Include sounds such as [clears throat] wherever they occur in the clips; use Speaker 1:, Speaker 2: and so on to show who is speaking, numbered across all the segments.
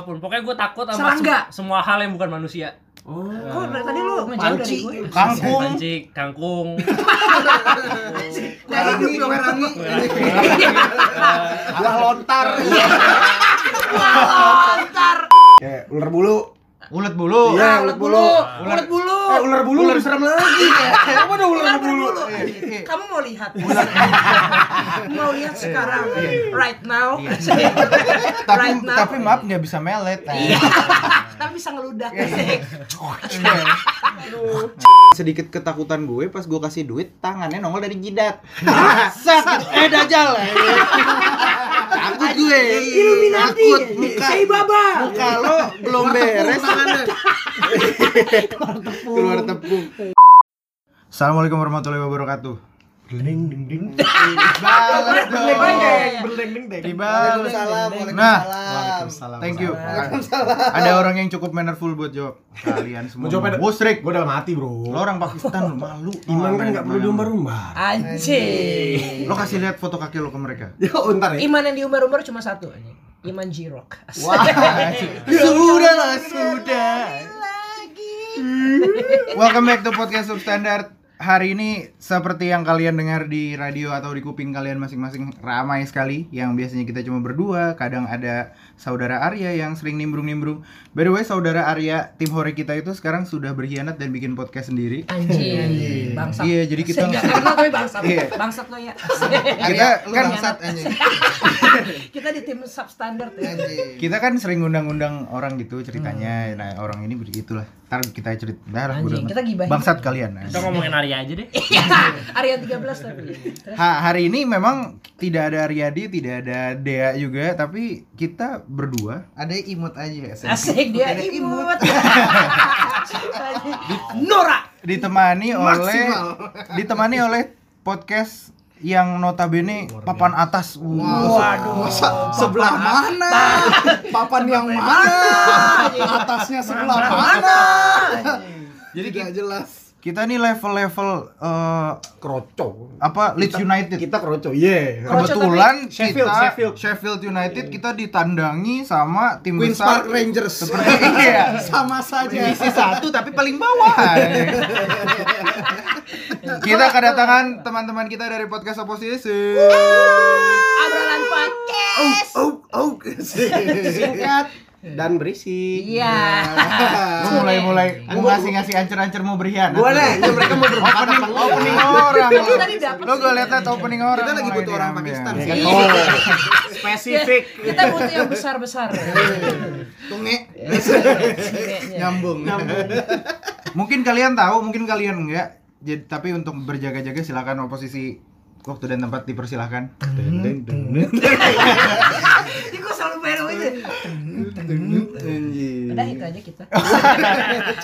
Speaker 1: Pokoknya gue takut sama
Speaker 2: Serangga.
Speaker 1: sem- semua hal yang bukan manusia.
Speaker 3: Oh.
Speaker 4: Ah.
Speaker 2: Kok dari tadi lu menjauh dari ya?
Speaker 3: Panci,
Speaker 2: gue?
Speaker 3: kangkung,
Speaker 1: Panci, kangkung,
Speaker 2: Dari
Speaker 3: Perangi,
Speaker 2: hidup lu.
Speaker 3: perangi.
Speaker 4: Alah lontar.
Speaker 3: Ya, ular bulu.
Speaker 4: Ulet bulu.
Speaker 3: Iya,
Speaker 2: Ah,
Speaker 3: ulet
Speaker 2: ulet
Speaker 3: bulu.
Speaker 2: bulu.
Speaker 4: Ular-
Speaker 2: Ulet bulu.
Speaker 3: Eh, ular bulu lebih serem
Speaker 5: [laughs]
Speaker 3: lagi. Apa ada ular
Speaker 2: Ular
Speaker 3: bulu?
Speaker 2: berbulu. Kamu mau lihat? mau lihat sekarang? Right now.
Speaker 4: Iya. Tapi
Speaker 2: Right now.
Speaker 4: tapi maaf Iya. nggak bisa melet.
Speaker 3: Iya.
Speaker 4: eh.
Speaker 2: Tapi bisa Iya. ngeludak.
Speaker 4: [laughs] Sedikit ketakutan gue pas gue kasih duit tangannya nongol dari jidat. Sakit eh dajal. eh. Takut gue.
Speaker 2: Illuminati.
Speaker 4: Takut muka
Speaker 2: Hey Baba.
Speaker 4: muka lo belum beres tangannya. [laughs] Keluar tepung. Assalamualaikum warahmatullahi wabarakatuh.
Speaker 3: Ding ding ding.
Speaker 2: Iya.
Speaker 4: Balas dong.
Speaker 3: Berleng ding deng.
Speaker 4: Tiba.
Speaker 3: Waalaikumsalam,
Speaker 4: Nah,
Speaker 3: waalaikumsalam.
Speaker 4: thank you. Ada orang yang cukup mannerful buat jawab. Kalian semua.
Speaker 3: Mau jawab ada-
Speaker 4: Bosrik.
Speaker 3: Gue udah mati, Bro.
Speaker 4: Lo orang Pakistan lo malu.
Speaker 3: Iman kan
Speaker 4: Main-
Speaker 3: enggak perlu
Speaker 4: main-
Speaker 3: diumbar-umbar.
Speaker 2: Anjing.
Speaker 4: Lo kasih lihat foto kaki lo ke mereka.
Speaker 3: Ya, oh, ntar ya.
Speaker 2: Iman yang diumbar-umbar cuma satu anjing. Iman Jirok.
Speaker 4: Wah. [laughs] sudah lah, sudah. Welcome back to podcast substandard. Hari ini seperti yang kalian dengar di radio atau di kuping kalian masing-masing ramai sekali yang biasanya kita cuma berdua, kadang ada saudara Arya yang sering nimbrung-nimbrung. By the way, saudara Arya tim hore kita itu sekarang sudah berkhianat dan bikin podcast sendiri.
Speaker 2: Anjing. Bangsat.
Speaker 4: Iya, jadi kita-
Speaker 2: Saya nggak kenal tapi bangsat.
Speaker 4: Iya.
Speaker 2: Bangsat lo ya.
Speaker 4: Kita
Speaker 5: lu
Speaker 4: kan
Speaker 5: bangsat anjing.
Speaker 2: Kita di tim substandard ya.
Speaker 4: kita kan sering ngundang-undang orang gitu ceritanya nah orang ini begitulah ntar kita cerita ntar
Speaker 2: Anjing,
Speaker 4: udah-
Speaker 2: kita gibahin.
Speaker 4: bangsat kalian
Speaker 1: kita ngomongin Arya aja deh.
Speaker 2: Iya. Area 13 tapi. Terus
Speaker 4: Ha- hari ini memang tidak ada Riyadi tidak ada Dea juga tapi kita berdua
Speaker 5: Ada imut aja.
Speaker 2: asik dia
Speaker 5: Ada
Speaker 2: imut. [laughs] Nora.
Speaker 4: ditemani oleh
Speaker 5: Maksimal.
Speaker 4: [laughs] ditemani oleh podcast yang notabene papan atas Wah.
Speaker 2: Waduh.
Speaker 3: [laughs]
Speaker 5: sebelah mana? Papan yang mana? Atasnya sebelah mana? Jadi tidak jelas.
Speaker 4: kita nih level-level eh,
Speaker 3: Kroco.
Speaker 4: apa Leeds United
Speaker 3: Kita kroco. Iya.
Speaker 4: Kebetulan
Speaker 3: Sheffield,
Speaker 4: kita
Speaker 3: Sheffield.
Speaker 4: Sheffield. United kita ditandangi sama tim
Speaker 5: Queen's
Speaker 4: besar
Speaker 5: Park Rangers. [laughs]
Speaker 4: seperti iya.
Speaker 3: [laughs]
Speaker 5: Sama saja.
Speaker 4: Divisi satu tapi paling bawah. kita kedatangan teman-teman kita dari podcast oposisi.
Speaker 2: Abralan podcast.
Speaker 3: Oh, oh.
Speaker 5: [laughs]
Speaker 3: Singkat dan berisi.
Speaker 2: Iya.
Speaker 4: Lu mulai-mulai mau ngasih-ngasih ancer-ancer mau berkhianat.
Speaker 3: Boleh, ya mereka mau berempat apa enggak?
Speaker 4: Opening orang.
Speaker 2: Itu tadi dapet
Speaker 4: Lu gue liat-liat opening orang.
Speaker 5: Kita lagi
Speaker 4: mulai
Speaker 5: butuh orang
Speaker 4: diambil.
Speaker 5: Pakistan
Speaker 3: Ya
Speaker 5: sih.
Speaker 3: kan?
Speaker 2: Iya.
Speaker 3: Oh, spesifik.
Speaker 2: Kita butuh yang besar-besar. iya.
Speaker 5: Tunge
Speaker 2: Kayaknya.
Speaker 5: nyambung.
Speaker 4: Mungkin kalian tahu, mungkin kalian enggak. Jadi tapi untuk berjaga-jaga silakan oposisi waktu dan tempat dipersilahkan.
Speaker 2: Jadi gua selalu main sama itu. Udah itu aja kita.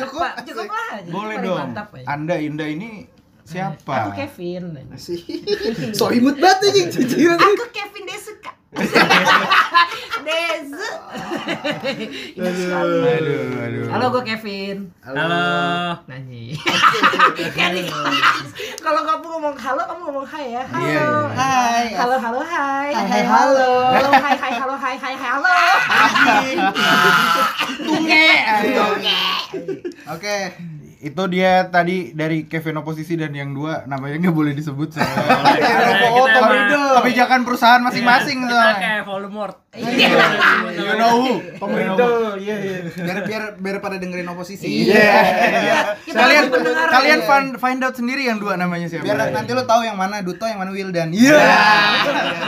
Speaker 5: Cukup.
Speaker 2: Pak, [laughs] cukup lah. Jadi
Speaker 4: Boleh
Speaker 2: paling
Speaker 4: dong.
Speaker 2: Mantap aja.
Speaker 4: Anda Indah ini
Speaker 2: Aku
Speaker 4: siapa?
Speaker 2: Kevin.
Speaker 5: Asik. So imut banget anjing jijiran.
Speaker 2: Aku Kevin Desuka. [laughs] Desu. Ingat selalu.
Speaker 4: Aduh, aduh.
Speaker 2: Halo, gue Kevin.
Speaker 1: Halo.
Speaker 2: Nanyi. Kan di kelas. Kalau kamu ngomong halo, kamu ngomong hai ya. Halo.
Speaker 4: Iya, iya.
Speaker 5: Hai.
Speaker 2: Halo, halo, hai.
Speaker 5: Hai, hai,
Speaker 2: halo. Halo, hai, hai, halo, hai, hai, hai, halo.
Speaker 4: Tunge.
Speaker 5: Oke.
Speaker 4: Itu dia tadi dari Kevin oposisi dan yang dua namanya nggak boleh
Speaker 2: [laughs]
Speaker 4: disebut
Speaker 1: Kalau
Speaker 4: soalnya.
Speaker 1: kita- kita emang-
Speaker 4: Kebijakan perusahaan masing-masing
Speaker 1: Kita
Speaker 4: soalnya.
Speaker 1: kayak Voldemort.
Speaker 2: Iya.
Speaker 4: You know who?
Speaker 3: Pemerintah. Iya, iya.
Speaker 5: Biar biar biar pada dengerin oposisi. Iya.
Speaker 2: Kita
Speaker 4: Iya. Kalian
Speaker 2: lagi mendengar.
Speaker 4: kalian find, find out sendiri yang dua namanya siapa. Iya.
Speaker 5: Biar nanti lu tahu yang mana Duto, yang mana Wildan. Iya.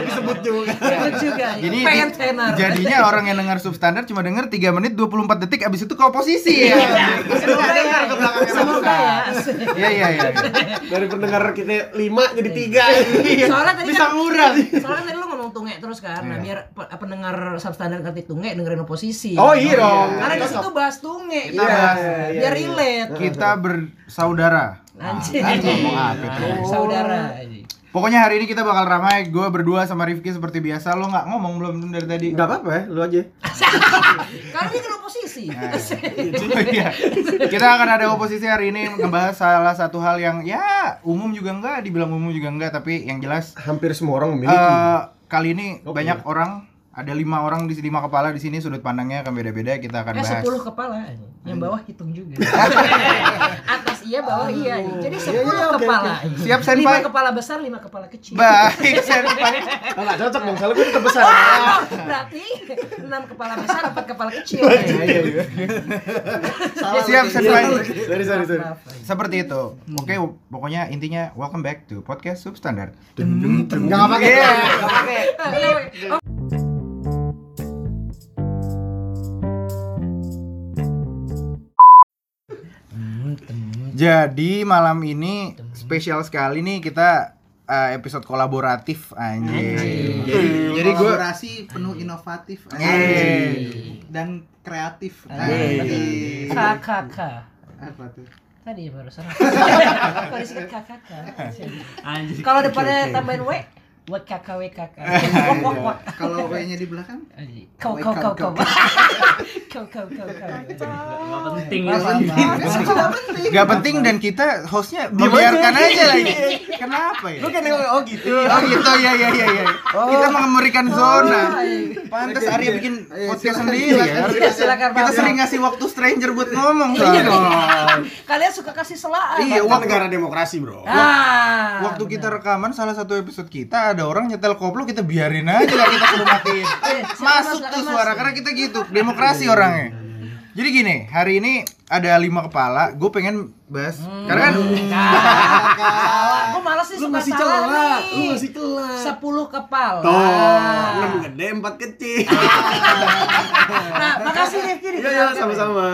Speaker 3: Disebut juga.
Speaker 2: Ikut juga. iya.
Speaker 4: Jadi
Speaker 2: pengen
Speaker 4: di-
Speaker 2: tenar.
Speaker 4: jadinya orang yang dengar substandard cuma denger 3 menit 24 detik abis itu ke oposisi ya.
Speaker 2: Iya. Semoga ya.
Speaker 5: Ke belakang yang
Speaker 2: Semoga ya.
Speaker 4: Iya iya iya.
Speaker 3: Dari pendengar kita lima jadi tiga. Iya.
Speaker 2: Soalnya tadi
Speaker 4: Bisa
Speaker 2: kan-
Speaker 4: ngurang.
Speaker 2: Soalnya tadi lu ngomong tunge terus kan, nah,
Speaker 4: Iya.
Speaker 2: biar pe- pendengar substandar ngerti tunge dengerin oposisi.
Speaker 3: Oh iya dong.
Speaker 2: Karena di situ bahas tunge,
Speaker 4: Kita
Speaker 2: gitu.
Speaker 4: bahas.
Speaker 2: biar relate.
Speaker 4: Kita bersaudara.
Speaker 2: Anjing.
Speaker 4: Kan ngomong apa tuh?
Speaker 2: Saudara. anjing.
Speaker 4: Pokoknya hari ini kita bakal ramai. Gue berdua sama Rifki seperti biasa. Lo nggak ngomong belum dari tadi?
Speaker 3: Enggak apa-apa ya, lu aja.
Speaker 2: Karena dia Eh, kena oposisi.
Speaker 4: [laughs]
Speaker 3: Nah,
Speaker 4: Oh, iya. Kita akan ada oposisi hari ini ngebahas salah satu hal yang ya umum juga enggak, dibilang umum juga enggak, tapi yang jelas
Speaker 3: Hampir semua orang memiliki.
Speaker 4: eh kali ini
Speaker 3: Oke.
Speaker 4: banyak orang Ada lima orang di lima kepala di sini sudut pandangnya akan beda-beda kita akan
Speaker 2: Eh,
Speaker 4: bahas.
Speaker 2: 10 kepala. Yang bawah hitung
Speaker 3: [laughs]
Speaker 2: juga. Atas iya, bawah iya. Jadi 10
Speaker 3: iya, oke,
Speaker 2: kepala.
Speaker 4: Siap,
Speaker 2: 5
Speaker 4: Senpai.
Speaker 2: kepala besar, 5 kepala kecil.
Speaker 4: Baik, Senpai.
Speaker 3: Oh, nggak cocok dong, soalnya gue tetap besar.
Speaker 2: Oh, Berarti 6 kepala besar, 4 kepala kecil.
Speaker 3: Iya, iya, iya.
Speaker 5: Salah
Speaker 4: Siap,
Speaker 5: lu, Ki.
Speaker 4: Senpai.
Speaker 3: Sorry, sorry, sorry.
Speaker 2: Maaf, maaf.
Speaker 4: Seperti itu. Oke, pokoknya intinya welcome back to podcast substandard.
Speaker 3: Nggak apa-apa.
Speaker 4: Iya.
Speaker 3: nggak pakai.
Speaker 4: Jadi malam ini spesial sekali nih kita eh, episode kolaboratif anjing.
Speaker 5: Jadi
Speaker 4: Jadi
Speaker 5: gue
Speaker 4: gua-
Speaker 5: kolaborasi penuh inovatif
Speaker 4: Yeay.
Speaker 5: dan kreatif.
Speaker 4: Yeay.
Speaker 5: Anjing.
Speaker 2: Kakak.
Speaker 5: Apa tuh?
Speaker 2: Tadi ya barusan. Kalau disebut kakak.
Speaker 1: Anjir.
Speaker 2: Kalau depannya tambahin W, WKK WKK. Wak, wak, [laughs] wak.
Speaker 5: Kalau W-nya di belakang?
Speaker 2: Kau kau kau kau. [laughs] Kau kau kau kau.
Speaker 1: Enggak penting.
Speaker 5: Nggak apa-apa. Nggak penting.
Speaker 4: Gak penting dan kita hostnya
Speaker 3: Diam aja.
Speaker 4: membiarkan aja lagi. Kenapa ya?
Speaker 3: Lu kan nengok, oh gitu.
Speaker 4: Oh gitu ya ya ya ya. Kita memberikan
Speaker 2: Oh.
Speaker 4: zona.
Speaker 3: Oke,
Speaker 4: Pantas Arya
Speaker 3: oke.
Speaker 4: bikin
Speaker 5: Ayo,
Speaker 4: podcast
Speaker 5: silakan,
Speaker 4: sendiri ya.
Speaker 5: silakan,
Speaker 2: Silakan, silakan,
Speaker 4: Kita
Speaker 2: Pak.
Speaker 4: sering ngasih waktu stranger buat ngomong
Speaker 2: Iya.
Speaker 4: soalnya.
Speaker 2: Kalian suka kasih selaan.
Speaker 4: Iya,
Speaker 3: Kan
Speaker 4: waktu-
Speaker 3: negara demokrasi, bro. Nah,
Speaker 2: Ah.
Speaker 4: Waktu kita rekaman salah satu episode kita ada orang nyetel koplo kita biarin aja lah kita kudu [laughs] matiin. Eh, Masuk tuh suara karena kita gitu, demokrasi orangnya. Jadi gini, hari ini ada lima kepala, gue pengen bahas karena kan
Speaker 2: Gue malas sih
Speaker 3: Lu
Speaker 2: suka
Speaker 3: masih
Speaker 2: salah
Speaker 3: celak, lu
Speaker 2: nih.
Speaker 3: masih celak.
Speaker 2: Sepuluh Ah. kepala.
Speaker 3: Tuh, enam gede, empat kecil.
Speaker 2: Nah, makasih Rifki.
Speaker 3: Ah, Iya, iya, sama-sama.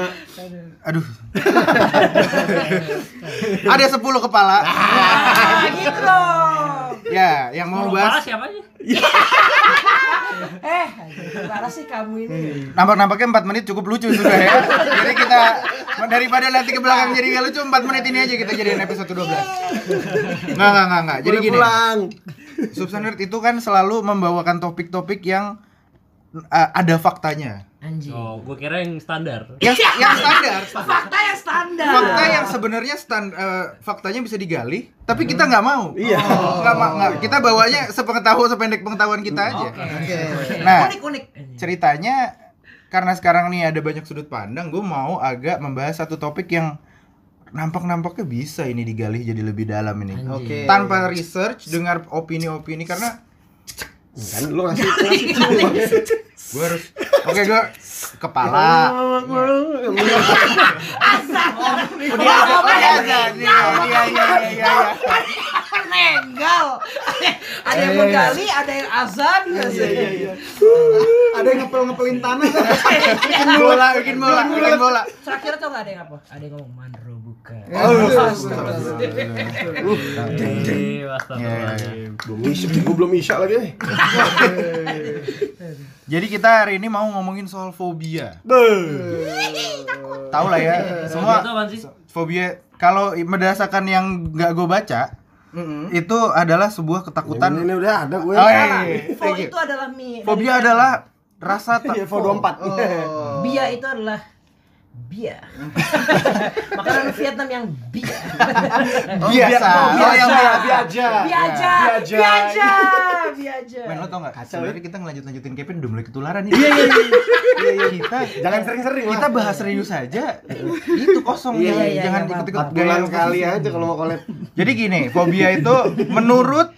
Speaker 4: aduh. [laughs] ada 10 kepala. [laughs]
Speaker 2: Ah, gitu dong.
Speaker 4: Ya, yang mau
Speaker 1: bahas
Speaker 4: bahas
Speaker 1: siapa aja?
Speaker 2: Eh, parah sih kamu ini.
Speaker 4: nampak-nampaknya 4 menit cukup lucu sudah ya. Jadi kita daripada nanti ke belakang jadi nggak lucu 4 menit ini aja kita jadiin episode 12. Enggak enggak enggak enggak. Jadi
Speaker 3: Boleh
Speaker 4: gini.
Speaker 3: pulang.
Speaker 4: Substandard itu kan selalu membawakan topik-topik yang uh, ada faktanya.
Speaker 2: Anjing.
Speaker 1: Oh, gue kira yang standar.
Speaker 4: Yang, yang standar, standar.
Speaker 2: Fakta yang standar.
Speaker 4: Fakta yang sebenarnya stan, uh, faktanya bisa digali, tapi kita nggak mau. Oh.
Speaker 3: Iya.
Speaker 4: Nggak ma- nggak. Kita bawanya sepengetahuan sependek pengetahuan kita aja.
Speaker 2: Oke.
Speaker 5: Oke.
Speaker 4: Nah.
Speaker 2: Unik unik.
Speaker 4: Ceritanya karena sekarang nih ada banyak sudut pandang, gue mau agak membahas satu topik yang nampak-nampaknya bisa ini digali jadi lebih dalam ini.
Speaker 5: Oke.
Speaker 4: Tanpa research, dengar opini-opini karena
Speaker 3: Kan lu
Speaker 4: [laughs]
Speaker 3: ngasih ngasih cuma.
Speaker 4: gue harus oke gue
Speaker 3: Oh.
Speaker 4: kepala udah ada udah ada nih iya iya iya iya
Speaker 2: Nenggal. ada yang menggali, ada yang azan.
Speaker 3: Iya, iya.
Speaker 5: Ada yang ngepel-ngepelin tanah.
Speaker 3: [laughs]
Speaker 4: bikin iya. bola bikin bola bikin bola
Speaker 2: Terakhir tuh nggak ada yang apa? Ada yang ngomong mandro buka.
Speaker 3: iya,
Speaker 1: Iya,
Speaker 4: Astagfirullahaladzim.
Speaker 3: Belum isya, gue belum isya lagi.
Speaker 4: jadi kita hari ini mau ngomongin soal fobia tau lah ya
Speaker 1: Semua itu
Speaker 4: semua
Speaker 1: apaan sih?
Speaker 4: fobia kalau berdasarkan yang nggak gue baca itu adalah sebuah
Speaker 3: Hutan
Speaker 4: ketakutan
Speaker 3: ini udah ada gue.
Speaker 4: oh iya, iya, iya.
Speaker 2: Fo
Speaker 4: Thank you.
Speaker 2: itu adalah mie.
Speaker 4: fobia adalah rasa tak
Speaker 3: Iya, Fodo 4. [laughs]
Speaker 2: Bia itu adalah bia. Makanan Vietnam yang bia.
Speaker 4: biasa
Speaker 3: Biasa,
Speaker 4: Oh, yang
Speaker 3: biasa.
Speaker 4: biasa.
Speaker 2: Bia aja.
Speaker 3: Bia aja.
Speaker 2: Bia aja. Bia aja.
Speaker 4: Men lo tau gak?
Speaker 3: Kacau,
Speaker 4: Sebenarnya kita ngelanjut-lanjutin Kevin udah mulai ketularan nih.
Speaker 3: Iya, iya, iya.
Speaker 4: iya iya. Kita
Speaker 3: Jangan sering-sering lah.
Speaker 4: kita bahas serius aja. Itu kosong
Speaker 2: Iya,
Speaker 4: jangan-
Speaker 2: iya,
Speaker 4: jangan
Speaker 2: iya,
Speaker 4: ikut-ikut
Speaker 2: apa-apa.
Speaker 4: gaya
Speaker 3: bulan
Speaker 4: lo.
Speaker 3: kali aja kalau mau collab.
Speaker 4: Jadi gini, fobia itu menurut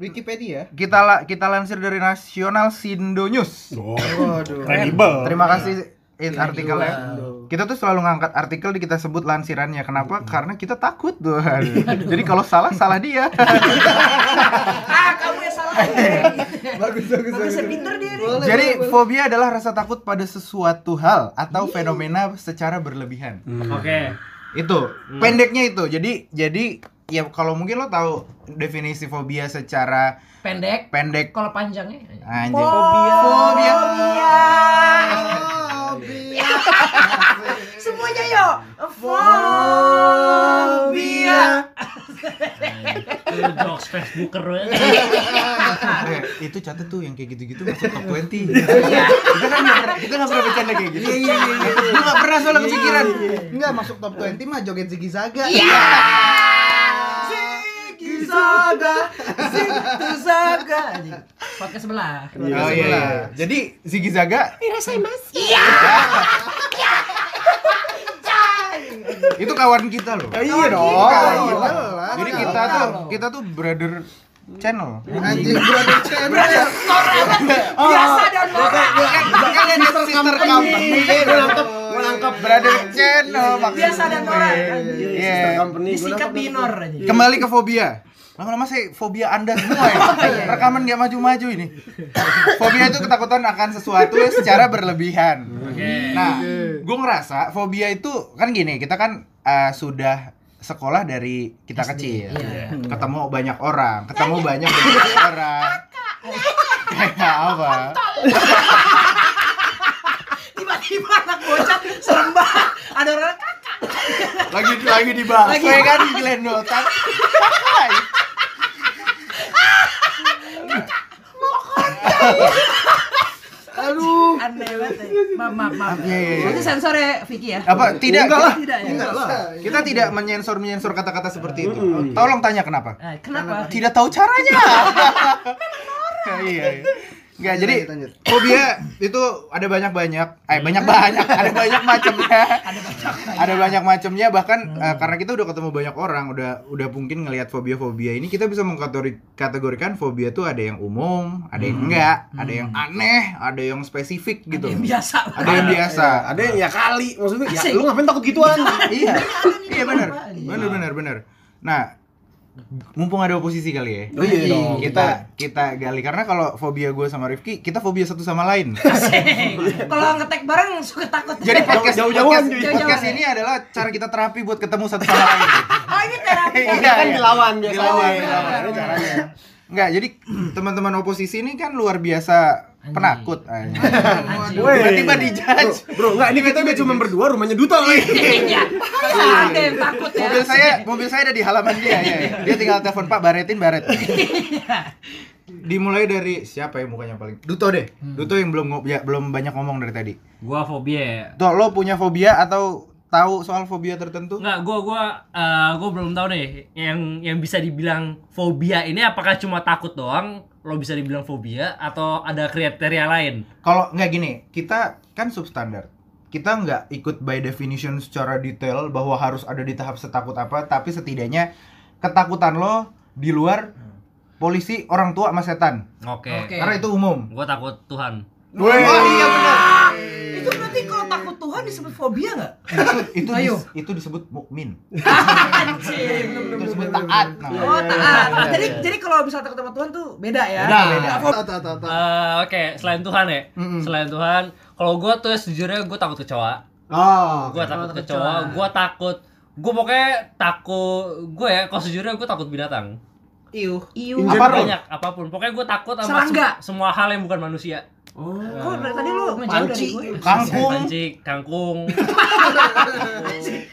Speaker 5: Wikipedia.
Speaker 4: kita la- kita lansir dari Nasional Sindo News.
Speaker 5: Waduh.
Speaker 3: Kredibel.
Speaker 4: Terima kasih in artikelnya. Kita tuh selalu ngangkat artikel di kita sebut lansirannya. Kenapa? Karena kita takut tuh. Jadi kalau salah salah dia.
Speaker 2: Ah, kamu yang salah.
Speaker 5: Bagus bagus
Speaker 2: Bagus ya, pinter dia nih.
Speaker 5: Boleh,
Speaker 4: Jadi
Speaker 5: boleh, boleh.
Speaker 4: fobia adalah rasa takut pada sesuatu hal atau fenomena secara berlebihan.
Speaker 1: Oke.
Speaker 4: Itu pendeknya itu. Jadi jadi ya kalau mungkin lo tahu definisi fobia secara
Speaker 2: Pendek.
Speaker 4: pendek
Speaker 2: Kalau panjangnya.
Speaker 4: anjing. Fobia. Fobia.
Speaker 5: Fobia.
Speaker 2: Semuanya yuk. Fobia.
Speaker 1: Itu jokes Facebooker ya.
Speaker 4: Eh, itu catat tuh yang kayak gitu-gitu masuk [laughs] top 20. kita kan nggak pernah- kita nggak pernah bercanda kayak gitu. Iya iya iya. Gue nggak pernah soalnya kepikiran.
Speaker 5: Enggak masuk top 20 mah joget zigzaga.
Speaker 2: Iya.
Speaker 5: Zigzag.
Speaker 2: Saga, Zintu Saga. Anjing, Podcast sebelah.
Speaker 4: Oh iya, iya. Jadi Ziggy Zaga itu kawan kita loh. Oh,
Speaker 5: Iya
Speaker 2: Kawan
Speaker 5: dong.
Speaker 2: kita,
Speaker 5: Jelas.
Speaker 4: Iya, Jadi kita tuh kita tuh brother channel.
Speaker 5: anjing brother channel.
Speaker 2: Biasa dan norak.
Speaker 4: Kalian Kan, sister company. Iya,
Speaker 3: Gue nangkep, gue nangkep
Speaker 4: Brother channel maksudnya.
Speaker 2: Biasa dan norak. anjing.
Speaker 4: Iya.
Speaker 3: Sister company, gua
Speaker 2: Disikat
Speaker 3: nangkep.
Speaker 2: binor anjing.
Speaker 4: Kembali ke fobia. Lama-lama saya fobia Anda semua ya. Rekaman nggak maju-maju ini. Fobia itu ketakutan akan sesuatu secara berlebihan. Nah, gue ngerasa fobia itu kan gini, kita kan eh, sudah sekolah dari kita kecil,
Speaker 2: iya.
Speaker 4: ketemu banyak orang, ketemu banyak banyak orang. Kayak apa?
Speaker 2: Tiba-tiba anak bocah serem banget. Ada orang kakak.
Speaker 4: Lagi lagi di bangku
Speaker 2: Lagi.
Speaker 4: kan gelendotan.
Speaker 5: Aduh.
Speaker 2: Aneh banget. anjing. Maaf, maaf, maaf.
Speaker 4: Iya, iya, iya.
Speaker 2: Berarti sensor ya Vicky ya?
Speaker 4: Apa tidak?
Speaker 5: Enggak lah.
Speaker 2: Tidak ya.
Speaker 5: Enggak lah.
Speaker 4: Kita tidak menyensor menyensor kata-kata seperti itu. Tolong tanya kenapa?
Speaker 2: Ah, Kenapa?
Speaker 4: Tidak tahu caranya. Iya. iya. Enggak, jadi
Speaker 5: Lanjut, lanjut.
Speaker 4: fobia itu ada banyak-banyak, eh banyak-banyak, ada banyak macamnya. ada banyak macamnya bahkan eh, karena kita udah ketemu banyak orang, udah udah mungkin ngelihat fobia-fobia ini kita bisa mengkategorikan fobia itu ada yang umum, ada yang enggak, ada yang aneh, ada yang spesifik gitu.
Speaker 2: Yang
Speaker 4: [laughs]
Speaker 2: biasa.
Speaker 4: Ada yang biasa.
Speaker 3: Ada yang ya kali, maksudnya ya
Speaker 2: Asik.
Speaker 3: lu ngapain takut gituan?
Speaker 4: Iya. Iya benar.
Speaker 2: Apaan?
Speaker 4: Benar benar benar. Nah, mumpung ada oposisi kali ya.
Speaker 3: Oh iya dong.
Speaker 4: kita kita gali karena kalau fobia gue sama Rifki kita fobia satu sama lain
Speaker 2: Asik. Kalau ngetek bareng suka takut.
Speaker 4: jadi podcast
Speaker 3: Jauh-jauhan,
Speaker 4: podcast,
Speaker 2: jauh-jauhan.
Speaker 4: podcast ini adalah cara kita terapi buat ketemu satu sama lain
Speaker 2: [laughs] Oh ini terapi.
Speaker 4: Iya,
Speaker 3: Kita kan
Speaker 4: iya.
Speaker 3: dilawan biasanya.
Speaker 4: Dilawan, dilawan, ini caranya Enggak, jadi [clears throat] teman-teman oposisi ini kan luar biasa penakut anjing.
Speaker 2: Anjing.
Speaker 4: Waduh, tiba-tiba dijudge
Speaker 3: Bro, enggak ini kita udah cuma berdua rumahnya duta lagi.
Speaker 2: Iya. Iya, Ada yang takut ya.
Speaker 4: mobil saya mobil saya ada di halaman dia ya dia tinggal telepon pak baretin baret dimulai dari siapa yang mukanya paling Duto deh Duto yang belum ngo- ya, belum banyak ngomong dari tadi
Speaker 1: Gua fobia. ya.
Speaker 4: Dok, lo punya fobia atau tahu soal fobia tertentu
Speaker 1: Enggak, gua gua eh, gua belum tahu nih yang yang bisa dibilang fobia ini apakah cuma takut doang lo bisa dibilang fobia atau ada kriteria lain?
Speaker 4: kalau nggak gini kita kan substandard kita nggak ikut by definition secara detail bahwa harus ada di tahap setakut apa tapi setidaknya ketakutan lo di luar polisi orang tua sama setan
Speaker 1: Oke.
Speaker 2: Oke.
Speaker 4: karena itu umum
Speaker 1: Gua takut Tuhan.
Speaker 5: Oh,
Speaker 4: Wah, iya benar
Speaker 2: Itu berarti kalau takut Tuhan disebut fobia nggak? [laughs]
Speaker 4: itu
Speaker 2: Ayo.
Speaker 4: dis- itu disebut mukmin
Speaker 2: Anjing.
Speaker 4: itu disebut taat namanya. [laughs]
Speaker 2: Oh taat. Jadi jadi kalau misalnya takut sama Tuhan tuh beda
Speaker 1: Beda,
Speaker 2: ya.
Speaker 3: Iya.
Speaker 2: Nggak
Speaker 4: beda.
Speaker 2: fobia.
Speaker 5: Tata tata.
Speaker 1: Eh, oke, selain Tuhan ya.
Speaker 4: Mm-mm.
Speaker 1: Selain Tuhan, kalau gua tuh ya, sejujurnya gua takut kecoa.
Speaker 3: Ah.
Speaker 5: Oh.
Speaker 1: Gua takut
Speaker 2: Oh,
Speaker 1: kecoa,
Speaker 2: kecoa.
Speaker 1: gua takut gua pokoknya takut gua ya kalau sejujurnya gua takut binatang.
Speaker 2: Iu. Iu.
Speaker 3: In
Speaker 4: Apa,
Speaker 1: Apa
Speaker 4: Ron?
Speaker 1: banyak apapun. Pokoknya gua takut sama
Speaker 2: Serangga.
Speaker 1: sem- semua hal yang bukan manusia.
Speaker 3: Oh.
Speaker 2: Kok dari tadi lu ngejauh dari
Speaker 5: Panci.
Speaker 2: gue?
Speaker 4: kangkung
Speaker 1: Panci, kangkung,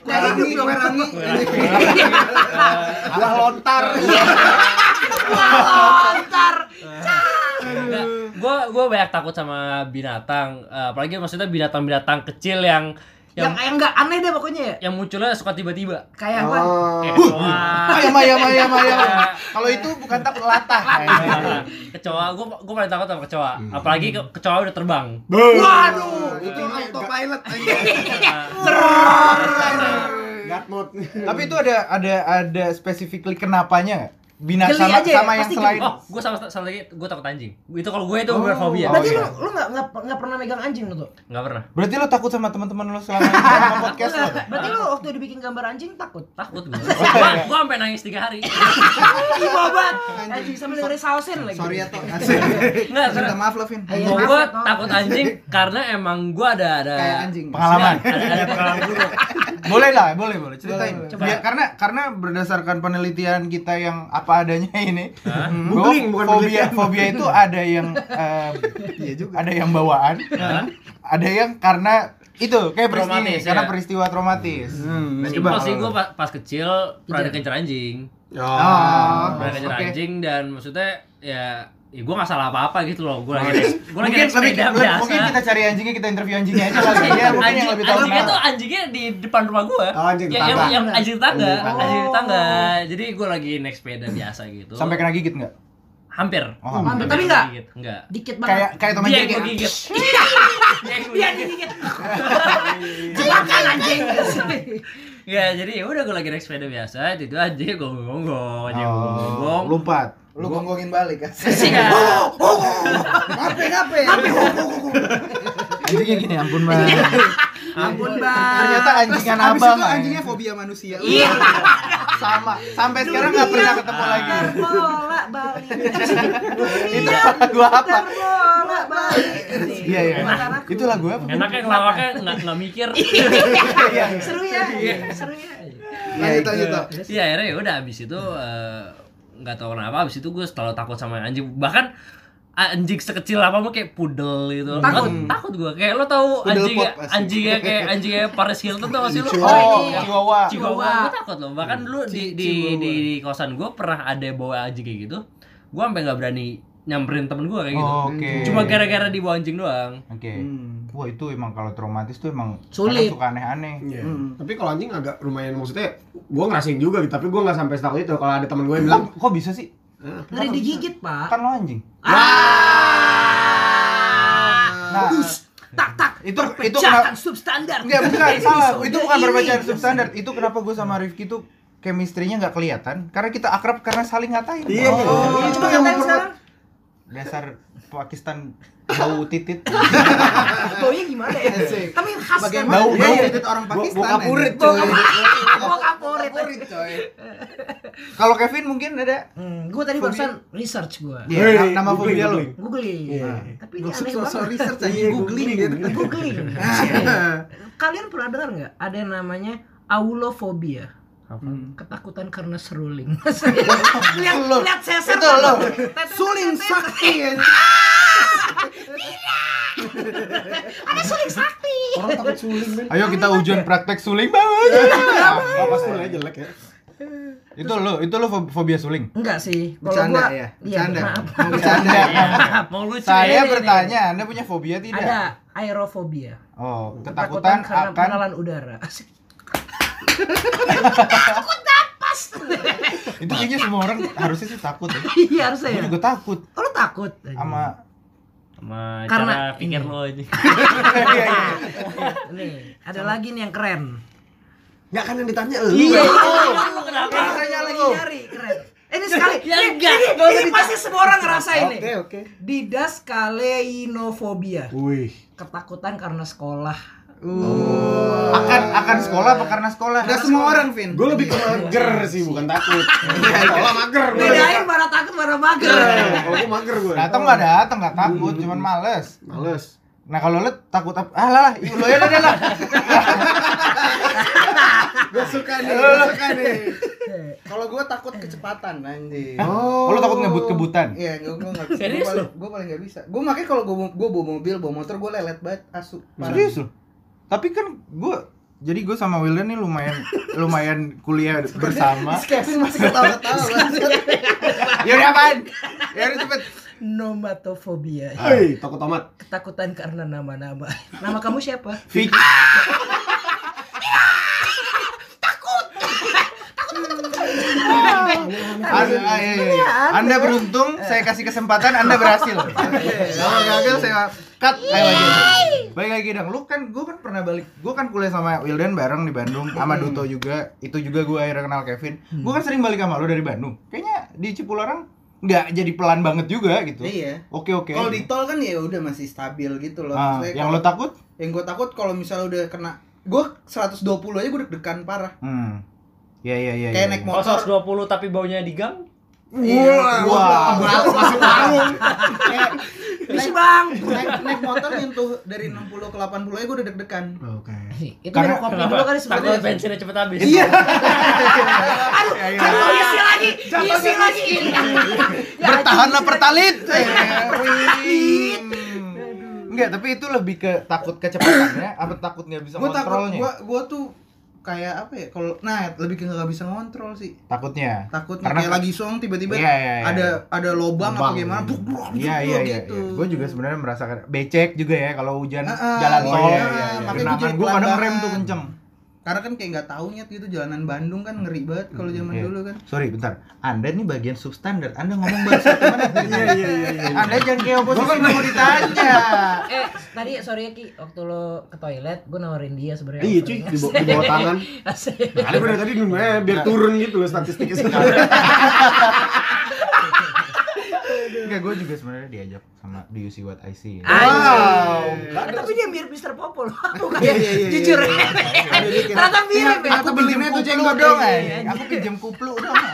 Speaker 2: Nggak hidup dong.
Speaker 5: Merangi.
Speaker 4: alah lontar
Speaker 2: Wah, Lontar.
Speaker 1: gue gue banyak takut sama binatang Eh, apalagi maksudnya binatang-binatang kecil yang
Speaker 2: Yang
Speaker 1: yang
Speaker 2: yang nggak aneh deh pokoknya ya.
Speaker 1: yang munculnya suka tiba-tiba
Speaker 2: Kayak gue.
Speaker 3: Oh.
Speaker 4: Oh.
Speaker 5: Iya.
Speaker 1: kayak kecoa
Speaker 4: ayam ayam ayam ayam
Speaker 2: Iya.
Speaker 4: kalau itu bukan takut latah
Speaker 1: kecoa gue gue paling takut sama kecoa apalagi ke- kecoa udah terbang
Speaker 4: Oh,
Speaker 2: Waduh.
Speaker 5: Itu autopilot.
Speaker 3: God mode.
Speaker 4: tapi itu ada ada ada specifically kenapanya nggak? binatang
Speaker 2: Geli
Speaker 4: sama,
Speaker 2: aja ya,
Speaker 4: sama yang
Speaker 2: pasti geli.
Speaker 4: selain
Speaker 1: oh gue sama sama lagi gue takut anjing itu kalau gue itu bener
Speaker 4: Oh.
Speaker 1: fobia
Speaker 2: Berarti
Speaker 4: Oh, iya.
Speaker 2: lu lu nggak nggak nggak pernah megang anjing lu tuh?
Speaker 1: nggak pernah
Speaker 4: berarti lo takut sama teman-teman lo selama ini sama
Speaker 2: [laughs]
Speaker 4: podcast lo
Speaker 2: Nggak. Berarti lu waktu dibikin gambar anjing takut?
Speaker 1: takut gue gue sampai nangis tiga hari
Speaker 2: Ih
Speaker 4: [laughs]
Speaker 2: bobat. Anjing sambil dengerin sausin lagi.
Speaker 5: Sorry ya toh.
Speaker 1: nggak
Speaker 4: minta
Speaker 1: karena
Speaker 4: maaf Lovin
Speaker 2: Ayo.
Speaker 1: gue
Speaker 2: Maaf, maaf.
Speaker 1: takut anjing karena emang gue ada ada
Speaker 5: Kayak anjing.
Speaker 4: pengalaman
Speaker 1: ada, ada pengalaman buruk
Speaker 4: boleh lah boleh boleh ceritain
Speaker 5: Boleh, boleh.
Speaker 4: Coba. Ya, karena karena berdasarkan penelitian kita yang apa adanya ini
Speaker 1: Hah?
Speaker 4: hmm,
Speaker 3: Googling, bukan
Speaker 4: bahwa fobia
Speaker 3: penelitian.
Speaker 4: fobia itu ada yang eh,
Speaker 5: Iya juga.
Speaker 4: ada yang bawaan
Speaker 1: Hah?
Speaker 4: ada yang karena itu kayak peristiwa
Speaker 1: Traumatis,
Speaker 4: karena
Speaker 1: ya.
Speaker 4: peristiwa traumatis
Speaker 5: Hmm.
Speaker 4: Nah,
Speaker 1: Simpel sih
Speaker 4: kalau-
Speaker 1: gue pas, pas kecil pernah dikejar anjing,
Speaker 3: Ya.
Speaker 4: Ah,
Speaker 1: pernah dikejar
Speaker 4: oke.
Speaker 1: anjing dan maksudnya ya ya gue nggak salah apa-apa gitu loh gue lagi gue lagi
Speaker 4: mungkin
Speaker 1: naik
Speaker 4: lebih
Speaker 1: sepeda
Speaker 4: lebih-
Speaker 1: biasa
Speaker 4: mungkin kita cari anjingnya kita interview anjingnya aja kali ya mungkin yang
Speaker 1: [laughs] Anjing-
Speaker 4: lebih tahu
Speaker 1: anjingnya
Speaker 4: Pak.
Speaker 1: tuh anjingnya di depan rumah gua.
Speaker 5: Oh, anjing
Speaker 1: yang, yang,
Speaker 5: tetangga.
Speaker 1: yang anjing tetangga,
Speaker 4: Anjing tetangga. Oh.
Speaker 1: anjing tetangga. Jadi gua lagi naik sepeda biasa gitu.
Speaker 4: sampai kena gigit nggak
Speaker 1: hampir.
Speaker 4: Oh, hampir.
Speaker 2: Tapi nggak?
Speaker 1: Digigit, Nggak.
Speaker 2: Dikit
Speaker 4: kayak
Speaker 2: banget.
Speaker 4: kayak teman
Speaker 1: Dia yang
Speaker 4: gigit
Speaker 1: gua gigit. Dia yang gua
Speaker 2: Dia
Speaker 1: gigit.
Speaker 2: digigit. Jelakan anjing.
Speaker 1: Ya, jadi ya udah gua lagi naik sepeda biasa, itu anjing gua gonggong, anjing
Speaker 4: Oh.
Speaker 1: gua gonggong.
Speaker 4: lompat
Speaker 5: Lu gonggongin balik kan?
Speaker 1: Iya.
Speaker 5: Ngapain ngapain?
Speaker 4: [laughs] anjingnya gini ampun mas
Speaker 2: Ampun, Bang.
Speaker 4: ternyata anjingan
Speaker 5: Abis
Speaker 4: abang
Speaker 5: itu
Speaker 4: ay.
Speaker 5: anjingnya fobia manusia.
Speaker 2: Iya.
Speaker 4: sama sampai sekarang nggak pernah ketemu lagi
Speaker 2: Bola balik.
Speaker 4: itu gua apa
Speaker 2: Bola balik.
Speaker 4: iya iya itu Iya, lagu apa
Speaker 1: Enaknya ngelawaknya nggak nggak
Speaker 4: [laughs]
Speaker 1: mikir.
Speaker 2: Seru ya.
Speaker 4: Iya.
Speaker 2: Seru ya.
Speaker 5: Lanjut lanjut. Tok.
Speaker 1: Iya, akhirnya ya udah habis itu eh, nggak tahu kenapa habis itu gue selalu takut sama anjing. Bahkan anjing sekecil apa mau kayak pudel gitu.
Speaker 2: Takut.
Speaker 4: Hmm.
Speaker 1: Nggak- takut gue. Kayak lo tahu
Speaker 5: Pudel
Speaker 1: anjingnya
Speaker 5: pop pasti.
Speaker 1: anjingnya ya kayak anjingnya Paris Hilton tuh masih lo.
Speaker 4: oh
Speaker 2: iya.
Speaker 4: Chihuahua
Speaker 1: Chihuahua. gitu. Gue takut loh. Bahkan dulu di di, di di kosan gue pernah ada bawa anjing kayak gitu. Gue sampai nggak berani nyamperin temen gue kayak gitu.
Speaker 4: Oh, oke
Speaker 1: Cuma gara-gara dibawa anjing doang.
Speaker 4: oke
Speaker 5: Hmm.
Speaker 4: wah itu emang kalau traumatis tuh emang
Speaker 2: Sulit.
Speaker 4: kadang suka aneh-aneh
Speaker 3: Iya.
Speaker 5: Hmm.
Speaker 3: Tapi kalau anjing agak lumayan maksudnya gua ngerasain juga gitu, tapi gua nggak sampai setakut itu. Kalau ada teman gua yang bilang,
Speaker 4: Kok- kok bisa sih
Speaker 3: "Ah,
Speaker 2: Ngeri digigit, Pak.
Speaker 4: kan lo anjing
Speaker 2: Ah.
Speaker 4: nah
Speaker 2: Tak tak.
Speaker 4: itu itu kenapa
Speaker 2: Pecahkan substandar.
Speaker 4: Enggak, bukan salah. Itu bukan
Speaker 2: Ini. Oh,
Speaker 4: perbedaan substandar. Itu kenapa gue sama Rifki tuh chemistry-nya nggak kelihatan karena kita akrab karena saling ngatain.
Speaker 5: Iya.
Speaker 4: Oh.
Speaker 2: Ini coba ngatain
Speaker 4: [laughs]
Speaker 2: sekarang.
Speaker 4: Dasar Pakistan bau titit. [laughs]
Speaker 2: Baunya gimana ya?
Speaker 5: Asik.
Speaker 2: Tapi khas kan?
Speaker 5: Bagaimana
Speaker 4: Bau,
Speaker 5: dia
Speaker 4: bau.
Speaker 5: ngedit orang
Speaker 3: Bo-
Speaker 5: Pakistan?
Speaker 3: bokap
Speaker 5: anjing?
Speaker 3: urit,
Speaker 2: Bau
Speaker 3: cuy.
Speaker 2: Bau kaporit.
Speaker 5: Favorit coy.
Speaker 4: Kalau Kevin mungkin ada
Speaker 2: Hmm, gue tadi barusan research gue.
Speaker 4: Iya,
Speaker 3: Hei,
Speaker 4: nama
Speaker 3: googling,
Speaker 4: fobia lu.
Speaker 3: googling.
Speaker 2: Googling. Nah, Tapi ini
Speaker 5: Gue
Speaker 2: aneh
Speaker 5: so
Speaker 2: banget.
Speaker 5: research aja
Speaker 3: Iya,
Speaker 5: googling
Speaker 3: googling.
Speaker 5: gitu.
Speaker 2: Googling. Kalian pernah dengar nggak ada yang namanya aulofobia? Ketakutan karena seruling. [laughs] lihat,
Speaker 4: Lu.
Speaker 2: lihat kan? seser
Speaker 4: Itu lu.
Speaker 5: Suling sakti ya, anjing.
Speaker 2: Ada suling sakti.
Speaker 3: Orang takut suling, men.
Speaker 4: Ayo kita ujian praktek suling banget.
Speaker 3: Ah, Apa sulingnya jelek ya?
Speaker 4: itu lo, itu lo fo- fobia suling.
Speaker 2: Enggak sih. Kalau
Speaker 5: Bercanda
Speaker 2: gua,
Speaker 5: ya?
Speaker 2: Iya,
Speaker 5: Bercanda.
Speaker 2: maaf.
Speaker 5: Mau bercanda.
Speaker 1: [laughs]
Speaker 4: [laughs]
Speaker 1: Mau lucu. ya
Speaker 4: Saya
Speaker 1: ini.
Speaker 4: bertanya, Anda punya fobia tidak?
Speaker 2: [laughs] Ada aerofobia.
Speaker 4: Oh, ketakutan
Speaker 2: karena
Speaker 4: akan
Speaker 2: pengenalan udara. Asik.
Speaker 4: itu kayaknya semua orang harusnya sih takut ya.
Speaker 2: [laughs] Iya harusnya. ya.
Speaker 4: Gue juga takut
Speaker 2: Oh, lu takut?
Speaker 4: sama
Speaker 1: Sama
Speaker 2: Karena
Speaker 1: cara pikir
Speaker 2: ini.
Speaker 1: lo anjing. [laughs]
Speaker 2: Nih, ada lagi nih yang keren.
Speaker 5: Enggak kan yang ditanya lu.
Speaker 2: Iya.
Speaker 1: Lu kenapa?
Speaker 2: Rasanya lagi nyari keren. Eh, Ini sekali.
Speaker 1: Ya
Speaker 2: ini,
Speaker 1: enggak.
Speaker 2: ini- ini pasti semua orang ngerasain nih.
Speaker 5: Oke oke.
Speaker 2: Didaskaleinofobia.
Speaker 3: Wih.
Speaker 2: Ketakutan karena sekolah.
Speaker 4: akan akan sekolah apa karena sekolah?
Speaker 5: Enggak semua orang, Vin.
Speaker 3: Gue lebih ke mager sih, bukan takut.
Speaker 5: Iya,
Speaker 3: Kalau mager gue.
Speaker 2: Bedain mana takut mana mager.
Speaker 3: Kalau gue mager gue.
Speaker 4: Datang nggak datang nggak takut, cuman males.
Speaker 3: Males.
Speaker 4: Nah kalau lo takut apa? Ah lah, lah, lo ya udah, udah, lah.
Speaker 5: Gue suka nih, gue suka nih.
Speaker 2: Eh,
Speaker 5: Kalau gue takut kecepatan anjing.
Speaker 4: Oh, lo takut ngebut-kebutan.
Speaker 5: Iya, gue gue nggak bisa. Gue
Speaker 1: Serius lu?
Speaker 5: paling, gue paling nggak bisa. Gue makanya kalau gue gue bawa mobil, bawa motor, gue lelet banget asu. Parah.
Speaker 4: Serius lo? Tapi kan gue, jadi gue sama Wildan nih lumayan lumayan kuliah bersama.
Speaker 5: [laughs] Si Kevin masih ketawa-ketawa. kan?
Speaker 4: ya udah apaan? Ya udah cepet.
Speaker 2: Nomatofobia.
Speaker 5: Iya.
Speaker 3: Hei, takut tomat.
Speaker 2: Iya. Ketakutan karena nama-nama. Nama kamu siapa?
Speaker 4: Vicky. Aduh, ah, iya, iya, iya. Anda beruntung, saya kasih kesempatan,
Speaker 5: [laughs]
Speaker 4: Anda berhasil.
Speaker 5: Iya.
Speaker 4: Kalau gagal saya cut. Ayo lagi. Baik lagi dong. Lu kan gue kan pernah balik. Gue kan kuliah sama Wildan bareng di Bandung sama
Speaker 5: Hmm.
Speaker 4: Duto juga. Itu juga gue akhirnya kenal Kevin. Gue kan sering balik sama lu dari Bandung. Kayaknya di Cipularang nggak jadi pelan banget juga gitu.
Speaker 5: Iya.
Speaker 4: Oke oke.
Speaker 5: Kalau di tol kan ya udah masih stabil gitu loh.
Speaker 4: Ah,
Speaker 5: Maksudnya
Speaker 4: yang lo
Speaker 5: kalau-
Speaker 4: takut?
Speaker 5: yang gue takut kalau misalnya udah kena gue 120 aja gue deg-degan parah
Speaker 4: Hmm. Ya ya ya.
Speaker 5: Kayak
Speaker 4: ya,
Speaker 5: naik
Speaker 4: ya.
Speaker 1: Kalau
Speaker 5: motor
Speaker 1: 120 tapi baunya digang.
Speaker 5: Iya,
Speaker 4: Wah.
Speaker 5: gua- gua- gua-
Speaker 3: Masuk warung.
Speaker 5: kayak
Speaker 2: Misi bang.
Speaker 5: naik, naik motor nyentuh dari 60 ke 80 aja gue udah deg-degan
Speaker 3: Oke.
Speaker 2: Itu
Speaker 4: Karena-
Speaker 2: minum kopi dulu kali
Speaker 1: Takut
Speaker 2: sebelumnya.
Speaker 1: bensinnya cepet habis.
Speaker 5: Iya.
Speaker 4: [laughs] Iya,
Speaker 2: Aduh, aduh, isi lagi, isi lagi. [laughs]
Speaker 4: [laughs]
Speaker 2: Ya,
Speaker 4: Bertahanlah
Speaker 2: isi lagi.
Speaker 4: pertalit.
Speaker 5: [laughs]
Speaker 4: Wih. Enggak, tapi itu lebih ke takut kecepatannya apa takut nggak bisa
Speaker 5: gue takut
Speaker 4: kontrolnya.
Speaker 5: gue gue tuh kayak apa ya? Kalau nah lebih ke nggak bisa ngontrol sih.
Speaker 4: Takutnya.
Speaker 5: Takutnya
Speaker 4: Karena-
Speaker 5: kayak lagi song tiba-tiba
Speaker 4: Iya, iya, iya.
Speaker 5: ada ada lobang,
Speaker 3: Lobang.
Speaker 5: apa gimana? Buk, buk, buk,
Speaker 4: Iya iya
Speaker 5: buk,
Speaker 4: iya.
Speaker 5: gitu.
Speaker 4: Gue juga sebenarnya merasakan becek juga ya kalau hujan
Speaker 5: Ah, ah,
Speaker 4: jalan
Speaker 5: iya,
Speaker 4: tol.
Speaker 5: iya, iya, iya. Makanya gua
Speaker 4: Kenapa
Speaker 5: jadi
Speaker 4: gue kadang
Speaker 5: pelan
Speaker 4: rem
Speaker 5: banget.
Speaker 4: tuh kenceng.
Speaker 5: Karena kan kayak nggak tahu nyet gitu jalanan Bandung kan ngeri banget kalau zaman
Speaker 4: Iya.
Speaker 5: dulu kan.
Speaker 4: Sorry bentar. Anda nih bagian substandard. Anda [laughs] ngomong bahasa gimana? Iya iya iya. kan Anda jangan kayak oposisi nggak mau ditanya.
Speaker 2: eh tadi sorry ya Ki waktu lo ke toilet gue nawarin dia sebenarnya
Speaker 3: Iya cuy, di, bawah- di bawah tangan.
Speaker 2: [laughs] Asik.
Speaker 3: Kali gue dari tadi nunggu eh, biar turun gitu loh statistiknya sekarang.
Speaker 4: [laughs] Enggak gue juga sebenarnya diajak sama do you see what I see.
Speaker 2: Wow. tapi dia mirip Mr. Popo loh.
Speaker 4: Iya,
Speaker 2: Aku kayak jujur. [laughs] Ternyata mirip ya.
Speaker 4: Aku pinjem
Speaker 5: beliin aja
Speaker 4: kuplu
Speaker 5: jenggot
Speaker 4: dong,
Speaker 5: kayak
Speaker 4: eh.
Speaker 5: gini.
Speaker 4: Aku pinjem kuplu dong.
Speaker 5: [laughs]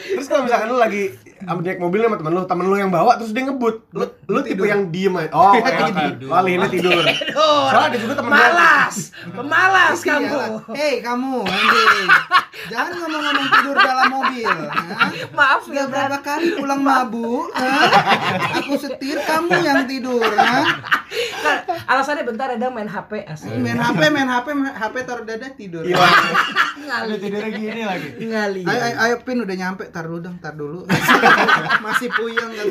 Speaker 3: Terus kalau misalkan lu lagi am- naik mobil sama temen lu, temen lu yang bawa terus dia ngebut. Lu lu tipe yang diem aja. Oh, kayak
Speaker 1: tidur.
Speaker 3: tidur. Wali ini tidur.
Speaker 2: Tidur.
Speaker 3: Soalnya ada juga temen gua-
Speaker 2: Malas. Pemalas
Speaker 4: Iya,
Speaker 5: Iyalah.
Speaker 2: kamu.
Speaker 5: Iya. Hei kamu, anjing. Jangan ngomong-ngomong tidur dalam mobil. Hah?
Speaker 2: Maaf ya
Speaker 5: Sudah berapa kali pulang mabuk? Hah? Aku setir kamu yang tidur. Hah?
Speaker 2: Kan, Alasannya bentar ada main HP asik.
Speaker 5: Main HP, main HP, main HP taruh dada tidur.
Speaker 3: Hilang.
Speaker 4: Iya. Ada tidurnya gini lagi.
Speaker 2: Ngali.
Speaker 5: Ayo, ayo, ayo, pin udah nyampe, tar dulu dong, tar dulu. Masih puyeng kan.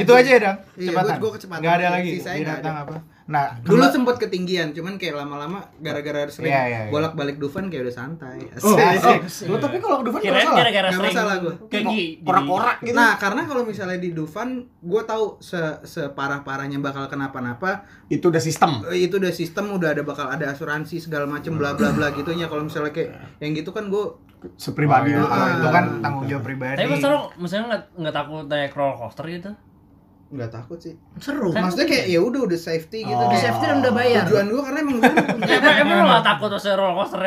Speaker 4: Itu aja ya, Dang.
Speaker 5: Iya,
Speaker 4: Kecepatan.
Speaker 5: gua- gua kecepatan.
Speaker 4: Nggak ada lagi.
Speaker 5: Sisanya nggak
Speaker 4: Binatang
Speaker 5: ada.
Speaker 4: apa? Nah,
Speaker 5: Dulu
Speaker 4: kemba-
Speaker 5: sempet ketinggian, cuman kayak lama-lama gara-gara sering
Speaker 4: Iya, iya, iya.
Speaker 5: bolak-balik Dufan kayak udah santai.
Speaker 3: Oh, oh.
Speaker 4: Asik.
Speaker 3: Lu tapi kalau ke Dufan
Speaker 1: Kirain
Speaker 3: salah.
Speaker 1: gara-gara
Speaker 5: Nggak
Speaker 1: sering
Speaker 5: masalah gua.
Speaker 1: ke Ki, jadi-
Speaker 3: Korak-korak gitu.
Speaker 5: Nah, karena kalau misalnya di Dufan, gue tahu se separah-parahnya bakal kenapa-napa,
Speaker 3: itu udah sistem.
Speaker 5: eh, itu udah sistem, udah ada bakal ada asuransi segala macem bla bla bla gitunya. Kalau misalnya kayak yang gitu kan gue
Speaker 3: Sepribadi lu.
Speaker 4: Oh, iya. Kalau
Speaker 5: Ah.
Speaker 4: itu kan tanggung jawab pribadi.
Speaker 1: Tapi mas Sarung, misalnya nggak nggak takut naik roller coaster gitu?
Speaker 5: nggak takut sih.
Speaker 2: Seru.
Speaker 5: Maksudnya kayak ya udah udah safety gitu.
Speaker 3: Oh.
Speaker 2: Di
Speaker 5: deh.
Speaker 2: safety ya. Iya, dan udah bayar.
Speaker 5: Tujuan gue karena emang gue
Speaker 2: [laughs]
Speaker 1: Emang emang lo nggak takut terus roller coaster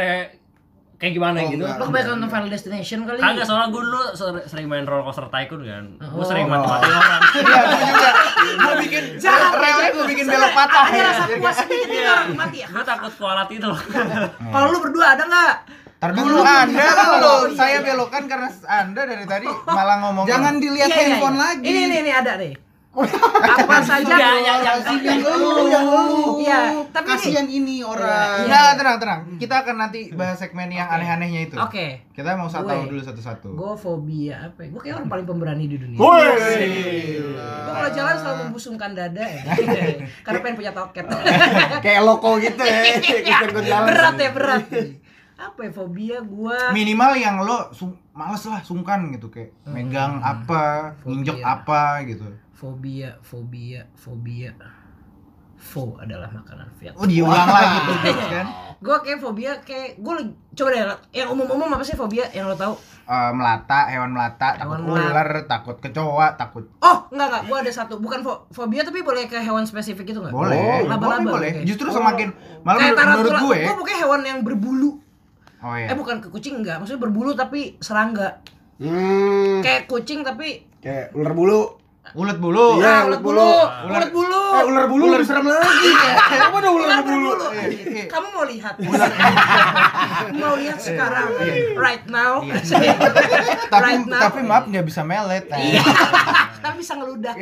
Speaker 1: kayak gimana
Speaker 5: iya, Oh,
Speaker 1: gitu?
Speaker 5: enggak.
Speaker 2: Lo kebanyakan nonton Final Destination kali.
Speaker 1: Kagak soalnya gue dulu ser- sering main roller coaster tycoon kan. Gue
Speaker 2: Oh.
Speaker 1: sering mati-mati orang.
Speaker 4: Iya, gua juga. Gua bikin relnya gua bikin belok patah.
Speaker 2: Ada
Speaker 4: ya.
Speaker 2: rasa puas sedikit nih orang mati. ya.
Speaker 1: Gue takut kualat itu loh.
Speaker 5: Hmm.
Speaker 2: Kalau lu berdua ada nggak?
Speaker 4: Ntar dulu Anda belum. Saya belokan karena Anda dari [laughs] tadi malah ngomong.
Speaker 5: jangan dilihat
Speaker 2: Iya, iya,
Speaker 5: handphone
Speaker 2: iya.
Speaker 5: lagi.
Speaker 2: Ini nih nih ada
Speaker 5: [laughs]
Speaker 2: nih. Apa saja?
Speaker 1: Ya, ya, ya.
Speaker 5: Yang lu, yang lu.
Speaker 2: Iya, tapi Iya,
Speaker 5: kasihan ini orang.
Speaker 4: Nggak, Iya, tenang, tenang. Kita akan nanti bahas segmen yang aneh-anehnya itu.
Speaker 2: Oke.
Speaker 4: Kita mau satu
Speaker 2: Gue.
Speaker 4: tahu dulu satu-satu.
Speaker 2: Gue fobia apa? ya? Gue kayak orang paling pemberani di dunia. Gue
Speaker 3: Woi.
Speaker 2: kalau jalan selalu membusungkan dada
Speaker 5: [laughs]
Speaker 2: ya. Karena pengen punya toket.
Speaker 3: Kayak loko gitu ya. Ikut-ikut jalan.
Speaker 2: [laughs] berat ya berat. Apa ya fobia gue?
Speaker 4: Minimal yang lo su- males lah sungkan gitu kayak megang apa,
Speaker 2: Hmm. Fobia.
Speaker 4: nginjek apa gitu.
Speaker 2: Fobia, fobia, fobia. Fo adalah makanan Vietnam.
Speaker 4: Oh diulang lagi tuh guys, kan.
Speaker 2: Gue kayak fobia kayak gue coba deh yang umum-umum apa sih fobia yang lo tahu?
Speaker 4: Eh, melata, hewan melata, takut
Speaker 2: Hewan melata.
Speaker 4: ular, takut kecoa, takut
Speaker 2: Oh enggak enggak, gue ada satu bukan fo- fobia tapi boleh ke hewan spesifik gitu Eh, itu enggak?
Speaker 4: boleh.
Speaker 2: Oh, Laba-laba,
Speaker 4: boleh, boleh.
Speaker 2: oke. Oh.
Speaker 4: Justru semakin
Speaker 2: Kayak
Speaker 4: malah menurut, menurut
Speaker 2: tarantula,
Speaker 4: gue.
Speaker 2: gue pokoknya hewan yang berbulu.
Speaker 4: Oh iya.
Speaker 2: Eh bukan ke kucing enggak, maksudnya berbulu tapi serangga.
Speaker 3: Hmm.
Speaker 2: Kayak kucing tapi
Speaker 3: Kayak ular bulu.
Speaker 4: Ulet bulu.
Speaker 2: Ah,
Speaker 3: Iya,
Speaker 2: ulet
Speaker 3: ulet bulu.
Speaker 2: bulu,
Speaker 4: Oh, Ular-
Speaker 2: ulet bulu.
Speaker 3: Eh ular bulu lebih serem lagi. Kamu ada ular bulu.
Speaker 4: Iya,
Speaker 3: Eh,
Speaker 2: Kamu mau lihat? [laughs] mau
Speaker 4: Iya.
Speaker 2: lihat sekarang? Right now? [laughs]
Speaker 4: tapi
Speaker 2: Right now. Iya.
Speaker 4: tapi maaf Iya, nggak bisa melet. Eh.
Speaker 2: [laughs] Tapi bisa ngeludak.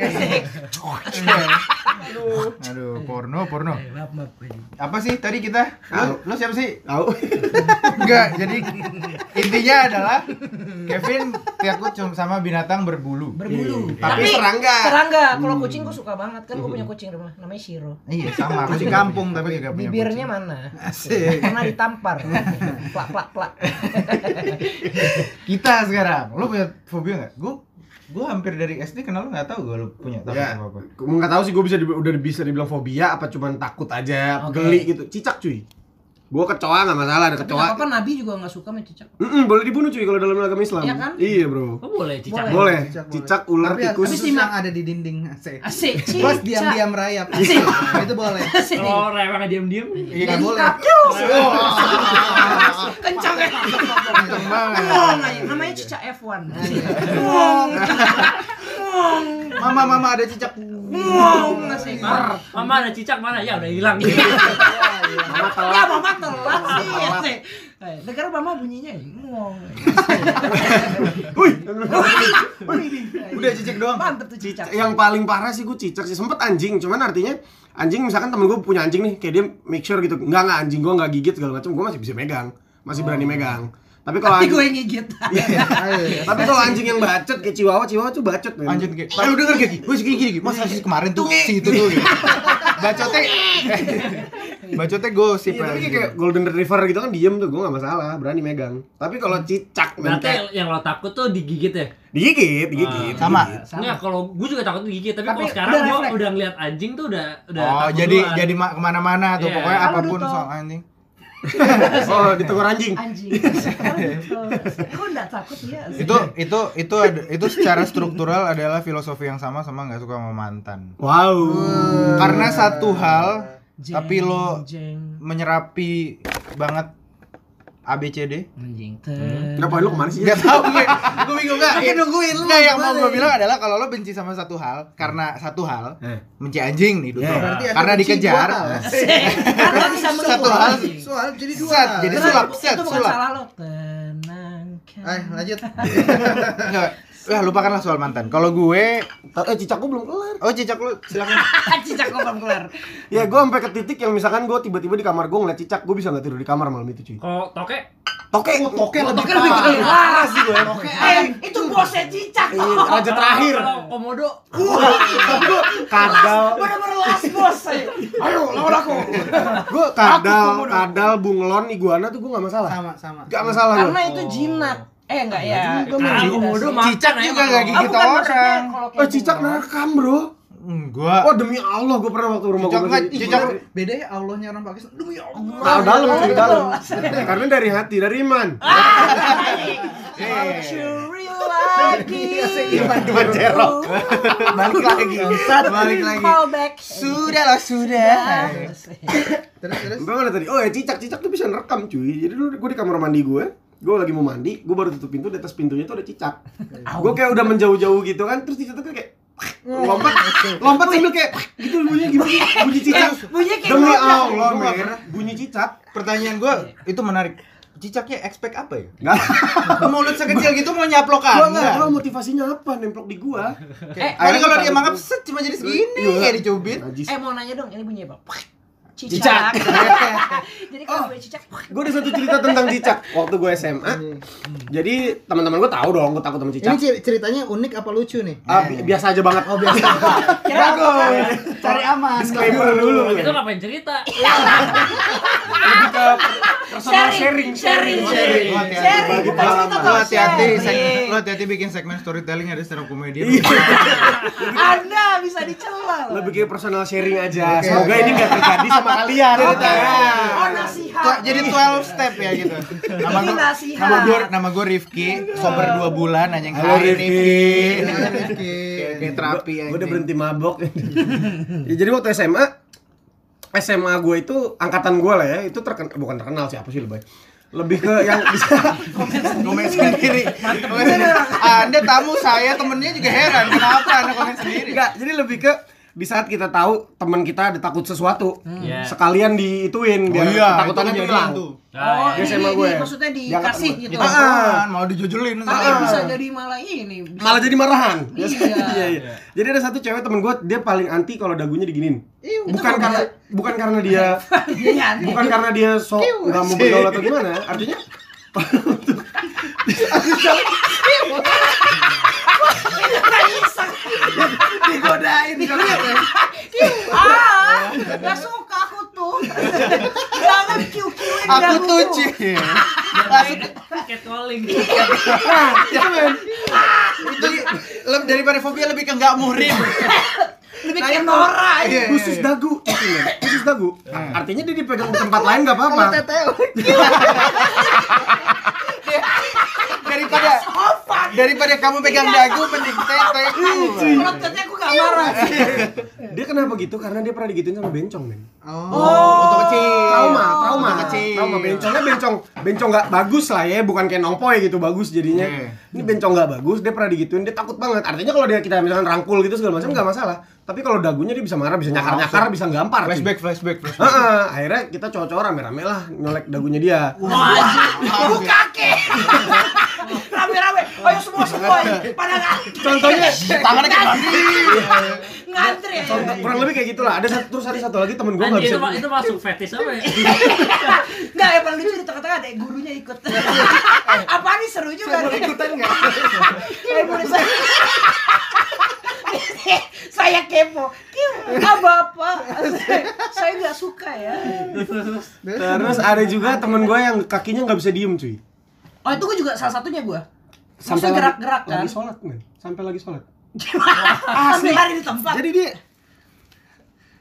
Speaker 2: [laughs]
Speaker 4: Aduh. Aduh, porno, porno.
Speaker 2: Maaf, maaf.
Speaker 4: Apa sih tadi kita? Lu, lu siapa sih?
Speaker 3: Tahu.
Speaker 4: Enggak, jadi intinya adalah Kevin takut cuma sama binatang berbulu.
Speaker 2: Berbulu.
Speaker 3: Tapi serangga.
Speaker 2: Serangga. Kalau
Speaker 4: Hmm.
Speaker 2: kucing gue suka banget. Kan gue punya kucing di rumah. Namanya Shiro.
Speaker 4: Iya, sama.
Speaker 5: Kucing
Speaker 4: juga
Speaker 5: kampung
Speaker 4: punya-
Speaker 5: tapi.
Speaker 4: juga punya
Speaker 2: Bibirnya
Speaker 4: kucing.
Speaker 2: mana?
Speaker 5: Asik.
Speaker 2: Pernah
Speaker 4: [laughs]
Speaker 2: ditampar. Plak, plak, plak.
Speaker 4: Kita sekarang, lu punya fobia enggak? Gua gua hampir dari SD kenal lu enggak tahu gua lu punya takut
Speaker 3: Ya.
Speaker 4: apa-apa.
Speaker 3: Gua nggak tahu sih gue bisa di- udah bisa dibilang fobia apa cuman takut aja,
Speaker 2: Oke.
Speaker 3: geli gitu. Cicak cuy. Gua kecoa nggak masalah ada
Speaker 2: Tapi
Speaker 3: kecoa.
Speaker 2: nggak apa-apa Nabi juga nggak suka sama cicak.
Speaker 3: Mm-mm, boleh dibunuh cuy kalau dalam agama Islam.
Speaker 2: Iya kan?
Speaker 3: Iya, Bro.
Speaker 1: Lo boleh cicak.
Speaker 2: Boleh.
Speaker 3: Boleh. Cicak, ular,
Speaker 5: Tapi
Speaker 3: tikus.
Speaker 5: habis yang
Speaker 3: [laughs]
Speaker 5: ada di dinding. Asik.
Speaker 2: Asik, cicak.
Speaker 5: Plus diam-diam rayap. Nah,
Speaker 2: Asik.
Speaker 5: Itu boleh.
Speaker 2: Asik.
Speaker 1: Kalau rewangnya diam-diam.
Speaker 4: Iya, nggak boleh.
Speaker 2: Kencang ya.
Speaker 4: Kenceng [laughs] banget.
Speaker 2: Ngong aja. Namanya cicak F1. Ngong. Ngong.
Speaker 5: Mama, mama ada cicak.
Speaker 2: Ngong. Asik.
Speaker 1: Mama ada cicak mana? Ya udah hilang.
Speaker 5: Wah,
Speaker 2: Ya
Speaker 3: Mama telat.
Speaker 2: mama telat sih. Eh, Negara mama bunyinya ngong.
Speaker 3: Wih.
Speaker 5: Udah cicik doang.
Speaker 2: Mantep tuh cicak.
Speaker 3: Yang paling parah sih gue cicak sih sempet anjing, cuman artinya anjing misalkan temen gue punya anjing nih, kayak dia make sure gitu, enggak enggak anjing gue enggak gigit segala macam, gue masih bisa megang, masih berani
Speaker 1: Oh.
Speaker 3: megang. Tapi kalau
Speaker 2: Tapi gue
Speaker 3: anjing,
Speaker 2: yang gigit.
Speaker 1: iya.
Speaker 4: iya.
Speaker 3: tapi kalau anjing yang bacot kayak Chihuahua, Chihuahua tuh bacot men. Iya,
Speaker 4: Anjing kayak, "Eh, lu denger gak Ki? Wih, gini gini, gini. Mas kasus kemarin tuh
Speaker 2: Tungi.
Speaker 4: si itu tuh. gitu. [laughs] Bacotnya Bacotnya Eh,
Speaker 3: Iya,
Speaker 4: gosip
Speaker 3: tapi
Speaker 4: anjing.
Speaker 3: kayak Golden Retriever gitu kan diem tuh, gue gak masalah, berani megang. Tapi kalau cicak, men,
Speaker 1: Hmm. Berarti
Speaker 3: kayak-
Speaker 1: yang lo takut tuh digigit ya?
Speaker 3: digigit, digigit.
Speaker 4: sama.
Speaker 1: Enggak, kalau gue juga takut digigit, tapi, kalau
Speaker 2: Tapi
Speaker 1: sekarang
Speaker 2: udah
Speaker 1: gue
Speaker 2: refleks.
Speaker 1: udah ngeliat anjing tuh udah udah
Speaker 4: Oh,
Speaker 1: takut
Speaker 4: jadi
Speaker 1: duluan.
Speaker 4: jadi ma- kemana-mana tuh
Speaker 1: Iya.
Speaker 4: pokoknya
Speaker 2: Halo,
Speaker 4: apapun
Speaker 2: Duto.
Speaker 4: soal anjing.
Speaker 3: Oh, ditegur anjing.
Speaker 2: Anjing. Kok enggak takut ya?
Speaker 4: Itu itu itu ada- itu secara struktural adalah filosofi yang sama sama nggak suka sama mantan.
Speaker 3: Wow.
Speaker 4: Karena satu hal
Speaker 2: Jeng,
Speaker 4: tapi lo-
Speaker 2: jeng,
Speaker 4: menyerapi banget ABCD.
Speaker 2: anjing. Ter-
Speaker 3: Kenapa lu kemana sih?
Speaker 4: Gak tau gue, gue bingung gak?
Speaker 5: Makin nungguin lu
Speaker 4: Nggak, yang mau
Speaker 5: gimana
Speaker 4: gue
Speaker 5: ya?
Speaker 4: bilang adalah kalau lo benci sama satu hal karena satu hal
Speaker 3: Eh.
Speaker 4: benci anjing nih Duto.
Speaker 3: Iya.
Speaker 5: Berarti ada
Speaker 4: Karena
Speaker 5: kunci
Speaker 4: dikejar.
Speaker 5: dua hal.
Speaker 2: Karena bisa
Speaker 4: Satu
Speaker 2: mengukur
Speaker 4: hal.
Speaker 2: anjing.
Speaker 5: Soal jadi dua.
Speaker 4: Set, jadi
Speaker 5: Terus-
Speaker 2: Karena
Speaker 4: sulap,
Speaker 2: itu-
Speaker 4: set,
Speaker 2: Itu bukan
Speaker 4: sulap.
Speaker 2: salah lo. Tenangkan.
Speaker 5: Eh,
Speaker 2: [laughs]
Speaker 5: lanjut.
Speaker 4: Enggak. Ya lupakanlah soal mantan. Kalau gue,
Speaker 3: Tar- Eh, cicak gue belum kelar.
Speaker 4: oh cicak lu silakan.
Speaker 2: Cicak lo belum kelar.
Speaker 3: Ya, gue sampai ke titik yang misalkan gue tiba-tiba di kamar gue ngeliat cicak, gue bisa nggak tidur di kamar malam itu cuy.
Speaker 1: kalau toke
Speaker 3: Toke, toke
Speaker 5: lebih
Speaker 2: Toke lebih
Speaker 5: parah.
Speaker 2: parah.
Speaker 3: parah sih gue. Toke,
Speaker 2: Eh, itu bosnya cicak.
Speaker 3: Iya, raja terakhir.
Speaker 1: kalau komodo
Speaker 3: Kadal,
Speaker 2: Bener-bener last bos. eh.
Speaker 3: ayo lawan aku. Gue kadal, kadal, bunglon, iguana tuh gue nggak masalah.
Speaker 5: Sama, sama.
Speaker 3: Gak masalah
Speaker 2: Karena
Speaker 3: gue.
Speaker 2: itu jinak. Eh enggak ya.
Speaker 3: juga, Mas.
Speaker 2: Tidak
Speaker 1: komodo
Speaker 2: sih.
Speaker 1: makan
Speaker 4: Cicak
Speaker 1: aja
Speaker 4: juga
Speaker 1: makan.
Speaker 4: nggak gigit.
Speaker 2: Ah, bukan,
Speaker 4: orang.
Speaker 2: maksudnya kalau kayak
Speaker 3: Eh, cicak
Speaker 2: gitu.
Speaker 3: nakam bro.
Speaker 4: Enggak.
Speaker 3: Oh demi Allah, gue pernah waktu rumah
Speaker 4: Cicak
Speaker 3: gue.
Speaker 4: nggak,
Speaker 3: masih-
Speaker 4: cicak.
Speaker 5: Bedanya Allahnya orang Pakistan. Demi Allah.
Speaker 3: Tahu dalam,
Speaker 2: Oh,
Speaker 3: dari
Speaker 2: betul.
Speaker 3: dalam. Eh, Karena dari hati, dari iman.
Speaker 2: Aren't you real
Speaker 5: [laughs]
Speaker 2: lagi?
Speaker 5: Iya, Seiman
Speaker 3: Iman jerok.
Speaker 4: Balik lagi. Balik lagi.
Speaker 2: Call back.
Speaker 4: Sudahlah, sudah.
Speaker 5: Eh. Terus terus.
Speaker 3: Gue mana tadi? Oh ya cicak, cicak tuh bisa nerekam cuy. Jadi dulu gue di kamar mandi gue, gue lagi mau mandi, gue baru tutup pintu, di atas pintunya tuh ada cicak. gue kayak udah menjauh-jauh gitu kan, terus cicak tuh kayak lompat, lompat sambil kayak gitu bunyinya gimana? sih? Bunyi cicak.
Speaker 2: Bunyinya kayak
Speaker 3: Demi
Speaker 2: ngomong.
Speaker 3: Allah,
Speaker 4: Gua nggak
Speaker 3: men. Bunyi cicak.
Speaker 4: Pertanyaan gue
Speaker 5: Iya.
Speaker 4: itu menarik. Cicaknya expect apa
Speaker 5: [laughs]
Speaker 4: ya?
Speaker 3: Nggak.
Speaker 4: Mulut sekecil gitu mau nyaplok
Speaker 3: Gue nggak
Speaker 4: kamu.
Speaker 3: tahu motivasinya apa nemplok di gua.
Speaker 4: Eh,
Speaker 2: Eh,
Speaker 4: tapi kalau dia mangap set cuma jadi
Speaker 5: Iya.
Speaker 4: segini kayak dicubit.
Speaker 3: Najis.
Speaker 2: Eh mau nanya dong, ini bunyinya apa?
Speaker 3: Cicak.
Speaker 2: [laughs]
Speaker 3: Oh.
Speaker 2: Jadi kalau bunyi cicak,
Speaker 3: Gue ada satu cerita tentang cicak waktu gue SMA. Jadi teman-teman gue tahu dong gue takut sama
Speaker 5: Ini
Speaker 3: cicak.
Speaker 5: ciri- ceritanya unik apa lucu nih?
Speaker 3: Ah, bi- biasa aja banget. Oh, [laughs] biasa.
Speaker 2: kira apa?
Speaker 4: Cari aman.
Speaker 3: Disclaimer dulu.
Speaker 1: Kalau
Speaker 3: men.
Speaker 1: gitu ngapain cerita
Speaker 3: Oh,
Speaker 2: Personal sharing, sharing, sharing,
Speaker 4: Sharing.
Speaker 2: sharing.
Speaker 3: Bagi
Speaker 2: Bukan cerita
Speaker 3: pengalaman.
Speaker 4: Lo
Speaker 2: kalau
Speaker 4: hati-hati, seg-
Speaker 2: sharing.
Speaker 4: lo hati-hati bikin segmen storytelling ada stand up comedian.
Speaker 2: Iya, Anda bisa dicela. loh.
Speaker 3: lebih kayak personal sharing aja.
Speaker 5: Oke,
Speaker 3: Semoga
Speaker 5: oke.
Speaker 3: ini nggak terjadi sama
Speaker 2: iya,
Speaker 3: kalian.
Speaker 4: Cerita.
Speaker 2: Oh
Speaker 4: Tua-
Speaker 2: nasihat.
Speaker 4: jadi 12 step ya gitu. Nama
Speaker 2: Ini
Speaker 4: gue
Speaker 2: nasihat.
Speaker 4: nama gue nama gue Rifki, sober 2 bulan anjing.
Speaker 3: Halo,
Speaker 4: Hai,
Speaker 3: Rifki.
Speaker 4: iya, Kayak- Kayak terapi
Speaker 3: Gua-
Speaker 4: anjing.
Speaker 3: Gua udah berhenti mabok. Ya, jadi waktu SMA SMA gue itu angkatan gue lah ya itu terkenal bukan terkenal siapa sih lebih lebih ke yang bisa
Speaker 4: Komen sendiri. Komen sendiri. Anda tamu saya temennya juga heran kenapa Anda komen sendiri.
Speaker 3: enggak jadi lebih ke di saat kita tahu teman kita ada takut sesuatu
Speaker 2: Hmm.
Speaker 1: Iya.
Speaker 3: sekalian
Speaker 4: Oh
Speaker 3: diituin biar ketakutannya
Speaker 4: itu kan
Speaker 3: hilang
Speaker 4: tuh.
Speaker 2: Oh,
Speaker 1: Ah, ya.
Speaker 3: Dia
Speaker 2: ini,
Speaker 3: sama
Speaker 2: ini
Speaker 3: gue.
Speaker 2: maksudnya
Speaker 3: Dia angkat
Speaker 2: dikasih
Speaker 3: sama- Ah,
Speaker 2: gitu.
Speaker 4: Itu apaan? mau dijujulin.
Speaker 2: Tapi
Speaker 4: enggak?
Speaker 2: bisa jadi malah ini. bisa-
Speaker 3: malah jadi marahan [laughs]
Speaker 2: Iya.
Speaker 3: jadi ada satu cewek temen gue dia paling anti kalau dagunya diginin bukan
Speaker 5: Iu,
Speaker 2: Iya, itu
Speaker 3: karena bukan karena dia
Speaker 2: [laughs] Iya, iya, iya.
Speaker 3: [laughs] bukan karena dia sok nggak mau bergaul atau gimana artinya
Speaker 5: Digodain digodain.
Speaker 2: Ah, nggak suka aku
Speaker 3: [laughs]
Speaker 2: tuh. Jangan kiu-kiuin
Speaker 4: Aku
Speaker 2: daguku.
Speaker 4: tuh cie.
Speaker 1: catcalling
Speaker 4: Jadi lebih daripada fobia lebih ke enggak muhrim.
Speaker 2: Lebih kayak Nora.
Speaker 4: Iya, iya,
Speaker 3: khusus
Speaker 4: iya.
Speaker 3: dagu artinya. khusus dagu artinya dia dipegang di tempat lain nggak apa-apa
Speaker 2: Iya,
Speaker 5: Kalau teteo.
Speaker 4: daripada daripada kamu pegang dagu mending tete.
Speaker 2: Kalau ternyata aku nggak
Speaker 3: nggak marah [laughs] dia kenapa gitu karena dia pernah digituin sama bencong men
Speaker 4: Oh,
Speaker 2: Oh.
Speaker 4: foto kecil.
Speaker 3: trauma trauma
Speaker 4: Waktu Iya, kecil.
Speaker 3: trauma bencongnya bencong bencong nggak bagus lah ya bukan kayak nongpoy gitu bagus jadinya
Speaker 4: Iya.
Speaker 3: ini bencong nggak bagus dia pernah digituin dia takut banget artinya kalau dia kita misalkan rangkul gitu segala macam nggak masalah tapi kalau dagunya dia bisa marah bisa
Speaker 4: Wah,
Speaker 3: nyakar nyakar
Speaker 4: langsung.
Speaker 3: bisa gampar cuy.
Speaker 4: Flashback, flashback, flashback.
Speaker 3: Heeh, akhirnya kita cowok-cowok rame-rame lah nyolek dagunya dia
Speaker 2: Ibu kaki. [laughs] Rame-rame. Ayo semua
Speaker 3: [laughs]
Speaker 2: semua. Pada ngantri.
Speaker 3: contohnya
Speaker 4: Tangannya kayak
Speaker 2: Ngantri.
Speaker 3: contoh, kurang lebih kayak gitulah ada satu, terus ada satu lagi temen gue nggak
Speaker 1: Anjir,
Speaker 3: bisa
Speaker 1: itu, ma- itu masuk fetish apa ya?
Speaker 2: Enggak, yang paling lucu di tengah-tengah ada gurunya ikut.
Speaker 5: Eh,
Speaker 2: Apa nih seru juga
Speaker 5: Mau
Speaker 2: nih.
Speaker 5: ikutan nggak?
Speaker 2: Eh, murid saya. saya kepo. Kiu, ah bapak. saya nggak suka ya.
Speaker 3: terus ada juga temen gue yang kakinya nggak bisa diem cuy
Speaker 2: Oh itu gue juga salah satunya gue. Maksudnya
Speaker 3: lagi-
Speaker 2: gerak-gerak kan?
Speaker 3: lagi sholat men sampai lagi sholat
Speaker 2: Gimana? Sampai lari di tempat.
Speaker 3: jadi dia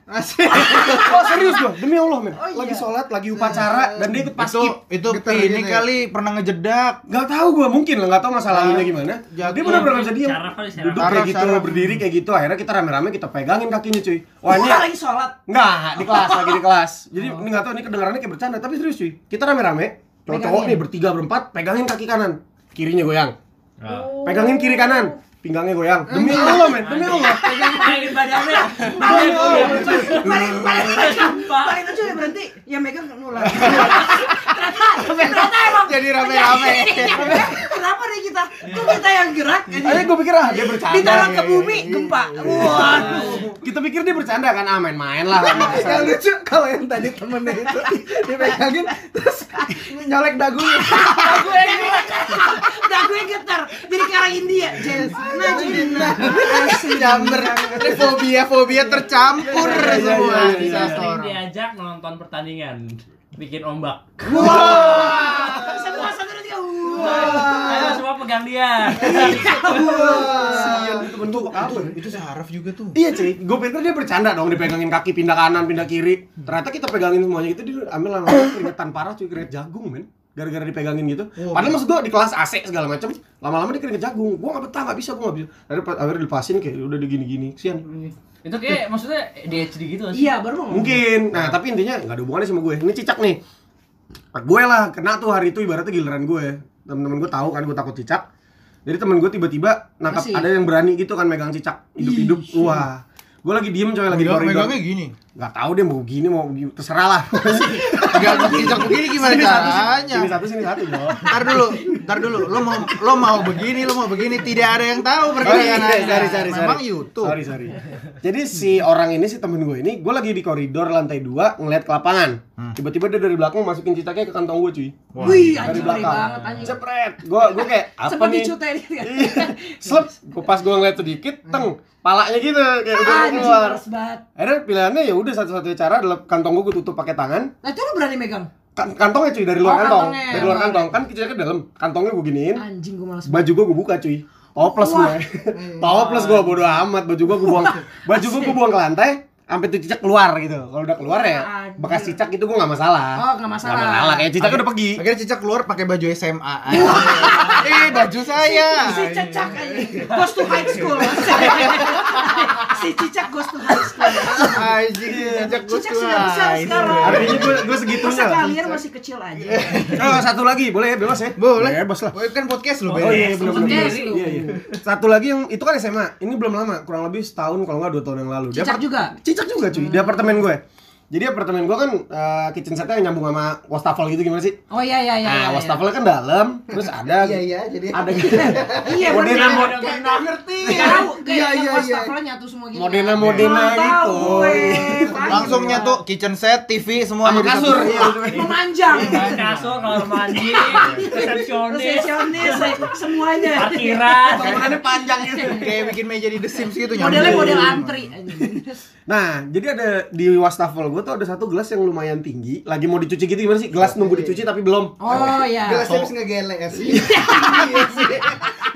Speaker 4: Asik.
Speaker 3: [laughs] Oh serius gue, demi Allah men.
Speaker 2: Oh, iya.
Speaker 3: Lagi sholat, lagi upacara, dan dia ikut
Speaker 4: Itu
Speaker 3: paskib.
Speaker 4: itu
Speaker 5: Getar
Speaker 4: ini
Speaker 5: gitu ya.
Speaker 4: kali pernah ngejedak.
Speaker 3: Gak tau gue mungkin lah, gak tau masa
Speaker 2: Nah,
Speaker 3: lalunya gimana.
Speaker 4: jatuh.
Speaker 3: Dia benar-benar gak bisa diem.
Speaker 1: Syaraf kali, syaraf.
Speaker 3: Duduk kayak
Speaker 4: Syaraf,
Speaker 3: gitu,
Speaker 4: syaraf.
Speaker 3: berdiri kayak gitu. Akhirnya kita rame-rame kita pegangin kakinya cuy. Wah
Speaker 2: Wah, Oh.
Speaker 3: ini
Speaker 2: lagi sholat.
Speaker 3: nggak di kelas lagi di kelas. Jadi ini nggak tahu ini kedengarannya kayak bercanda tapi serius cuy. Kita rame-rame, cowok-cowok
Speaker 2: Pegangin.
Speaker 3: nih bertiga berempat pegangin kaki kanan, kirinya goyang. Oh.
Speaker 1: Ah.
Speaker 3: Pegangin kiri kanan, pinggangnya goyang. Demi Allah men, demi Allah.
Speaker 1: Nah, Mainin ya.
Speaker 3: [laughs]
Speaker 1: badannya.
Speaker 2: Paling
Speaker 3: Oh,
Speaker 2: paling
Speaker 3: iya.
Speaker 2: paling paling-
Speaker 1: Sumpah.
Speaker 2: paling lucu ya berhenti. Ya megang nular. ternyata ternyata emang
Speaker 4: Jadi rame-rame.
Speaker 2: Kenapa deh kita? Kok kita yang gerak?
Speaker 3: Akhirnya gue pikir ah dia bercanda.
Speaker 2: Ditaruh ke bumi gempa.
Speaker 3: Iya,
Speaker 2: Waduh.
Speaker 3: Kita pikir dia bercanda kan, ah main-main lah.
Speaker 5: Yang lucu kalau yang tadi temennya itu dipegangin terus nyolek dagunya.
Speaker 2: Dagu yang getar. Dagu yang getar. Jadi ke arah India. Nah, Jesna, Jesna.
Speaker 5: Iya.
Speaker 4: Jamber. Ini fobia fobia tercampur
Speaker 3: Iya, iya,
Speaker 4: semua.
Speaker 3: iya, iya.
Speaker 4: Bisa
Speaker 1: Sering
Speaker 4: seorang.
Speaker 1: diajak nonton pertandingan bikin ombak.
Speaker 3: Iya.
Speaker 2: Semua satu uh. dua tiga.
Speaker 1: Ayo semua pegang
Speaker 3: [laughs]
Speaker 1: dia.
Speaker 3: Kasian temen gue apa?
Speaker 4: Itu seharaf juga tuh.
Speaker 3: Iya cuy, gue pikir dia bercanda dong dipegangin kaki pindah kanan pindah kiri. Ternyata kita pegangin semuanya gitu dia ambil lama keringetan parah cuy keringet jagung men. Gara-gara dipegangin gitu. Padahal maksud gue di kelas AC segala macam, lama-lama dia keringet jagung. Gue nggak betah nggak bisa gue nggak bisa. Akhirnya pas- Akhirnya dilepasin kayak udah digini-gini. Kesian.
Speaker 1: Itu kayak maksudnya DHD gitu nggak sih?
Speaker 2: Iya, baru mau. ngomong.
Speaker 3: Mungkin. Nah tapi intinya nggak ada hubungannya sama gue. Ini cicak nih. Gue lah kena tuh hari itu ibaratnya giliran gue. Temen-temen gue tahu kan gue takut cicak. Jadi temen gue tiba-tiba nangkap
Speaker 2: Masih.
Speaker 3: ada yang berani gitu kan megang cicak hidup-hidup. Wah. Gue lagi diem coy Kan lagi di
Speaker 4: Megang-
Speaker 3: koridor.
Speaker 4: Megangnya gini.
Speaker 3: nggak tahu deh mau gini mau gini, terserah
Speaker 4: [laughs]
Speaker 3: lah
Speaker 4: Enggak
Speaker 3: [laughs]
Speaker 4: kecil begini gimana caranya?
Speaker 3: sini satu sini satu Jo.
Speaker 4: Ntar dulu, ntar dulu. Lo mau lo mau begini, lo mau begini, tidak ada yang tahu pergerakan
Speaker 3: iya,
Speaker 4: Anda.
Speaker 3: sorry, sorry,
Speaker 4: Memang
Speaker 3: sorry.
Speaker 4: YouTube.
Speaker 3: sorry sorry jadi si orang ini si temen gue ini gue lagi di koridor lantai dua ngeliat ke lapangan tiba-tiba dia dari belakang masukin cicaknya ke kantong gue cuy
Speaker 2: Wih,
Speaker 3: dari
Speaker 2: anjing ngeri banget anjing.
Speaker 3: cepret gue gue kayak apa
Speaker 2: Seperti
Speaker 3: nih Iya,
Speaker 2: cutai dia.
Speaker 3: slep gue pas gue ngeliat sedikit teng palanya gitu kayak udah mau
Speaker 2: Hmm. Anjing
Speaker 3: keluar
Speaker 2: harus banget.
Speaker 3: akhirnya pilihannya ya udah satu-satunya cara adalah kantong gue gue tutup pakai tangan
Speaker 2: Nah, itu lu berani megang?
Speaker 3: Kan- kantongnya cuy dari luar
Speaker 2: Oh,
Speaker 3: kantong
Speaker 2: kantongnya.
Speaker 3: dari luar kantong kan cicaknya ke dalam kantongnya gue giniin
Speaker 2: Anjing gue malas.
Speaker 3: baju gua gua buka cuy toples gue [laughs] toples gua bodo amat baju gua gua buang
Speaker 2: [laughs]
Speaker 3: baju gua gua buang ke lantai sampai tuh cicak keluar gitu kalau udah keluar ya
Speaker 2: Anjir.
Speaker 3: bekas cicak itu gua nggak masalah
Speaker 2: Oh, nggak masalah.
Speaker 3: Nggak kayak cicak udah pergi
Speaker 4: Akhirnya cicak keluar pakai baju
Speaker 3: [laughs]
Speaker 4: SMA. eh, baju
Speaker 3: Iya.
Speaker 4: saya.
Speaker 2: Si cicak anjing. Goes to high
Speaker 3: [laughs]
Speaker 2: school. si cicak goes to high school.
Speaker 4: Anjing,
Speaker 3: Iya,
Speaker 4: cicak gue
Speaker 2: Cicak sudah besar sekarang.
Speaker 3: artinya gua gua segitunya
Speaker 2: Masa
Speaker 3: lah.
Speaker 2: kalian masih kecil aja.
Speaker 3: oh, satu lagi boleh ya bebas ya
Speaker 4: Boleh.
Speaker 3: bebas lah
Speaker 4: Gue kan podcast lo,
Speaker 3: Oh iya, iya, bener, bener, bener.
Speaker 1: Sendiri lu.
Speaker 3: Iya, iya. Satu lagi yang itu kan SMA, ini belum lama, kurang lebih setahun kalau nggak dua tahun yang lalu. Di
Speaker 2: Cicak
Speaker 3: apart-
Speaker 2: juga?
Speaker 3: Cicak juga cuy, di apartemen gue. Jadi apartemen gue kan eh, kitchen setnya nyambung sama wastafel gitu gimana sih?
Speaker 2: Oh iya iya iya. iya,
Speaker 3: nah,
Speaker 2: iya.
Speaker 3: wastafelnya kan dalam, terus ada
Speaker 5: Iya iya jadi
Speaker 3: ada gitu.
Speaker 2: Iya
Speaker 3: Modena,
Speaker 2: benar.
Speaker 3: modena.
Speaker 2: Nggak ngerti.
Speaker 4: Iya,
Speaker 2: Nggak tahu. Kayak yang wastafelnya nyatu semua gini.
Speaker 3: iya. modena
Speaker 2: kan.
Speaker 3: modena
Speaker 2: Nggak
Speaker 3: gitu.
Speaker 2: tahu gue. Paham
Speaker 4: Langsung
Speaker 2: gua.
Speaker 4: nyatu kitchen set, TV semua
Speaker 3: Sama
Speaker 4: jadi satu. Iya.
Speaker 3: kasur. Iya.
Speaker 2: Memanjang.
Speaker 1: Iya, Kasur, kamar mandi, resepsionis,
Speaker 2: Resepsionis se- semuanya.
Speaker 1: Iya, parkiran.
Speaker 3: Tangannya panjang gitu.
Speaker 4: Kayak bikin meja di The Sims gitu
Speaker 2: Modelnya
Speaker 4: nyambung.
Speaker 2: model antri. anjing.
Speaker 3: Nah, jadi ada di wastafel gue tuh ada satu gelas yang lumayan tinggi, lagi mau dicuci gitu gimana sih? Gelas nunggu dicuci tapi belum.
Speaker 2: Oh iya.
Speaker 5: gelasnya bisa
Speaker 4: ya
Speaker 5: ngegeles.
Speaker 3: [laughs]
Speaker 4: Iya
Speaker 2: iya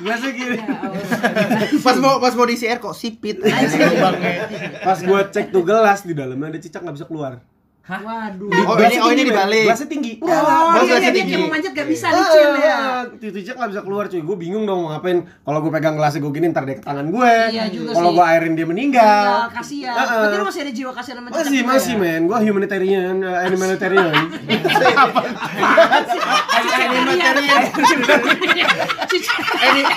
Speaker 3: Gelasnya gini. [laughs]
Speaker 2: Ya,
Speaker 4: Pas mau pas mau diisi air kok sipit. [laughs]
Speaker 3: Pas gue cek tuh gelas di dalamnya ada cicak nggak bisa keluar.
Speaker 1: Hah?
Speaker 2: Waduh.
Speaker 4: Oh, ini-
Speaker 3: Gelasnya
Speaker 4: oh, ini
Speaker 3: tinggi,
Speaker 4: dibalik.
Speaker 3: Bay. Gelasnya tinggi.
Speaker 2: Oh,
Speaker 4: Bos
Speaker 2: iya, dia,
Speaker 4: masih
Speaker 2: dia
Speaker 4: tinggi.
Speaker 2: kayak mau manjat gak bisa licin ya.
Speaker 3: Ah, Itu Jack nggak bisa keluar cuy. Gue bingung dong mau ngapain. Kalau gue pegang gelasnya gue gini ntar dia ke tangan gue.
Speaker 2: Iya juga
Speaker 3: Kalau
Speaker 2: sih.
Speaker 3: gue airin dia
Speaker 2: Tinggal
Speaker 3: meninggal.
Speaker 2: kasihan.
Speaker 3: Heeh.
Speaker 2: Berarti lu masih ada jiwa kasihan sama cicak
Speaker 3: Masih
Speaker 2: juga
Speaker 3: masih
Speaker 2: ya?
Speaker 3: men. Gue humanitarian, eh,
Speaker 2: [laughs]
Speaker 3: animalitarian.
Speaker 2: Animatarian. Ah, iya. [laughs] Cicak.
Speaker 4: Ini ini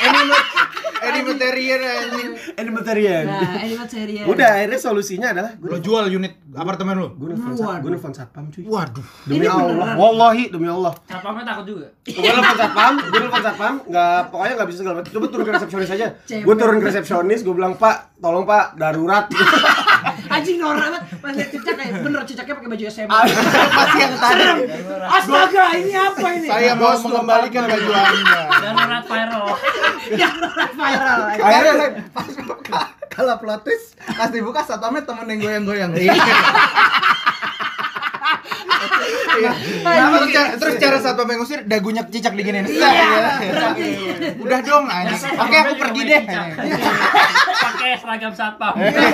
Speaker 4: [laughs] ini eh, material anjing.
Speaker 3: animalitarian.
Speaker 2: Nah, animatarian.
Speaker 3: Udah akhirnya solusinya adalah
Speaker 4: Lo jual unit apartemen lo.
Speaker 3: gue nelfon sat-
Speaker 2: Waduh.
Speaker 3: gue nelfon satpam cuy.
Speaker 4: Waduh.
Speaker 3: Demi
Speaker 2: Ini beneran.
Speaker 3: Allah. Wallahi demi Allah.
Speaker 1: Satpamnya takut juga.
Speaker 3: Gue nelfon satpam, gue nelfon satpam, nggak pokoknya nggak bisa segala macam. Coba turun ke resepsionis aja. Gue turun ke resepsionis, gue bilang Pak, tolong Pak, darurat.
Speaker 2: Anjing norak banget. Pas lihat cicak kayak bener cicaknya pakai baju SMA.
Speaker 4: Pasti yang tadi.
Speaker 2: Serem. Astaga, ini apa ini?
Speaker 4: Saya mau mengembalikan baju Anda.
Speaker 1: Darurat viral.
Speaker 2: Yang norak viral.
Speaker 3: Akhirnya
Speaker 5: pas buka kalau plot twist pas dibuka satpamnya temen yang goyang-goyang
Speaker 4: Kenapa Nah, terus cara- terus cara satpam yang ngusir dagunya cicak diginiin. Set,
Speaker 3: Iya.
Speaker 4: ya. Udah dong anjing. Oke, aku pergi deh.
Speaker 1: Pakai seragam satpam.
Speaker 2: Iya.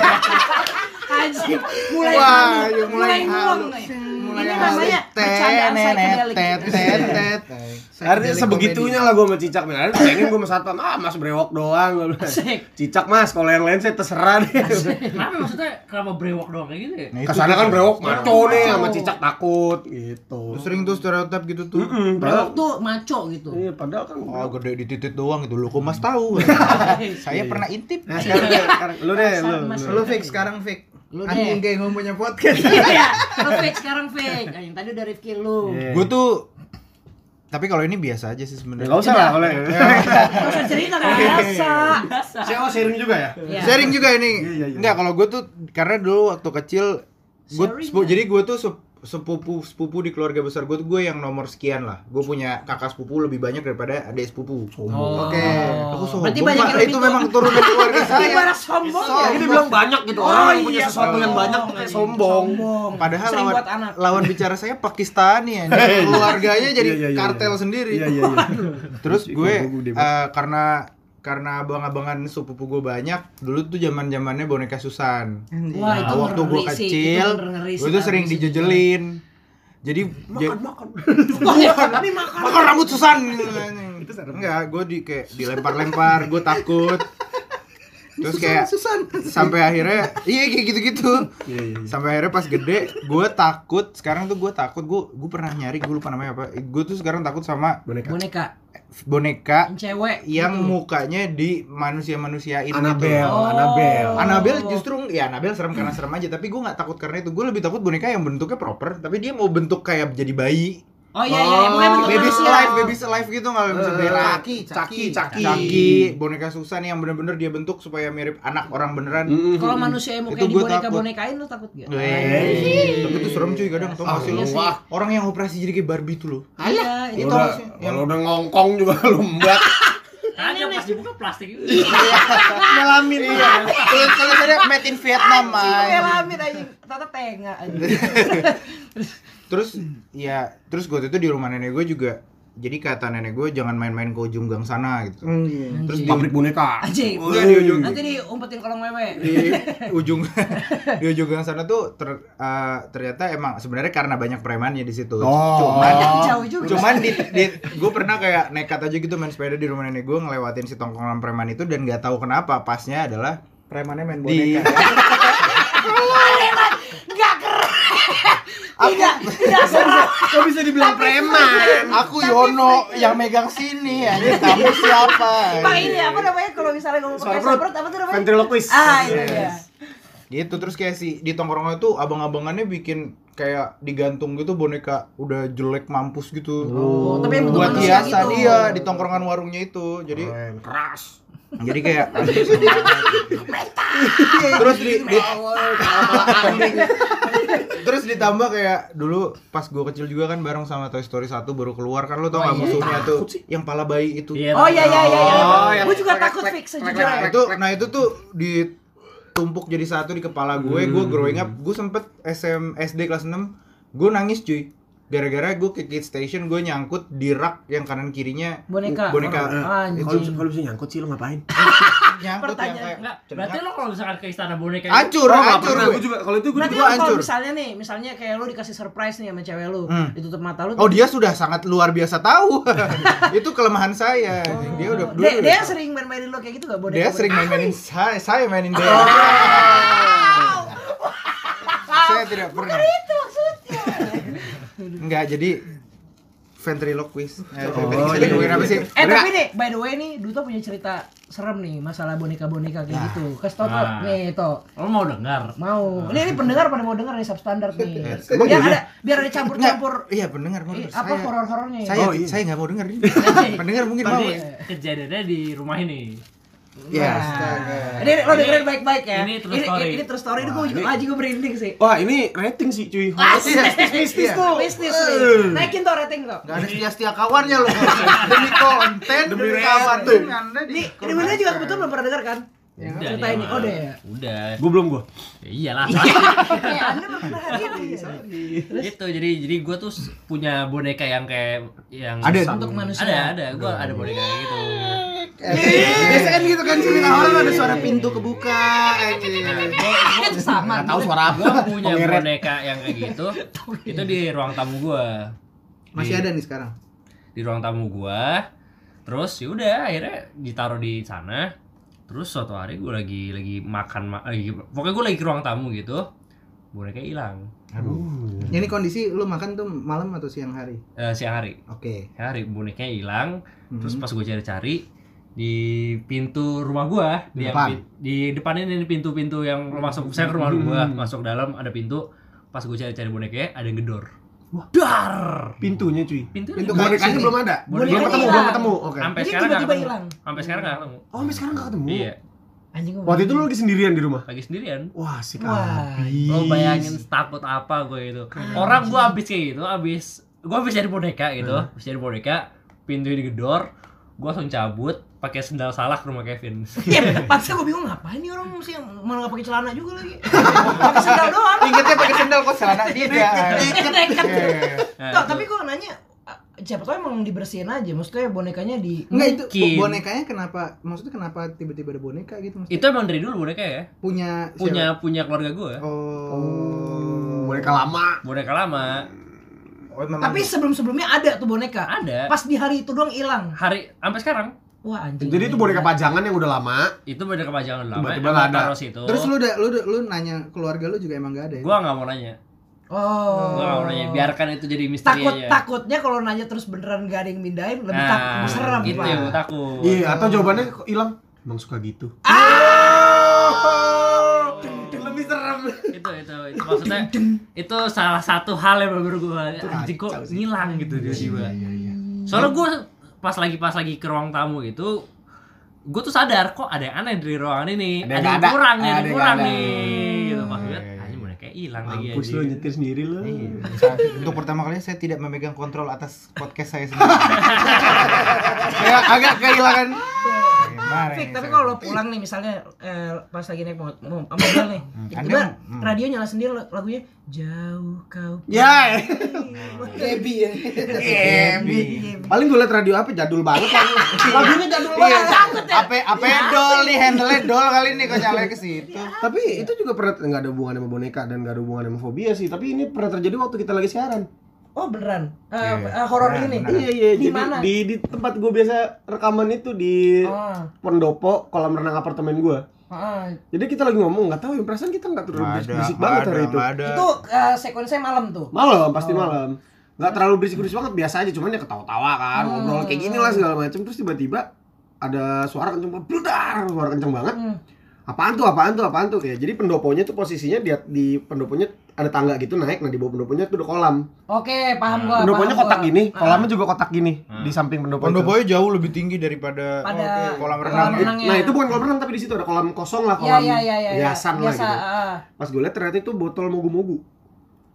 Speaker 2: Anjing, mulai kamu,
Speaker 4: Wah, ya mulai
Speaker 2: mulai ngulung
Speaker 4: halus.
Speaker 2: nih.
Speaker 4: Mulai
Speaker 2: Ini
Speaker 4: halus.
Speaker 2: namanya percandaan psychedelic.
Speaker 4: Tet, tet, tet.
Speaker 3: Artinya sebegitunya lah gue sama Cicak men. Akhirnya pengen gue sama Satpam, ah mas brewok doang gue bilang.
Speaker 2: Asik.
Speaker 3: Cicak mas, kalau yang lain saya terserah deh.
Speaker 1: Kenapa maksudnya kenapa brewok doang kayak gitu ya?
Speaker 4: Nah, itu
Speaker 3: Kesana kan
Speaker 4: tuh.
Speaker 3: brewok maco nih
Speaker 2: Maco.
Speaker 3: sama Cicak takut gitu.
Speaker 4: Lu Sering tuh stereotip gitu tuh.
Speaker 3: Mm-mm, padahal,
Speaker 2: Brewok tuh maco gitu.
Speaker 3: iya, padahal kan
Speaker 4: Oh gede di titik doang gitu, lu kok mas [laughs] tahu? Saya pernah intip.
Speaker 3: Nah sekarang, sekarang lu deh, lu.
Speaker 2: Mas,
Speaker 3: lu.
Speaker 5: lu fix
Speaker 4: kan?
Speaker 5: sekarang fix
Speaker 2: Lu
Speaker 5: anjing
Speaker 2: deh.
Speaker 5: kayak ngomong punya podcast
Speaker 2: Iya, lu fake sekarang fake. Yang tadi udah Rifki lu.
Speaker 3: Iya.
Speaker 4: Gue tuh tapi kalau ini biasa aja
Speaker 3: Ya,
Speaker 4: sih
Speaker 3: Nggak
Speaker 4: sebenarnya.
Speaker 3: usah lah kalau
Speaker 4: Iya.
Speaker 3: [laughs]
Speaker 2: Gak usah cerita kan biasa.
Speaker 3: Saya mau sharing juga ya?
Speaker 2: Iya.
Speaker 4: Sharing juga ini.
Speaker 3: Iya, iya, iya.
Speaker 4: Enggak, kalau gue tuh karena dulu waktu kecil gue
Speaker 2: Sharing ya?
Speaker 4: jadi gue tuh sep- sepupu sepupu di keluarga besar gue tuh gue yang nomor sekian lah. Gue punya kakak sepupu lebih banyak daripada adik sepupu.
Speaker 2: Oh.
Speaker 3: Oh.
Speaker 5: Oke.
Speaker 4: Aku sombong.
Speaker 2: Berarti banyak
Speaker 4: Pak.
Speaker 2: yang lebih
Speaker 4: itu
Speaker 2: tua.
Speaker 4: memang turun dari
Speaker 2: [laughs]
Speaker 4: keluarga saya.
Speaker 2: Ibarat sombong ya.
Speaker 3: Ini bilang banyak gitu,
Speaker 2: Oh,
Speaker 3: orang yang punya
Speaker 2: iya.
Speaker 3: sesuatu yang banyak tuh kayak sombong.
Speaker 4: Padahal
Speaker 2: Sering
Speaker 4: lawan,
Speaker 2: buat anak.
Speaker 4: lawan bicara saya Pakistani ya. Keluarganya jadi
Speaker 3: Iya, iya, iya,
Speaker 4: kartel
Speaker 3: iya.
Speaker 4: sendiri.
Speaker 3: Iya, iya, iya. Ih,
Speaker 4: Terus gue
Speaker 3: gua gede banget.
Speaker 4: eh, karena karena abang-abangan sepupu gue banyak, dulu tuh zaman-zamannya boneka Susan.
Speaker 2: Wah,
Speaker 4: Nah,
Speaker 2: itu
Speaker 4: waktu gue
Speaker 2: ngeri sih,
Speaker 4: kecil,
Speaker 2: itu ngeri sih,
Speaker 4: gue tuh sering
Speaker 2: ngeri sih.
Speaker 4: dijejelin. Jadi ja-
Speaker 3: makan. Oh, iya.
Speaker 2: Tapi makan.
Speaker 4: makan rambut
Speaker 3: [laughs]
Speaker 4: Susan. Enggak, gue di kayak dilempar-lempar, gue takut. Terus kayak sampai akhirnya iya kayak gitu-gitu.
Speaker 3: Iya, iya, iya.
Speaker 4: Sampai akhirnya pas gede, gue takut. Sekarang tuh gue takut. Gue gue pernah nyari, gue lupa namanya apa. Gue tuh sekarang takut sama
Speaker 3: Boneka.
Speaker 2: Boneka,
Speaker 4: boneka
Speaker 2: yang cewek.
Speaker 4: yang
Speaker 2: gitu.
Speaker 4: mukanya di manusia-manusiain
Speaker 3: Anabel,
Speaker 4: gitu.
Speaker 2: Oh.
Speaker 3: Anabel.
Speaker 4: Anabel justru ya Anabel serem karena serem aja tapi gue nggak takut karena itu gue lebih takut boneka yang bentuknya proper tapi dia mau bentuk kayak jadi bayi
Speaker 2: Oh iya iya, iya, mukanya bentuk
Speaker 4: baby's
Speaker 2: manusia.
Speaker 4: alive baby's alive gitu nggak bisa
Speaker 3: Eh,
Speaker 4: berak
Speaker 5: Caki,
Speaker 3: Caki,
Speaker 5: caki,
Speaker 3: caki.
Speaker 4: kaki boneka Susan yang bener-bener dia bentuk supaya mirip anak orang beneran
Speaker 3: Mm-mm.
Speaker 2: Kalau manusia yang mukanya
Speaker 4: Itu gua Eh.
Speaker 2: diboneka-bonekain lu takut Iya, gak?
Speaker 4: Weh, tapi itu serem cuy kadang tau
Speaker 2: Ah,
Speaker 4: gak sih
Speaker 2: iya
Speaker 4: lo
Speaker 2: sih.
Speaker 4: Wah, orang yang operasi jadi kayak Barbie itu loh
Speaker 2: Iya,
Speaker 3: Kalau
Speaker 2: itu
Speaker 3: udah,
Speaker 2: harusnya.
Speaker 3: kalau udah ngongkong juga [laughs] lembab.
Speaker 1: Aja pas dibuka plastik itu.
Speaker 3: Iya.
Speaker 4: melamin iya kalau kalau saya made in Vietnam
Speaker 2: Kayak
Speaker 4: man
Speaker 2: lamin anjing, tata tengah anjing.
Speaker 4: [laughs] terus ya terus gue itu di rumah nenek gue juga jadi kata nenek gue jangan main-main ke ujung gang sana gitu
Speaker 5: Mm.
Speaker 4: terus di,
Speaker 3: Pabrik boneka.
Speaker 2: Anjing.
Speaker 4: Iya, di ujung.
Speaker 2: Nanti diumpetin kolong wewe.
Speaker 4: di ujung di ujung gang sana tuh ter- eh, ternyata emang sebenarnya karena banyak premannya di situ
Speaker 5: Oh.
Speaker 4: cuman
Speaker 2: Jauh juga.
Speaker 4: cuman di, gue pernah kayak nekat aja gitu main sepeda di rumah nenek gue ngelewatin si tongkrongan preman itu dan nggak tahu kenapa pasnya adalah
Speaker 5: premannya main
Speaker 4: di
Speaker 5: boneka
Speaker 4: [laughs]
Speaker 2: Enggak keren. Tidak, tidak serem.
Speaker 3: Kok bisa dibilang preman?
Speaker 4: aku Yono yang megang sini ya kamu siapa
Speaker 2: Pak ini apa namanya kalau misalnya ngomong pakai
Speaker 3: Suara perut.
Speaker 2: sobrot apa tuh namanya?
Speaker 3: Ventriloquist.
Speaker 2: Ah, itu ya.
Speaker 4: gitu terus kayak si di tongkrongan itu abang-abangannya bikin kayak digantung gitu boneka udah jelek mampus gitu
Speaker 2: Oh, tapi yang bentuk
Speaker 4: buat
Speaker 2: manusia
Speaker 4: hiasan
Speaker 2: gitu.
Speaker 4: iya di tongkrongan warungnya itu
Speaker 5: Oh,
Speaker 4: jadi
Speaker 3: Keren, keras.
Speaker 4: jadi kayak anjing sama banget gitu. terus di, di- terus ditambah kayak dulu pas gua kecil juga kan bareng sama Toy Story 1 baru keluar kan
Speaker 1: Oh
Speaker 4: lu tau nggak musuhnya tuh yang pala bayi itu
Speaker 1: Iya.
Speaker 2: Oh iya iya iya.
Speaker 3: Oh,
Speaker 2: iya.
Speaker 3: yang
Speaker 2: Gue juga
Speaker 3: klek,
Speaker 2: takut
Speaker 3: klek,
Speaker 2: fix
Speaker 3: klek,
Speaker 4: Nah,
Speaker 2: sejujurnya.
Speaker 4: itu nah itu tuh ditumpuk jadi satu di kepala gue gue growing up gue sempet SM SD kelas 6 gue nangis cuy gara-gara gue ke kids station gue nyangkut di rak yang kanan kirinya
Speaker 1: [laughs]
Speaker 2: Boneka.
Speaker 4: boneka eh.
Speaker 2: Anjing.
Speaker 3: Ah, Kalau bisa- kalau bisa nyangkut sih lo ngapain?
Speaker 4: nyangkut yang
Speaker 2: Pertanyaan.
Speaker 4: kayak
Speaker 1: Enggak, berarti lo kalau misalkan ke istana boneka itu-
Speaker 4: hancur,
Speaker 3: Oh, nggak
Speaker 4: hancur
Speaker 3: pernah.
Speaker 4: gue.
Speaker 3: Gue juga kalau itu gue
Speaker 2: Berarti
Speaker 3: juga
Speaker 2: lo kalau
Speaker 3: hancur.
Speaker 2: misalnya nih, misalnya kayak lo dikasih surprise nih sama cewek lo,
Speaker 4: Hmm.
Speaker 2: ditutup mata lo.
Speaker 4: Oh dia sudah sangat luar biasa tahu. itu kelemahan saya. Dia udah dulu.
Speaker 2: dia, dia
Speaker 4: udah-
Speaker 2: sering main-mainin lo kayak gitu gak boneka?
Speaker 4: dia
Speaker 2: boneka?
Speaker 4: sering main-mainin saya, saya mainin dia. saya tidak pernah.
Speaker 2: Itu Gitu maksudnya.
Speaker 4: Enggak, jadi ventriloquist. Eh,
Speaker 3: Oh,
Speaker 4: saya
Speaker 3: iya, iya,
Speaker 4: ngomongin apa
Speaker 3: iya.
Speaker 4: sih?
Speaker 2: eh
Speaker 4: Enggak.
Speaker 2: tapi nih, by the way nih, Duto punya cerita serem nih masalah boneka-boneka kayak gitu. Kasih tau tuh,
Speaker 1: Nah.
Speaker 2: nih to.
Speaker 1: Lo mau dengar?
Speaker 2: Mau. Ini, ini pendengar pada mau denger nih substandard nih.
Speaker 4: Emang
Speaker 2: biar
Speaker 4: iya?
Speaker 2: ada biar ada
Speaker 4: Enggak,
Speaker 2: campur-campur
Speaker 4: Iya, pendengar mau.
Speaker 2: eh,
Speaker 4: dengar.
Speaker 2: apa
Speaker 4: Saya-
Speaker 2: horor-horornya. Iya,
Speaker 4: Saya
Speaker 3: Oh, iya.
Speaker 4: saya enggak mau denger ini. pendengar mungkin mau.
Speaker 1: Tadi
Speaker 4: ya.
Speaker 1: kejadiannya di rumah ini.
Speaker 4: Ya.
Speaker 5: Astaga.
Speaker 2: Nah. Ini lo
Speaker 1: Ini-
Speaker 2: dengerin baik-baik ya.
Speaker 1: ini true story.
Speaker 2: Ini, ini true story. Ini gue juga aja gue merinding sih.
Speaker 3: Wah, ini rating sih cuy.
Speaker 2: Asik.
Speaker 4: Mistis-mistis tuh.
Speaker 2: Mistis nih. Naikin tuh rating tuh.
Speaker 4: Gak ada setia-setia kawannya loh. demi konten,
Speaker 3: Demi
Speaker 4: demi
Speaker 3: rating.
Speaker 4: kawan. Anda
Speaker 2: Ini
Speaker 4: di-
Speaker 2: ini bener juga kebetulan belum pernah dengar kan?
Speaker 1: Udah, iya.
Speaker 2: cerita
Speaker 1: dia
Speaker 2: ini.
Speaker 1: mah.
Speaker 2: Oh, udah ya?
Speaker 1: Udah.
Speaker 3: Gue belum gue.
Speaker 1: Ya iyalah.
Speaker 2: Eh, Anda belum pernah ini.
Speaker 1: [laughs] gitu. Jadi jadi gua tuh s- punya boneka yang kayak yang
Speaker 4: Ada.
Speaker 2: Untuk manusia.
Speaker 1: Ada, ada. Gua ada boneka kayak gitu.
Speaker 4: Biasanya kan gitu kan cerita awal ada suara pintu kebuka anjing.
Speaker 2: Itu sama.
Speaker 4: Enggak tahu suara apa.
Speaker 1: Gua punya
Speaker 4: Pengeret.
Speaker 1: boneka yang kayak gitu. itu di ruang tamu gua.
Speaker 4: Masih
Speaker 1: Di-
Speaker 4: ada nih sekarang.
Speaker 1: di ruang tamu gua terus yaudah akhirnya ditaruh di sana terus suatu hari gua lagi lagi makan ma- lagi pokoknya gua lagi ke ruang tamu gitu boneka hilang
Speaker 4: Ini kondisi lu makan tuh malam atau siang hari?
Speaker 1: Eh, siang hari
Speaker 4: Oke.
Speaker 1: siang hari boneka hilang
Speaker 4: Mhm.
Speaker 5: Hmm.
Speaker 1: terus pas gua cari-cari di pintu rumah gua
Speaker 4: Di
Speaker 1: yang
Speaker 4: depan.
Speaker 1: pin- di depannya ini pintu-pintu yang masuk saya ke rumah gua
Speaker 3: Mhm.
Speaker 1: masuk dalam ada pintu pas gua cari-cari boneka ada yang gedor dar
Speaker 3: Pintunya cuy.
Speaker 1: pintu
Speaker 4: Pintu
Speaker 1: ada.
Speaker 4: kayu.
Speaker 3: Bonekanya
Speaker 4: sini.
Speaker 3: belum ada.
Speaker 1: Bonekanya
Speaker 3: Belum ketemu,
Speaker 2: hilang.
Speaker 3: belum ketemu. Oke.
Speaker 1: sampai
Speaker 2: Jadi
Speaker 1: sekarang nggak
Speaker 2: tiba-tiba
Speaker 1: ketemu.
Speaker 2: hilang.
Speaker 1: sampai sekarang nggak ketemu
Speaker 3: Oh, sampai sekarang gak ketemu.
Speaker 1: iya
Speaker 2: Anjing gua
Speaker 3: Waktu itu lu lagi sendirian di rumah.
Speaker 1: lagi sendirian
Speaker 3: Wah, sih
Speaker 2: Wah,
Speaker 3: habis.
Speaker 1: lo bayangin takut apa gue itu orang gue abis kayak gitu abis gue abis jadi boneka gitu abis jadi boneka pintu digedor gue langsung cabut pakai sendal salah ke rumah Kevin
Speaker 2: Iya, pantesan gue bingung ngapain nih orang mesti malah nggak pakai celana juga lagi. Pakai sendal doang.
Speaker 4: Ingatnya pakai sendal kok celana tidak.
Speaker 2: Neket-neket.
Speaker 4: Iya, iya, iya.
Speaker 1: Nah,
Speaker 2: Tuh,
Speaker 1: itu-
Speaker 2: tapi gue nanya ah, siapa tau emang dibersihin aja maksudnya bonekanya di
Speaker 4: Enggak itu
Speaker 1: Mungkin.
Speaker 4: bo- bonekanya kenapa? Maksudnya kenapa tiba-tiba ada boneka gitu? Maksudnya
Speaker 1: itu emang dari dulu boneka ya
Speaker 4: punya siapa?
Speaker 1: punya punya keluarga gue
Speaker 4: Oh.
Speaker 3: Boneka lama.
Speaker 1: boneka lama
Speaker 4: Oh, memang.
Speaker 2: tapi sebelum-sebelumnya ada tuh boneka
Speaker 1: ada
Speaker 2: pas di hari itu doang hilang
Speaker 1: hari sampai sekarang
Speaker 2: wah anjing
Speaker 3: Jadi itu boneka pajangan yang udah lama.
Speaker 1: itu boneka pajangan lama
Speaker 3: Tiba-tiba
Speaker 1: emang
Speaker 3: ada.
Speaker 1: taruh situ
Speaker 4: Terus lu udah lu udah- lu nanya keluarga lu juga emang gak ada ya?
Speaker 1: gue nggak mau nanya
Speaker 2: oh
Speaker 1: gue nggak mau nanya biarkan itu jadi misteri
Speaker 2: takut
Speaker 1: aja
Speaker 2: takutnya kalau nanya terus beneran gak ada yang mindahin lebih
Speaker 1: Iya, Nah,
Speaker 2: takut lebih serem
Speaker 1: gitu
Speaker 2: Pak.
Speaker 1: yang gue takut
Speaker 3: Iya, atau jawabannya kok hilang. Emang suka gitu.
Speaker 1: Ah! lebih serem itu itu itu maksudnya itu salah satu hal yang bener gue anjing kok ngilang gitu tiba-tiba soalnya gue pas lagi pas lagi ke ruang tamu gitu gue tuh sadar kok ada yang aneh dari ruangan ini ada
Speaker 4: Ada yang
Speaker 1: yang
Speaker 4: nggak ada.
Speaker 1: kurang nih ada
Speaker 4: Ada
Speaker 1: yang
Speaker 4: yang
Speaker 1: kurang
Speaker 4: nggak ada.
Speaker 1: nih gitu pas lihat
Speaker 4: Iya, iya, iya.
Speaker 1: anjing mulai kayak hilang lagi
Speaker 3: Mampus
Speaker 1: anjing.
Speaker 3: Iya, lu nyetir sendiri lu.
Speaker 1: Iya.
Speaker 4: Saya- Untuk pertama kalinya saya tidak memegang kontrol atas podcast saya sendiri.
Speaker 5: [laughs]
Speaker 4: saya agak kehilangan. Kemarin
Speaker 2: Fik, tapi
Speaker 4: saya-
Speaker 2: kalau lo pulang nih misalnya eh, pas lagi naik mo- mo- mobil nih tiba-tiba
Speaker 4: Anda- hmm. Iya,
Speaker 2: radio nyala sendiri lo- lagunya jauh kau
Speaker 3: Ya.
Speaker 5: Baby ya.
Speaker 3: Paling gue liat radio apa jadul banget lagi. Lagunya jadul banget.
Speaker 4: Apa apa dol nih handle dol kali ini kok nyalain ke situ.
Speaker 3: Tapi itu juga pernah nggak ada hubungan sama boneka dan nggak ada hubungan sama fobia sih. Tapi ini pernah terjadi waktu kita lagi siaran.
Speaker 2: oh beneran Eh,
Speaker 4: Iya,
Speaker 2: eh, horor
Speaker 4: beneran,
Speaker 2: ini
Speaker 4: beneran.
Speaker 3: Iya iya.
Speaker 2: Di
Speaker 3: Jadi
Speaker 2: mana?
Speaker 3: di di tempat gue biasa rekaman itu di
Speaker 2: oh,
Speaker 3: pendopo kolam renang apartemen gue.
Speaker 2: ah.
Speaker 3: Jadi kita lagi ngomong nggak tahu ya perasaan kita nggak terlalu berisik, berisik banget hari itu.
Speaker 4: ada.
Speaker 2: itu eh, sekuensnya malam tuh
Speaker 3: Malam pasti
Speaker 2: Oh.
Speaker 3: malam. Nggak terlalu berisik-berisik banget biasa aja cuman ya ketawa-tawa kan
Speaker 2: Hmm.
Speaker 3: ngobrol kayak gini lah segala macam terus tiba-tiba ada suara kenceng banget, bludar, suara kenceng banget.
Speaker 2: Hmm.
Speaker 3: Apaan tuh, apaan tuh, apaan tuh kayak. Jadi pendoponya tuh posisinya dia di pendoponya ada tangga gitu naik, nah di bawah pendoponya tuh ada kolam.
Speaker 2: oke
Speaker 3: Nah.
Speaker 2: paham gua
Speaker 3: Pendoponya
Speaker 2: paham
Speaker 3: kotak
Speaker 2: gua.
Speaker 3: gini,
Speaker 2: Ah.
Speaker 3: kolamnya juga kotak gini
Speaker 1: Ah.
Speaker 3: di samping pendopo. itu.
Speaker 4: Pondoboy jauh lebih tinggi daripada
Speaker 2: Pada
Speaker 4: Oke, kolam renang.
Speaker 2: kolam
Speaker 3: Nah,
Speaker 2: renangnya.
Speaker 3: Nah, itu bukan kolam renang tapi di situ ada kolam kosong
Speaker 2: ya
Speaker 3: lah, kolam
Speaker 2: ya ya ya ya.
Speaker 3: hiasan lah
Speaker 2: biasa
Speaker 3: gitu.
Speaker 2: ah.
Speaker 3: Pas gue liat ternyata itu botol mogu-mogu.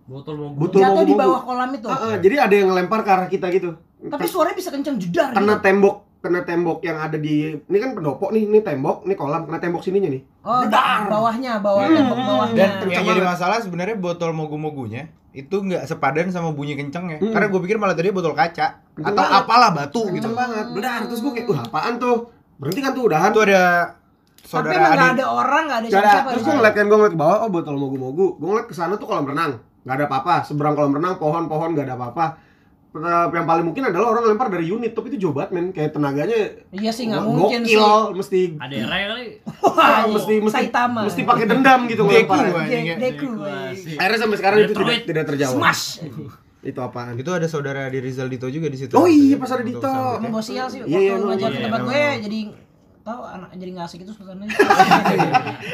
Speaker 1: botol mau
Speaker 3: Botol
Speaker 2: jatuh di
Speaker 3: mogu-mogu.
Speaker 2: bawah kolam itu
Speaker 3: Ah, ah, jadi ada yang ngelempar ke arah kita gitu.
Speaker 2: tapi suaranya bisa kenceng jedar
Speaker 3: kena
Speaker 2: gitu
Speaker 3: tembok kena tembok yang ada di ini kan pendopo nih ini tembok ini kolam kena tembok sininya nih
Speaker 2: oh bawahnya bawah
Speaker 3: Hmm.
Speaker 2: tembok bawahnya
Speaker 4: Dan
Speaker 3: Kenceng
Speaker 4: yang jadi
Speaker 3: banget.
Speaker 4: masalah sebenarnya botol mogu-mogunya itu nggak sepadan sama bunyi kencengnya.
Speaker 3: Hmm.
Speaker 4: Karena gue pikir malah tadi botol kaca
Speaker 3: Kenceng
Speaker 4: atau
Speaker 3: banget. Mm.
Speaker 4: apalah batu
Speaker 3: kenceng
Speaker 4: gitu.
Speaker 3: banget benar terus gue kayak wah apaan tuh berhenti kan tuh udahan
Speaker 4: Itu ada
Speaker 2: Tapi
Speaker 4: saudara
Speaker 2: emang nggak
Speaker 4: adik.
Speaker 2: ada orang, nggak ada
Speaker 3: Cara,
Speaker 2: siapa-siapa.
Speaker 3: terus gue ngeliat kan gue ngeliat ke bawah, oh botol mogu-mogu. Gue ngeliat ke sana tuh kolam renang, nggak ada apa-apa. Seberang kolam renang, pohon-pohon nggak ada apa-apa. Eh, Yang paling mungkin adalah orang lempar dari unit, tapi itu jauh banget men, kayak tenaganya
Speaker 2: Iya sih nggak
Speaker 3: go-
Speaker 2: mungkin sih.
Speaker 3: gokil, mesti
Speaker 1: Ada era kali.
Speaker 2: Wah, iya.
Speaker 3: mesti mesti
Speaker 2: Saitama. Iya,
Speaker 3: mesti pakai dendam gitu
Speaker 4: Deku,
Speaker 3: ngelemparnya.
Speaker 4: woy.
Speaker 2: De-
Speaker 3: gitu.
Speaker 2: Deku. woy.
Speaker 1: Dekorasi.
Speaker 3: Akhirnya sampai sekarang itu tidak,
Speaker 1: Detroit.
Speaker 3: tidak terjawab.
Speaker 2: Smash.
Speaker 3: Itu apaan?
Speaker 4: Itu ada saudara di Rizal Dito juga di situ.
Speaker 3: Oh iya, pas ada Dito.
Speaker 2: Emang bawa sial sih.
Speaker 3: Iya, iya,
Speaker 2: Waktu ngajar ke
Speaker 3: iya,
Speaker 2: tempat
Speaker 4: iya,
Speaker 2: gue
Speaker 4: emang.
Speaker 2: jadi tahu anak jadi nggak asik itu suasananya.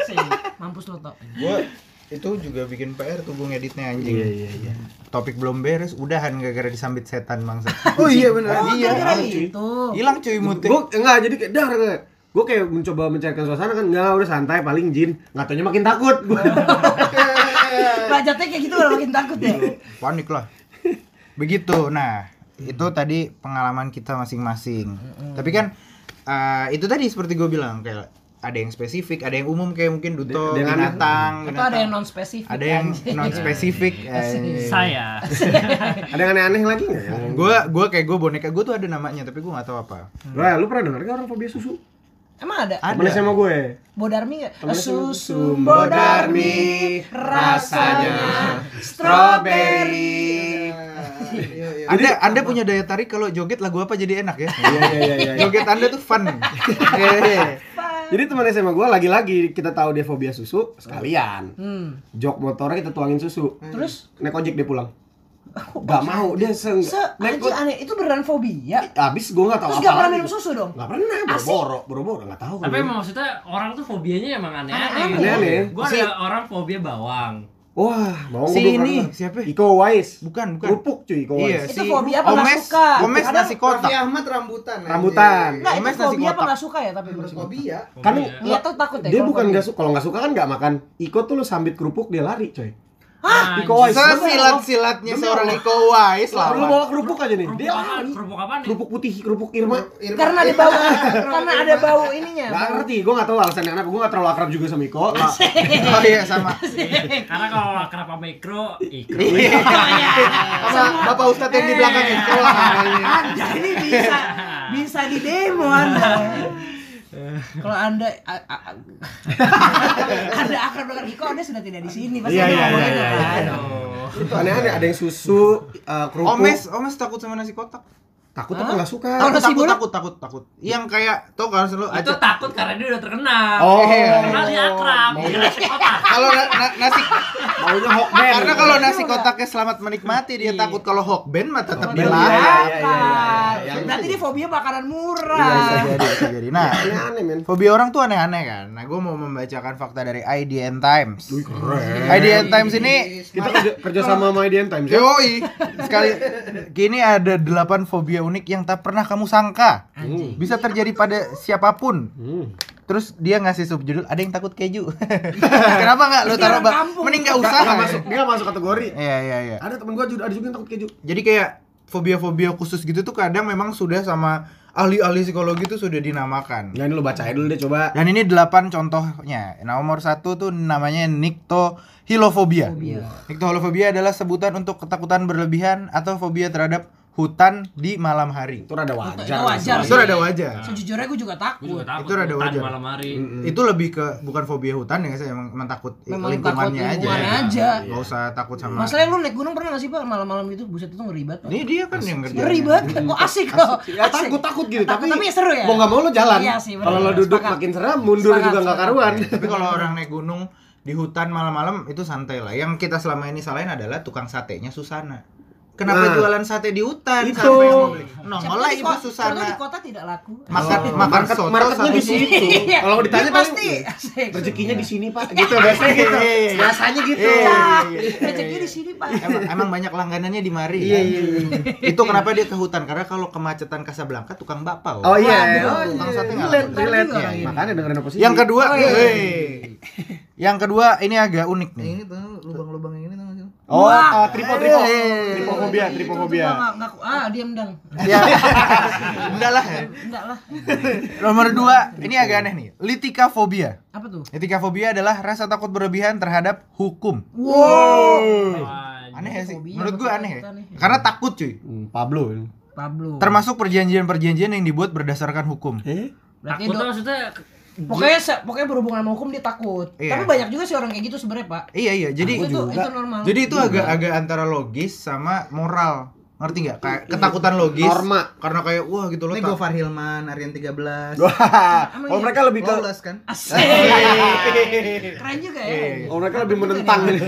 Speaker 2: Sih, Mampus lo tau.
Speaker 4: Gue itu juga bikin PR tuh gue ngeditnya anjing.
Speaker 3: Iya iya iya.
Speaker 4: Topik belum beres, udahan gara-gara disambit setan mangsa.
Speaker 3: [laughs] Oh iya benar.
Speaker 2: Oh,
Speaker 3: iya.
Speaker 2: gara-gara itu.
Speaker 4: Hilang cuy mutnya.
Speaker 3: Gue enggak jadi kayak dar enggak. Gue kayak mencoba mencairkan suasana kan enggak udah santai paling jin. Enggak taunya makin takut. Gua.
Speaker 2: Rajatnya kayak gitu udah makin takut ya.
Speaker 4: panik lah begitu nah itu tadi pengalaman kita masing-masing tapi kan eh, itu tadi seperti gue bilang kayak ada yang spesifik ada yang umum kayak mungkin duto
Speaker 3: De- dengan-
Speaker 2: Atau
Speaker 4: binatang binatang.
Speaker 2: ada yang non spesifik.
Speaker 4: ada yang non
Speaker 2: [laughs]
Speaker 4: spesifik
Speaker 3: Iya.
Speaker 4: eh.
Speaker 1: [laughs] Saya.
Speaker 3: [laughs] Ada yang aneh-aneh lagi enggak? ya?
Speaker 4: gue gue kayak gue boneka gue tuh ada namanya tapi gue nggak tahu apa
Speaker 3: Wah, lu pernah dengar gak orang fobia susu?
Speaker 2: Emang ada?
Speaker 4: ada
Speaker 3: Temen sama gue.
Speaker 2: Bodarmi nggak?
Speaker 3: Temennya sama
Speaker 2: Susu
Speaker 3: susu
Speaker 2: bodarmi rasanya strawberry.
Speaker 5: Iya,
Speaker 4: anda anda punya daya tarik kalau joget lagu apa jadi enak ya
Speaker 3: Iya iya iya.
Speaker 4: joget anda tuh fun
Speaker 3: [laughs] Jadi teman SMA gue lagi-lagi kita tahu dia fobia susu sekalian.
Speaker 2: Hmm.
Speaker 3: Jok motornya kita tuangin susu.
Speaker 2: Terus
Speaker 3: Naik ojek dia pulang. Gak mau dia se
Speaker 2: se
Speaker 3: naik
Speaker 2: anjing aneh itu beneran fobia.
Speaker 3: habis gue nggak gitu. tahu
Speaker 2: Terus
Speaker 3: apa.
Speaker 2: gak pernah minum susu dong?
Speaker 3: Gak pernah, boro-boro, boro-boro, gak tahu.
Speaker 1: Tapi emang maksudnya orang tuh fobianya emang aneh-aneh.
Speaker 2: Aneh-aneh.
Speaker 1: gitu.
Speaker 3: Aneh-aneh.
Speaker 1: Gua ada orang fobia bawang.
Speaker 3: Wah, mau
Speaker 4: si
Speaker 3: gua
Speaker 4: ini
Speaker 3: pernah.
Speaker 4: siapa
Speaker 3: Iko Uwais.
Speaker 4: bukan bukan
Speaker 3: Kerupuk cuy, Iko
Speaker 4: Iya,
Speaker 3: Uwais.
Speaker 2: Itu
Speaker 4: si
Speaker 2: fobia apa nggak
Speaker 4: Omes-
Speaker 2: suka?
Speaker 4: Omes
Speaker 2: Kadang
Speaker 4: nasi kotak.
Speaker 5: Raffi Ahmad rambutan. anjing. Nah,
Speaker 3: Rambutan.
Speaker 2: Enggak, itu
Speaker 4: Omes nasi
Speaker 2: fobia apa
Speaker 4: kotak.
Speaker 2: gak suka ya tapi
Speaker 5: Menurut fobia.
Speaker 3: Kan
Speaker 1: Fobia.
Speaker 2: Iya tuh takut ya.
Speaker 3: dia
Speaker 2: kalau
Speaker 3: bukan
Speaker 2: fobia.
Speaker 3: nggak suka, kalau nggak suka kan nggak makan. Iko tuh lu sambit kerupuk dia lari coy.
Speaker 1: Hah?
Speaker 4: Nah,
Speaker 3: Iko Uwais.
Speaker 4: Sesilat-silatnya seorang Iko Uwais
Speaker 3: Lu
Speaker 4: lawan.
Speaker 3: bawa kerupuk aja nih.
Speaker 1: Kerupuk
Speaker 3: Dia
Speaker 1: apaan?
Speaker 3: lari.
Speaker 1: Kerupuk apaan nih?
Speaker 3: Kerupuk putih, kerupuk Irma.
Speaker 5: Irma-
Speaker 2: Karena ada bau,
Speaker 5: [laughs]
Speaker 2: karena ada bau ininya.
Speaker 3: Gak
Speaker 2: bau-
Speaker 3: ngerti, gue gak tau alasannya kenapa. Gue gak terlalu akrab juga sama Iko. Nah,
Speaker 4: Oh iya sama.
Speaker 1: [laughs] Karena kalau kenapa mikro, ikro.
Speaker 3: Iya.
Speaker 1: [laughs] Iya,
Speaker 4: Sama Bapak Ustadz yang di belakang ya.
Speaker 2: Anda ini bisa bisa di demo Anda. Kalau Anda a- a- a- Anda akrab dengan Iko, Anda sudah tidak di sini pasti
Speaker 3: Iya,
Speaker 2: Anda
Speaker 3: iya,
Speaker 2: ngomongin
Speaker 3: iya,
Speaker 2: apa?
Speaker 3: iya, iya. itu aneh-aneh, ada yang susu, eh, kerupuk.
Speaker 4: Omes, Omes takut sama nasi kotak.
Speaker 3: Takut apa gak suka?
Speaker 2: Kalau nasi
Speaker 4: takut,
Speaker 2: bola?
Speaker 4: takut, takut, takut. Yang kayak tau kan selalu
Speaker 1: Itu
Speaker 4: aja.
Speaker 1: takut karena dia udah terkenal.
Speaker 3: Oh.
Speaker 1: Terkenal dia akrab. Dia ngasih kotak.
Speaker 4: Kalau na- na- nasi
Speaker 3: Maunya Hokben.
Speaker 4: karena kalau nasi kotaknya selamat menikmati dia takut kalau hokben mah tetap
Speaker 3: Iya, iya, iya,
Speaker 4: dilarang.
Speaker 3: iya, iya, iya, iya.
Speaker 2: Berarti dia fobia makanan
Speaker 4: Iya, bisa
Speaker 2: murah.
Speaker 4: jadi, bisa jadi. Nah,
Speaker 3: Aneh-aneh men.
Speaker 4: fobia orang tuh aneh-aneh kan. Nah, gue mau membacakan fakta dari IDN Times.
Speaker 3: Wih, keren.
Speaker 4: IDN Times ini
Speaker 3: Kita kerja, kerja sama sama IDN Times ya?
Speaker 4: Yoi. Sekali kini ada 8 fobia unik yang tak pernah kamu sangka.
Speaker 1: Anjing.
Speaker 4: Bisa terjadi pada siapapun.
Speaker 3: Hmm.
Speaker 4: Terus dia ngasih subjudul ada yang takut keju. [laughs] Kenapa nggak lo taruh bak?
Speaker 2: kampung.
Speaker 4: Mending nggak
Speaker 3: Nggak-
Speaker 4: usah.
Speaker 3: nggak masuk, dia nggak masuk kategori.
Speaker 4: Iya iya iya.
Speaker 3: Ada temen gue juga, ada juga yang takut keju.
Speaker 4: Jadi kayak fobia-fobia khusus gitu tuh kadang memang sudah sama ahli-ahli psikologi tuh sudah dinamakan.
Speaker 3: Nah ini lu bacain dulu deh coba.
Speaker 4: Dan ini 8 contohnya. Nah, Nomor satu tuh namanya nyctohilofobia. Nyctohilofobia adalah sebutan untuk ketakutan berlebihan atau fobia terhadap hutan di malam hari.
Speaker 3: Itu rada wajar.
Speaker 2: Itu wajar
Speaker 4: Itu
Speaker 2: sih.
Speaker 4: rada
Speaker 3: Uh.
Speaker 4: wajar.
Speaker 2: Sejujurnya gue juga
Speaker 1: Gua
Speaker 2: takut.
Speaker 1: juga takut.
Speaker 4: Itu rada
Speaker 1: hutan
Speaker 4: wajar.
Speaker 1: Malam hari.
Speaker 3: Hmm.
Speaker 4: Itu lebih ke bukan fobia hutan ya, saya emang, emang takut
Speaker 2: Memang takut
Speaker 4: lingkungannya aja.
Speaker 2: lingkungan aja.
Speaker 4: Gak usah takut sama.
Speaker 2: Masalahnya lu naik gunung pernah gak sih pak malam-malam gitu buset itu ngeri banget. Pak.
Speaker 4: Ini dia kan yang ngerjain.
Speaker 2: Ngeri banget kok asik kok.
Speaker 3: Iya, Ya
Speaker 2: Asik.
Speaker 3: takut takut gitu
Speaker 2: Takut,
Speaker 3: tapi,
Speaker 2: tapi seru ya?
Speaker 3: Mau nggak mau lo jalan.
Speaker 2: Iya sih, bener.
Speaker 3: Kalau lo duduk
Speaker 2: Sepakat.
Speaker 3: makin seram, mundur
Speaker 2: Sepakat,
Speaker 3: juga nggak
Speaker 2: sepakat. Iya.
Speaker 3: karuan.
Speaker 4: Tapi kalau orang naik gunung di hutan malam-malam itu santai lah. Yang kita selama ini salahin adalah tukang satenya Susana.
Speaker 3: Nah.
Speaker 4: Kenapa jualan sate di hutan?
Speaker 3: Itu.
Speaker 4: Siapa yang mau beli? Nongol
Speaker 2: Siapa
Speaker 4: lah
Speaker 2: di
Speaker 4: ibu
Speaker 2: ko- siapa di
Speaker 4: Susana.
Speaker 2: kota tidak laku.
Speaker 4: Makan
Speaker 3: Oh,
Speaker 4: makan
Speaker 3: market-
Speaker 4: soto
Speaker 3: marketnya di situ.
Speaker 2: Iya.
Speaker 3: Kalau ditanya
Speaker 2: Dia
Speaker 3: paling,
Speaker 2: pasti [laughs]
Speaker 3: "Iya,
Speaker 2: asik.
Speaker 3: Rezekinya di sini pak. Gitu biasanya
Speaker 2: [laughs]
Speaker 3: gitu.
Speaker 4: [laughs] Iya, iya, iya.
Speaker 3: Rasanya gitu.
Speaker 2: Cak, Rezeki di sini pak.
Speaker 4: Emang, emang banyak langganannya di Mari.
Speaker 3: Iya,
Speaker 4: kan?
Speaker 3: iya,
Speaker 4: Itu kenapa dia ke hutan? Karena kalau kemacetan Casablanca tukang bakpao.
Speaker 3: Oh
Speaker 2: Waduh.
Speaker 3: iya. Oh,
Speaker 4: Tukang
Speaker 3: iya.
Speaker 4: sate nggak
Speaker 3: Relate,
Speaker 2: laku.
Speaker 3: relate.
Speaker 2: Iya, iya.
Speaker 3: Makanya dengerin oposisi.
Speaker 4: Yang kedua,
Speaker 2: Oh, iya.
Speaker 4: wey. Yang kedua ini agak unik nih.
Speaker 5: Ini tuh Gitu, lubang-lubang yang ini tuh nggak sih?
Speaker 3: Oh,
Speaker 2: Wah.
Speaker 3: ah, tripo, tripo.
Speaker 4: Iya, iya, iya.
Speaker 3: Tripofobia, tripofobia.
Speaker 2: Itu gua nggak- nggak- Ah, diam dang.
Speaker 4: Ya. Udah
Speaker 3: [laughs]
Speaker 4: lah.
Speaker 2: Enggak lah.
Speaker 4: Nomor dua, ini agak aneh nih. Litikafobia.
Speaker 2: Apa tuh?
Speaker 4: Litikafobia adalah rasa takut berlebihan terhadap hukum.
Speaker 2: Wow.
Speaker 1: Wah,
Speaker 4: Aneh ya sih?
Speaker 2: Fobia
Speaker 4: Menurut
Speaker 2: sama
Speaker 4: gua aneh ya.
Speaker 2: ketakutan nih.
Speaker 4: Karena takut cuy.
Speaker 3: Hmm, Pablo.
Speaker 2: Pablo.
Speaker 4: Termasuk perjanjian-perjanjian yang dibuat berdasarkan hukum.
Speaker 3: [laughs] Eh?
Speaker 2: Berarti
Speaker 1: Takut
Speaker 2: do-
Speaker 1: tuh maksudnya
Speaker 2: Pokoknya se- pokoknya berhubungan sama hukum dia takut.
Speaker 4: Iya.
Speaker 2: Tapi banyak juga sih orang kayak gitu sebenarnya, Pak.
Speaker 4: Iya iya, jadi
Speaker 2: Itu- itu normal. Iya.
Speaker 4: Jadi itu agak-agak antara logis sama moral. Ngerti nggak? Kayak ketakutan logis.
Speaker 3: Norma.
Speaker 4: Karena kayak wah gitu loh.
Speaker 5: Ini
Speaker 4: tak-
Speaker 5: Gofar Hilman, Aryan 13
Speaker 3: Wah,
Speaker 2: iya.
Speaker 3: kalau mereka lebih ke
Speaker 5: Lawless kan?
Speaker 2: Asik. Keren juga
Speaker 4: Iya,
Speaker 2: ya.
Speaker 3: kalau mereka lebih menentang ini.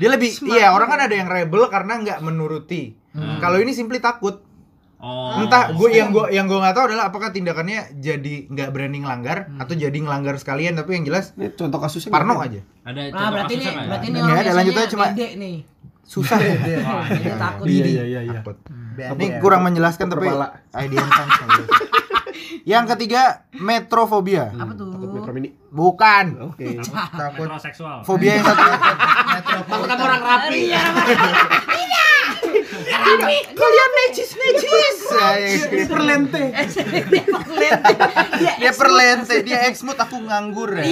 Speaker 4: Dia lebih iya, orang kan ada yang rebel karena nggak menuruti. Kalau ini simply takut.
Speaker 1: Oh.
Speaker 4: Entah gue yang gue yang gue nggak tahu adalah apakah tindakannya jadi nggak berani ngelanggar atau jadi ngelanggar sekalian tapi yang jelas
Speaker 3: Ini contoh kasusnya
Speaker 4: parno
Speaker 3: gitu.
Speaker 4: aja.
Speaker 1: Ada
Speaker 2: Nah, berarti ini
Speaker 1: ya?
Speaker 3: ya.
Speaker 2: berarti ini
Speaker 4: Nggak
Speaker 2: orang
Speaker 4: ada, lanjutnya
Speaker 2: biasanya
Speaker 4: cuma-
Speaker 2: pede nih.
Speaker 4: Susah.
Speaker 1: Wah,
Speaker 2: Dia takut.
Speaker 3: Iya iya iya iya.
Speaker 4: Takut. Hmm.
Speaker 5: ya,
Speaker 4: Ini kurang menjelaskan tapi idea yang sama. Yang ketiga, metrofobia.
Speaker 2: Apa tuh?
Speaker 3: iya.
Speaker 4: Oh.
Speaker 3: Takut metro mini.
Speaker 4: Bukan.
Speaker 3: Oke.
Speaker 4: Takut
Speaker 1: seksual.
Speaker 4: fobia yang satu.
Speaker 2: Takut sama orang rapi. Iya,
Speaker 4: Kalian necis necis.
Speaker 3: Ini perlente.
Speaker 2: Iya,
Speaker 4: Dia perlente, dia eksmut aku nganggur ya.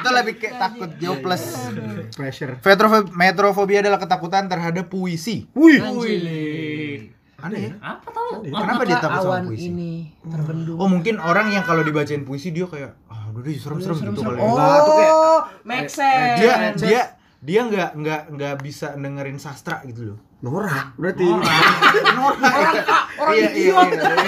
Speaker 4: Itu lebih kayak takut jobless. iya.
Speaker 5: Pressure
Speaker 4: Metrofob- Metrofobia adalah ketakutan terhadap puisi.
Speaker 3: Wih.
Speaker 1: Wih.
Speaker 4: Aneh ya?
Speaker 1: Apa tahu?
Speaker 4: Kenapa dia takut sama
Speaker 2: awan
Speaker 4: puisi?
Speaker 2: ini terbendung.
Speaker 4: Oh mungkin orang yang kalau dibacain puisi dia kayak ah udah deh serem-serem gitu kali. ya.
Speaker 3: Lah, tuh kayak-
Speaker 2: Oh, make sense.
Speaker 4: Eh, Dia dia dia nggak nggak nggak bisa dengerin sastra gitu loh.
Speaker 3: Norak berarti.
Speaker 2: Nah,
Speaker 4: [laughs]
Speaker 2: orang
Speaker 4: Iya, iya,
Speaker 2: idiot.
Speaker 4: iya.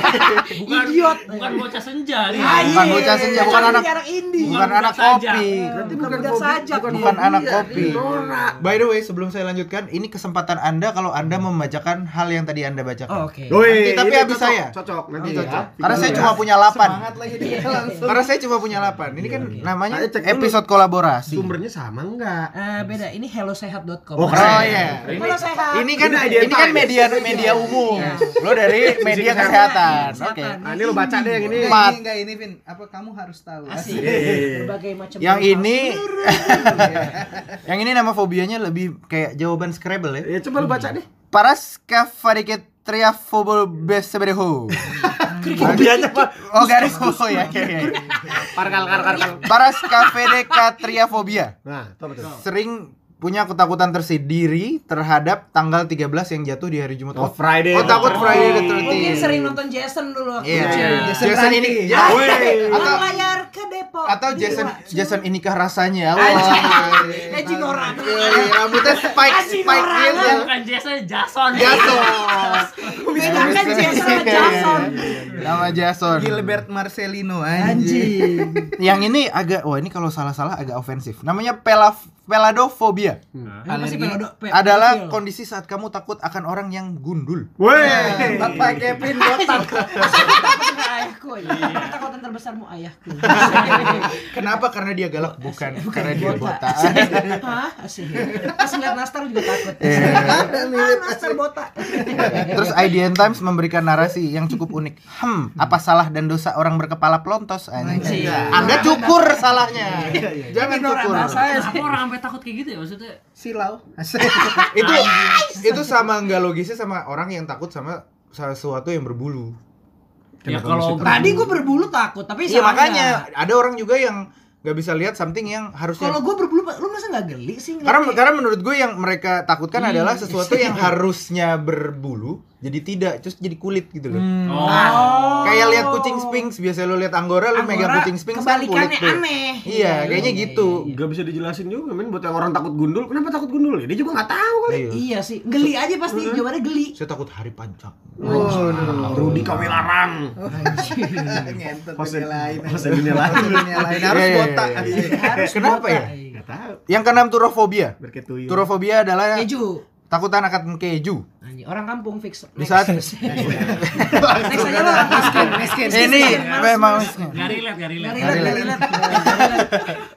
Speaker 1: Bukan
Speaker 2: Idiot.
Speaker 1: bukan bocah senja nih.
Speaker 2: Ah,
Speaker 4: Bukan
Speaker 2: iya,
Speaker 4: bocah
Speaker 2: iya,
Speaker 4: senja,
Speaker 2: iya.
Speaker 4: bukan anak-
Speaker 2: anak indie.
Speaker 4: Bukan
Speaker 1: budak
Speaker 4: anak
Speaker 1: sajak.
Speaker 4: kopi.
Speaker 3: Berarti
Speaker 2: bukan
Speaker 3: bukan
Speaker 2: budak
Speaker 3: hobi,
Speaker 2: sajak
Speaker 3: bukan
Speaker 2: dia.
Speaker 4: Bukan anak
Speaker 3: Iya,
Speaker 4: kopi.
Speaker 3: Norak.
Speaker 4: By the way, sebelum saya lanjutkan, ini kesempatan Anda kalau Anda membacakan hal yang tadi Anda
Speaker 2: Oh,
Speaker 4: bacakan.
Speaker 2: Oke.
Speaker 3: Woi,
Speaker 4: tapi
Speaker 3: ini
Speaker 4: habis
Speaker 3: cocok,
Speaker 4: saya.
Speaker 3: Cocok, nanti ya.
Speaker 4: Ini
Speaker 3: cocok.
Speaker 4: cocok. Karena saya cuma punya 8.
Speaker 5: Semangat lagi dia langsung Iya,
Speaker 4: Karena saya cuma punya 8. Ini kan namanya
Speaker 3: Saya cek dulu.
Speaker 4: episode kolaborasi.
Speaker 3: sumbernya sama enggak?
Speaker 2: Eh, beda ini hellosehat.com.
Speaker 4: Oh, keren. Oh, iya.
Speaker 2: Hello sehat.
Speaker 4: Ini kan
Speaker 3: Ini
Speaker 4: ini,
Speaker 3: idea
Speaker 4: kan
Speaker 3: time.
Speaker 4: media media umum. Lo dari media kesehatan. Oke.
Speaker 3: Nah, ini lo baca deh yang ini.
Speaker 4: Empat.
Speaker 5: Enggak ini Vin, apa kamu harus tahu
Speaker 2: Asik. Berbagai macam.
Speaker 4: Iya, Yang ini [laughs] Yang ini nama fobianya lebih kayak jawaban Scrabble
Speaker 3: Ya
Speaker 4: ya.
Speaker 3: coba lu baca deh.
Speaker 4: Parascapharictria besebereho.
Speaker 3: Fobianya apa?
Speaker 4: Oh, garis oh ya. ya, ya.
Speaker 3: Parkal kar kar kar.
Speaker 4: Parascaphedecatriaphobia.
Speaker 3: Nah, coba tuh.
Speaker 4: Sering punya ketakutan tersendiri terhadap tanggal 13 yang jatuh di hari Jumat.
Speaker 3: Oh, Friday.
Speaker 4: Oh, takut Friday the
Speaker 2: Mungkin
Speaker 4: 13th.
Speaker 2: sering nonton Jason dulu waktu
Speaker 4: Iya.
Speaker 2: kecil.
Speaker 4: Jason, ini. Ya,
Speaker 3: Woi.
Speaker 4: Atau-
Speaker 2: Berlayar ke Depok.
Speaker 4: atau
Speaker 2: Di
Speaker 4: Jason
Speaker 2: Wacu.
Speaker 4: Jason inikah rasanya. Wah.
Speaker 2: Eh, Cinora.
Speaker 4: Yoi, rambutnya spike
Speaker 2: Kasih
Speaker 4: spike
Speaker 2: orang,
Speaker 4: gitu.
Speaker 1: Bukan Jason, Jason.
Speaker 4: Jason.
Speaker 2: Bedakan Jason sama Jason.
Speaker 4: Nama Jason.
Speaker 5: Gilbert Marcelino anjing.
Speaker 2: Anjing.
Speaker 4: Yang ini agak wah ini kalau salah-salah agak ofensif. Namanya pelaf peladofobia.
Speaker 3: Hmm.
Speaker 2: Apa sih
Speaker 4: Ini
Speaker 2: pedodo- pe-
Speaker 4: adalah
Speaker 2: pedofil?
Speaker 4: kondisi saat kamu takut akan orang yang gundul.
Speaker 3: Woi.
Speaker 5: Bapak Kevin botak.
Speaker 4: [laughs]
Speaker 2: Takutnya ayahku ya. Ketakutan terbesarmu ayahku.
Speaker 4: Kenapa? Iya. [laughs] Karena dia galak, bukan, karena dia botak.
Speaker 2: Hah? [laughs] Asik. Pas ngeliat Nastar juga takut. [laughs] Ah, Nastar botak.
Speaker 4: [laughs] Iya.
Speaker 2: Iya.
Speaker 4: Terus IDN Times memberikan narasi yang cukup unik. Hmm, apa salah dan dosa orang berkepala pelontos? Anjing. Iya,
Speaker 2: Anjing.
Speaker 4: Anda cukur salahnya. Jangan cukur.
Speaker 2: ya,
Speaker 1: Kenapa orang sampai takut kayak gitu ya maksudnya?
Speaker 5: Silau.
Speaker 4: Itu itu sama nggak logisnya sama orang yang takut sama sesuatu yang berbulu.
Speaker 1: ya kalau
Speaker 2: Tadi gue berbulu takut, tapi
Speaker 4: Iya
Speaker 2: sama
Speaker 4: makanya ada orang juga yang nggak bisa lihat something yang
Speaker 2: enggak. Kalau
Speaker 4: harusnya
Speaker 2: gue berbulu, lu masa nggak geli sih? ngeliat
Speaker 4: karena
Speaker 2: kayak-
Speaker 4: karena menurut gue yang mereka takutkan adalah sesuatu yang harusnya berbulu jadi tidak terus jadi kulit gitu loh.
Speaker 1: Oh.
Speaker 4: Kayak lihat kucing sphinx, biasanya lo lihat anggora, lo
Speaker 2: Anggora,
Speaker 4: megang kucing sphinx kan
Speaker 2: kebalikannya
Speaker 4: kulit tuh.
Speaker 2: aneh.
Speaker 4: Iya, kayaknya gitu.
Speaker 3: Gak bisa dijelasin juga men buat yang orang takut gundul. Kenapa takut gundul ya? Dia juga nggak tahu kali.
Speaker 4: Iya.
Speaker 2: Iya sih, geli aja pasti
Speaker 4: Mm-hmm.
Speaker 2: jawabannya geli.
Speaker 4: Saya takut hari panjang.
Speaker 3: Rudi Kawilarang.
Speaker 5: Ngentot dunia lain.
Speaker 3: Masa dunia [laughs] lain.
Speaker 5: Dunia lain harus
Speaker 4: Hmm. Iya, iya,
Speaker 5: botak.
Speaker 4: iya,
Speaker 5: anjing.
Speaker 2: Harus
Speaker 4: Kenapa ya?
Speaker 2: Nah,
Speaker 3: Nggak tahu.
Speaker 4: Yang keenam turofobia.
Speaker 3: Berketuyuk.
Speaker 4: Turofobia adalah
Speaker 2: Keju.
Speaker 4: takutan akan keju.
Speaker 2: Anjing, Nah, orang kampung fix.
Speaker 4: Di saat
Speaker 2: next aja lah.
Speaker 4: [laughs]
Speaker 2: Miskin, miskin.
Speaker 4: ini memang Nah,
Speaker 1: Gak relate, gak relate.
Speaker 2: Gari lihat, gari lihat.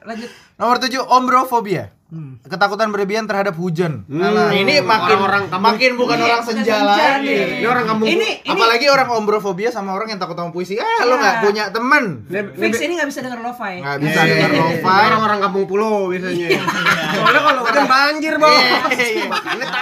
Speaker 2: Lanjut.
Speaker 4: [laughs] nomor tujuh ombrofobia.
Speaker 2: Hmm.
Speaker 4: Ketakutan berlebihan terhadap hujan.
Speaker 3: Alah,
Speaker 4: Hmm, ini makin
Speaker 3: orang-orang kamu-
Speaker 4: makin bukan
Speaker 2: Iya,
Speaker 4: orang
Speaker 2: bukan
Speaker 4: senja
Speaker 2: senja
Speaker 4: lagi.
Speaker 2: nih.
Speaker 3: Ini orang kamu.
Speaker 2: Ini ini
Speaker 4: Apalagi orang ombrofobia sama orang yang takut sama puisi. Ah, lo
Speaker 2: Iya.
Speaker 4: nggak punya temen.
Speaker 2: fix ini nggak bisa denger lo-fi.
Speaker 4: Nggak bisa
Speaker 5: Eh.
Speaker 4: denger
Speaker 3: Ini
Speaker 4: lo-fi.
Speaker 3: Orang-orang kampung Iya. pulau biasanya. Soalnya kalau kan banjir, Bang.
Speaker 2: [laughs]
Speaker 4: Iya, iya, iya.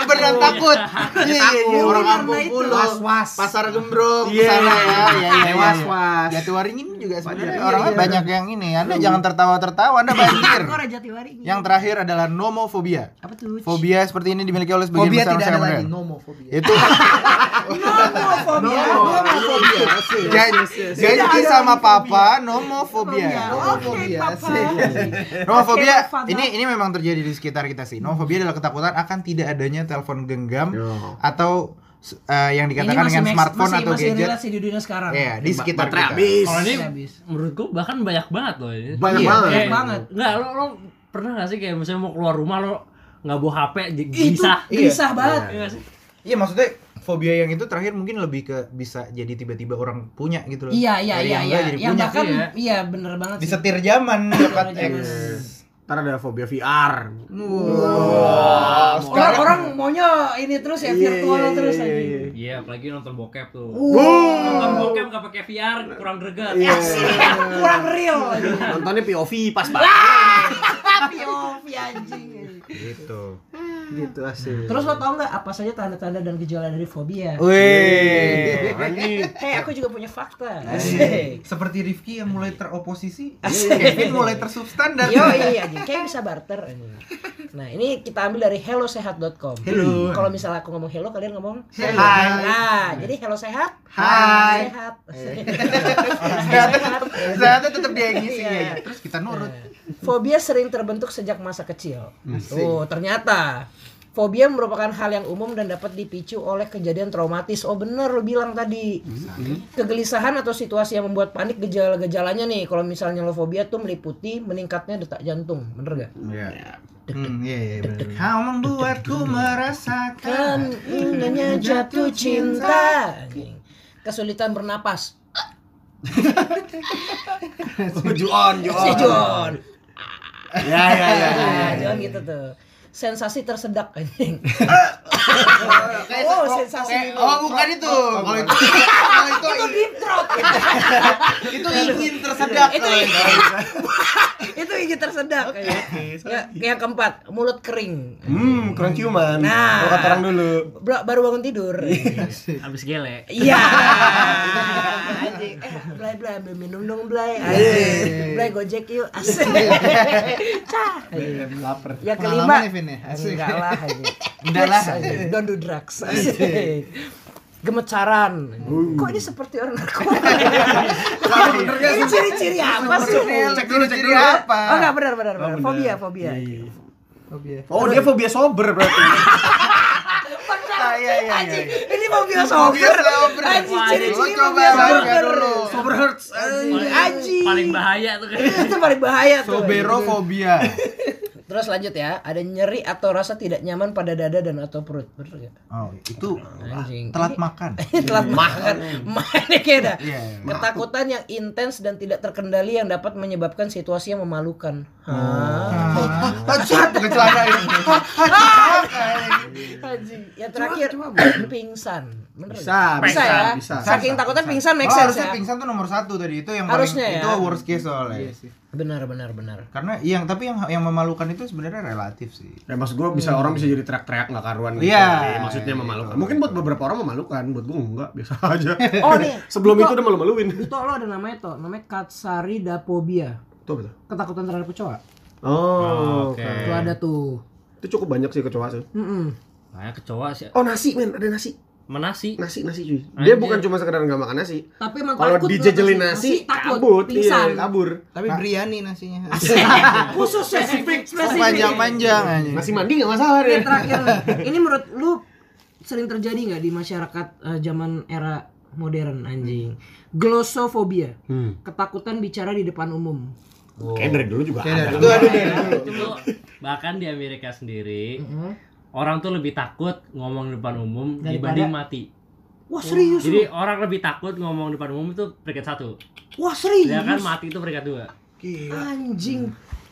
Speaker 4: Beneran takut.
Speaker 5: Makanya
Speaker 4: Makanya takut.
Speaker 5: iya, iya.
Speaker 4: Orang
Speaker 2: Karena
Speaker 5: kampung
Speaker 2: itu.
Speaker 5: pulau.
Speaker 2: Was-was.
Speaker 5: Pasar gembrok
Speaker 3: Iya, iya,
Speaker 5: sana ya. Iya, iya.
Speaker 4: Was-was.
Speaker 5: Jatiwaringin juga
Speaker 4: Padahal
Speaker 5: sebenarnya
Speaker 4: orangnya banyak yang ini. Anda jangan tertawa-tertawa, Anda banjir.
Speaker 2: Kok Raja Tiwari?
Speaker 4: Yang terakhir adalah nomofobia.
Speaker 2: apa tuh?
Speaker 4: Fobia seperti ini dimiliki oleh sebagian
Speaker 5: Fobia
Speaker 4: besar
Speaker 5: tidak ada
Speaker 4: masyarakat
Speaker 5: lagi,
Speaker 4: modern.
Speaker 5: nomofobia.
Speaker 4: Itu
Speaker 3: Iya. Oh,
Speaker 2: Nomofobia.
Speaker 5: Nomofobia.
Speaker 4: janji, janji sama papa nomofobia.
Speaker 2: Oke,
Speaker 5: Nomofobia,
Speaker 2: papa.
Speaker 5: sih.
Speaker 4: Nomofobia
Speaker 2: Oke, Pak Fadlan.
Speaker 4: ini ini memang terjadi di sekitar kita sih. Nomofobia adalah ketakutan akan tidak adanya telepon genggam atau eh, yang
Speaker 2: Ini
Speaker 4: dikatakan
Speaker 2: masih
Speaker 4: dengan
Speaker 2: make-
Speaker 4: smartphone
Speaker 2: masih-
Speaker 4: atau
Speaker 2: masih
Speaker 4: gadget.
Speaker 2: relate sih di dunia sekarang.
Speaker 4: Ya, di sekitar
Speaker 3: Baterai
Speaker 4: kita.
Speaker 3: habis.
Speaker 1: Kalau ini
Speaker 2: Habis.
Speaker 1: menurut gua bahkan banyak banget loh ini.
Speaker 3: Banyak
Speaker 4: Iya,
Speaker 3: banget.
Speaker 2: Banyak banget.
Speaker 1: Enggak, lo, lo pernah gak sih kayak misalnya mau keluar rumah lo nggak bawa HP j-
Speaker 2: Itu
Speaker 1: bisa?
Speaker 2: gelisah banget.
Speaker 1: Iya nggak sih?
Speaker 4: Iya, maksudnya fobia yang itu terakhir mungkin lebih ke bisa jadi tiba-tiba orang punya gitu loh.
Speaker 2: Iya, iya, iya,
Speaker 4: Dari yang
Speaker 2: iya.
Speaker 4: enggak jadi
Speaker 2: Yang Iya,
Speaker 4: punya.
Speaker 2: bahkan
Speaker 1: iya.
Speaker 2: iya bener banget sih.
Speaker 4: Disetir zaman dapat X.
Speaker 3: Ntar ada fobia VR.
Speaker 4: Wah, sekarang-
Speaker 2: Orang-orang maunya ini terus
Speaker 3: Iya,
Speaker 2: ya virtual terus lagi. [laughs]
Speaker 1: Iya, apalagi nonton bokep tuh.
Speaker 3: Wuh.
Speaker 1: Nonton bokep nggak pakai VR kurang greget.
Speaker 3: Iya.
Speaker 2: Asli, kurang real.
Speaker 3: [laughs] Nontonnya POV pas banget.
Speaker 2: POV anjing.
Speaker 4: gitu.
Speaker 3: Gitu asik.
Speaker 2: Terus lo tau nggak apa saja tanda-tanda dan gejala dari fobia?
Speaker 4: Wih.
Speaker 2: Hei, aku juga punya fakta. Asik.
Speaker 4: Seperti Rifki yang mulai teroposisi,
Speaker 2: Asik.
Speaker 4: Kevin mulai tersubstandar.
Speaker 2: [laughs] Yo iya anjing, kayak bisa barter anjing. Nah, ini kita ambil dari hellosehat.com.
Speaker 4: Hello.
Speaker 2: Kalau misalnya aku ngomong hello, kalian ngomong
Speaker 4: Hello.
Speaker 2: Nah, jadi hello sehat.
Speaker 4: Hai.
Speaker 2: Sehat. [laughs]
Speaker 4: Sehatnya- Sehatnya tetap dia yang ngisi
Speaker 2: Iya.
Speaker 4: ya. Terus kita nurut.
Speaker 2: Fobia sering terbentuk sejak masa kecil. Oh, ternyata fobia merupakan hal yang umum dan dapat dipicu oleh kejadian traumatis. Oh, bener lo bilang tadi. Mm-hmm. Kegelisahan atau situasi yang membuat panik gejala-gejalanya nih. Kalau misalnya lo fobia tuh meliputi meningkatnya detak jantung, bener gak?
Speaker 4: Iya. Hmm, iya iya benar. Kau membuatku
Speaker 2: Kan
Speaker 4: merasakan
Speaker 2: indahnya jatuh cinta. Kesulitan bernapas.
Speaker 3: Juon, Juon.
Speaker 2: Si John.
Speaker 3: Oh, Ya ya ya.
Speaker 2: Ah, John gitu tuh. Sensasi tersedak anjing. oh, sensasi.
Speaker 4: Oh, bukan itu. Kalau itu kalau itu
Speaker 2: Itu deep throat.
Speaker 4: itu ingin tersedak.
Speaker 2: Itu
Speaker 4: kalau
Speaker 2: ingin- [laughs] Itu ingin tersedak. Ya, yang keempat, mulut kering.
Speaker 3: Hmm, kurang ciuman.
Speaker 2: Nah.
Speaker 3: Kalau kata orang dulu.
Speaker 2: Bro, baru bangun tidur.
Speaker 1: Habis gele.
Speaker 2: Iya. Anjing. Eh, Blay, blay, ambil minum dong, Blay. Anjing. Blay, gojek yuk. Asik. Cah.
Speaker 3: Iya,
Speaker 4: Lapar.
Speaker 2: Yang kelima.
Speaker 4: Pengalaman ya, Vin, ya? Asik.
Speaker 2: Enggak
Speaker 4: [laughs]
Speaker 2: lah, anjing.
Speaker 4: Enggak lah.
Speaker 2: Drugs, anjing. Don't do drugs. Asik. Gemetaran.
Speaker 4: Uh.
Speaker 2: Kok ini seperti orang
Speaker 4: [laughs]
Speaker 2: narkoba? ini ciri-ciri apa sih?
Speaker 4: Cek dulu, cek dulu apa?
Speaker 2: Oh enggak benar benar benar. Fobia,
Speaker 4: Iya,
Speaker 2: fobia.
Speaker 3: Oh, dia fobia sober berarti.
Speaker 4: Ah, iya, iya, iya,
Speaker 2: Anjing,
Speaker 4: iya.
Speaker 2: ini fobia sober.
Speaker 4: sober.
Speaker 2: Anjing, ciri-ciri
Speaker 4: Lu
Speaker 2: fobia
Speaker 4: coba baca
Speaker 2: sober.
Speaker 4: dulu.
Speaker 3: [laughs] Sober hurts.
Speaker 1: Paling-
Speaker 2: Anjing.
Speaker 1: Paling bahaya tuh kan.
Speaker 2: Itu paling bahaya tuh.
Speaker 4: Soberofobia.
Speaker 2: Terus lanjut ya, ada nyeri atau rasa tidak nyaman pada dada dan atau perut. Bener nggak?
Speaker 4: Oh, itu
Speaker 2: Anjing.
Speaker 4: telat makan.
Speaker 2: [laughs] telat
Speaker 3: Iya.
Speaker 2: makan. Makan kayak dah.
Speaker 4: Iya.
Speaker 2: Ketakutan yang intens dan tidak terkendali yang dapat menyebabkan situasi yang memalukan.
Speaker 3: Oh.
Speaker 2: Hah.
Speaker 4: Pacat pakai Ah. celana ya. ini.
Speaker 2: Ah. Anjing. Yang terakhir [clears throat] pingsan. Bener nggak?
Speaker 3: Bisa,
Speaker 2: Bisa,
Speaker 3: bisa,
Speaker 2: ya.
Speaker 3: bisa.
Speaker 2: Saking takutan pingsan make
Speaker 4: Oh,
Speaker 2: sense
Speaker 4: harusnya
Speaker 2: ya.
Speaker 4: pingsan tuh nomor satu tadi itu yang
Speaker 2: Harusnya ya.
Speaker 4: paling
Speaker 2: Iya
Speaker 4: itu worst case soalnya.
Speaker 2: Benar benar benar.
Speaker 4: Karena yang tapi yang yang memalukan itu sebenarnya relatif sih.
Speaker 3: Ya maksud gua bisa orang bisa jadi teriak-teriak nggak karuan gitu.
Speaker 4: Iya.
Speaker 3: Ya, maksudnya memalukan. Mungkin buat beberapa orang memalukan, buat gua enggak, biasa [laughs] aja.
Speaker 2: Oh, nih.
Speaker 3: [laughs] Sebelum
Speaker 2: Itu-
Speaker 3: itu udah malu-maluin.
Speaker 2: Itu lo ada namanya toh, namanya katsari dapobia.
Speaker 3: Tuh betul.
Speaker 2: Ketakutan terhadap kecoa.
Speaker 3: Oh,
Speaker 1: Oke.
Speaker 3: oke.
Speaker 2: Itu ada tuh.
Speaker 3: Itu cukup banyak sih kecoa sih.
Speaker 2: Mm-mm.
Speaker 1: Kayak kecoa sih.
Speaker 3: Oh, nasi, men, ada nasi.
Speaker 1: Menasi.
Speaker 3: Nasi, nasi cuy. Dia
Speaker 1: Anjir.
Speaker 3: bukan cuma sekedar nggak makan nasi.
Speaker 2: Tapi emang
Speaker 3: Kalau
Speaker 2: takut
Speaker 3: dijejelin
Speaker 2: tuh,
Speaker 3: nasi,
Speaker 2: takut,
Speaker 3: kabur,
Speaker 2: pingsan. Ah,
Speaker 3: iya, kabur.
Speaker 5: Tapi
Speaker 4: Nah,
Speaker 5: biryani nasinya.
Speaker 4: [laughs]
Speaker 2: Khusus spesifik, spesifik.
Speaker 4: Panjang-panjang aja.
Speaker 3: Nasi mandi nggak masalah
Speaker 2: Ini
Speaker 3: deh.
Speaker 2: yang terakhir nih. Ini menurut lu sering terjadi nggak di masyarakat eh, zaman era modern anjing? Glossophobia.
Speaker 3: Hmm.
Speaker 2: Ketakutan bicara di depan umum.
Speaker 3: Kayak dari dulu juga ada.
Speaker 4: Itu ada
Speaker 5: Iya,
Speaker 4: deh.
Speaker 1: Iya, Itu bahkan di Amerika sendiri orang tuh lebih takut ngomong di depan umum
Speaker 2: Daripada-
Speaker 1: dibanding mati.
Speaker 2: Wah serius lu?
Speaker 1: Jadi orang lebih takut ngomong di depan umum itu peringkat satu.
Speaker 2: Wah serius?
Speaker 1: Ya kan mati itu peringkat dua.
Speaker 2: Anjing.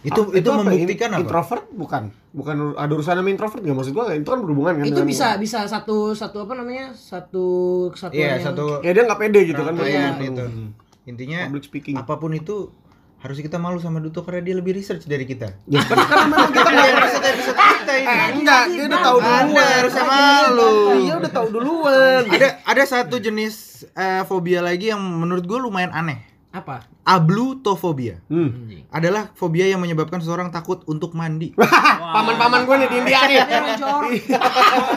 Speaker 4: Itu itu membuktikan
Speaker 3: ini
Speaker 4: apa?
Speaker 3: Introvert bukan. Bukan ada urusan sama introvert nggak maksud gua. Itu kan berhubungan kan.
Speaker 2: Itu
Speaker 3: dengan-
Speaker 2: bisa bisa satu satu apa namanya? Satu kesatuan
Speaker 4: Iya,
Speaker 2: yang-
Speaker 4: satu
Speaker 3: Ya dia nggak pede gitu kan.
Speaker 4: rangkaian
Speaker 3: ngomong.
Speaker 4: itu.
Speaker 3: Hmm.
Speaker 4: Intinya
Speaker 3: Public
Speaker 4: [laughs]
Speaker 3: speaking.
Speaker 4: apapun itu harus kita malu sama Duto karena dia lebih research dari kita.
Speaker 3: Ya, kan karena memang kita
Speaker 2: Eh,
Speaker 4: Kita yang riset episode kita ini. enggak, dia udah tahu
Speaker 5: Anda
Speaker 4: duluan.
Speaker 5: harusnya malu.
Speaker 3: Dia udah tahu duluan.
Speaker 4: Ada ada satu jenis eh, fobia lagi yang menurut gue lumayan aneh.
Speaker 2: Apa?
Speaker 4: Ablutofobia
Speaker 3: Hmm.
Speaker 4: adalah fobia yang menyebabkan seseorang takut untuk mandi.
Speaker 3: Paman-paman gue nih di India nih.
Speaker 2: Ya, Jor.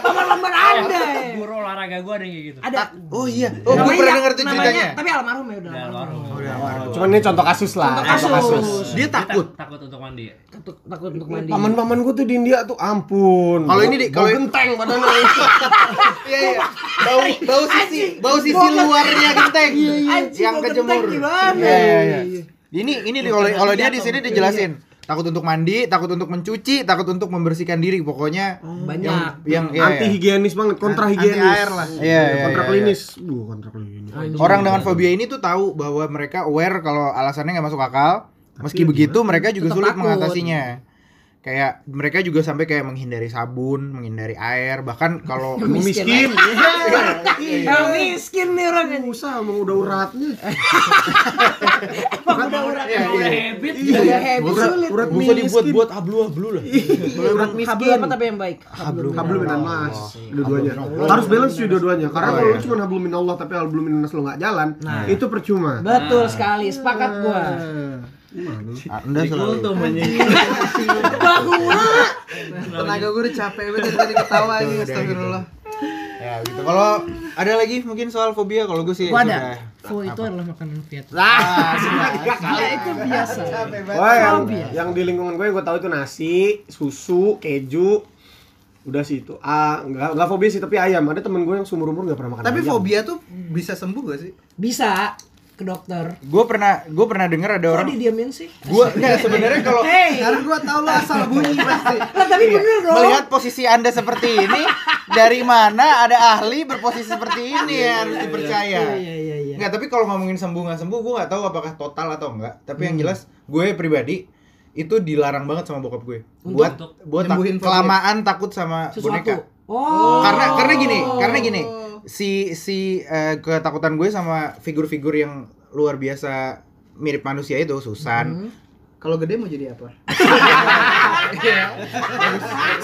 Speaker 2: Paman lembar Anda.
Speaker 1: Guru olahraga gue ada yang kayak gitu.
Speaker 2: Ada.
Speaker 4: Oh iya, oh gue
Speaker 2: Namanya-
Speaker 4: pernah denger tuh
Speaker 2: namanya-
Speaker 4: ceritanya.
Speaker 2: Tapi almarhum ya udah
Speaker 1: Udah
Speaker 2: almarhum.
Speaker 1: almarhum.
Speaker 3: Cuman ini contoh kasus lah.
Speaker 2: Contoh kasus.
Speaker 4: Dia
Speaker 1: tak-
Speaker 4: takut.
Speaker 1: takut untuk mandi. ya?
Speaker 2: Takut takut untuk mandi.
Speaker 3: Paman-paman gue tuh di India tuh ampun.
Speaker 4: Kalau ini, Di,
Speaker 3: Bau
Speaker 4: kalau ini-
Speaker 3: genteng badannya.
Speaker 4: [laughs] Iya iya. Bau bau sisi bau sisi luarnya genteng. Iya,
Speaker 2: Anjing,
Speaker 4: yang
Speaker 2: bau genteng
Speaker 4: kejemur.
Speaker 2: gimana?
Speaker 4: Iya iya iya. Ini ini di- oleh oleh dia di sini dijelasin. Takut untuk mandi, takut untuk mencuci, takut untuk membersihkan diri pokoknya.
Speaker 2: Banyak.
Speaker 4: Yang Oh, iya,
Speaker 3: Anti
Speaker 4: iya.
Speaker 3: higienis banget, kontra
Speaker 4: Anti
Speaker 3: higienis.
Speaker 4: air lah. Iya, iya,
Speaker 3: Kontra
Speaker 4: iya,
Speaker 3: klinis. Buh, kontra klinis.
Speaker 4: Orang dengan fobia ini tuh tahu bahwa mereka aware kalau alasannya nggak masuk akal. Meski begitu mereka juga
Speaker 2: Tetap
Speaker 4: sulit
Speaker 2: takut.
Speaker 4: mengatasinya. Kayak mereka juga sampai kayak menghindari sabun, menghindari air, bahkan [laughs] kalau
Speaker 3: Miskin.
Speaker 4: Iya,
Speaker 2: Yang miskin nih orang ini.
Speaker 3: Usah emang udah uratnya.
Speaker 4: Eh,
Speaker 2: Emang udah urat.
Speaker 4: Iya,
Speaker 1: Udah
Speaker 4: iya.
Speaker 1: habit.
Speaker 2: Udah habis sulit.
Speaker 3: Urat
Speaker 4: Bisa
Speaker 3: miskin.
Speaker 4: dibuat-buat hablu-hablu lah. Oh,
Speaker 3: Urat
Speaker 2: Kabel
Speaker 3: miskin.
Speaker 2: gitu. apa tapi yang baik?
Speaker 4: Hablum.
Speaker 3: Hablum minallah dua-duanya. Harus balance cuy dua-duanya. Karena
Speaker 4: Oh,
Speaker 3: kalau
Speaker 4: iya. Nah.
Speaker 3: lu cuma hablum minallah tapi hablum minannas lu nggak jalan, itu percuma.
Speaker 2: Betul sekali, sepakat gua.
Speaker 1: Iya,
Speaker 4: Anda Ah, selalu.
Speaker 1: Kultum anjing.
Speaker 5: Tenaga gue udah capek banget tadi ketawa aja astagfirullah.
Speaker 4: gitu. Ya gitu. Kalau ada lagi mungkin soal fobia kalau
Speaker 5: gitu.
Speaker 4: gue sih
Speaker 2: Gua
Speaker 4: sudah.
Speaker 2: ada. Fo itu adalah makanan Vietnam.
Speaker 4: Ah, sudah.
Speaker 2: Ya itu biasa.
Speaker 3: Wah, yang, ya? yang di lingkungan gue yang gue tahu itu nasi, susu, keju. Udah sih itu. Ah, enggak enggak fobia sih tapi ayam. Ada temen gue yang seumur umur enggak pernah makan
Speaker 5: Tapi
Speaker 3: ayam.
Speaker 5: fobia tuh bisa sembuh gak sih?
Speaker 2: Bisa ke dokter.
Speaker 4: Gue pernah gue pernah dengar ada
Speaker 2: Kok
Speaker 4: Iya, orang
Speaker 2: didiamin sih?
Speaker 4: gue enggak sebenarnya kalau
Speaker 2: Hei,
Speaker 5: Karena gue tau lo asal bunyi pasti.
Speaker 2: lah Iya, tapi bener dong.
Speaker 4: Iya. melihat posisi Anda seperti ini dari mana ada ahli berposisi seperti ini ya harus
Speaker 2: Iya
Speaker 4: dipercaya.
Speaker 2: iya iya.
Speaker 4: Enggak, tapi kalau ngomongin sembuh nggak sembuh gue nggak tahu apakah total atau enggak. Tapi
Speaker 2: Hmm.
Speaker 4: yang jelas gue pribadi itu dilarang banget sama bokap gue buat
Speaker 1: Untuk-
Speaker 4: buat tak-
Speaker 5: Nyembuhin fobia.
Speaker 4: kelamaan takut sama boneka.
Speaker 2: Sesuatu. Oh.
Speaker 4: karena karena gini karena gini si si eh, ketakutan gue sama figur-figur yang luar biasa mirip manusia itu Susan
Speaker 2: Hmm.
Speaker 5: Kalau gede mau jadi apa?
Speaker 3: Ah,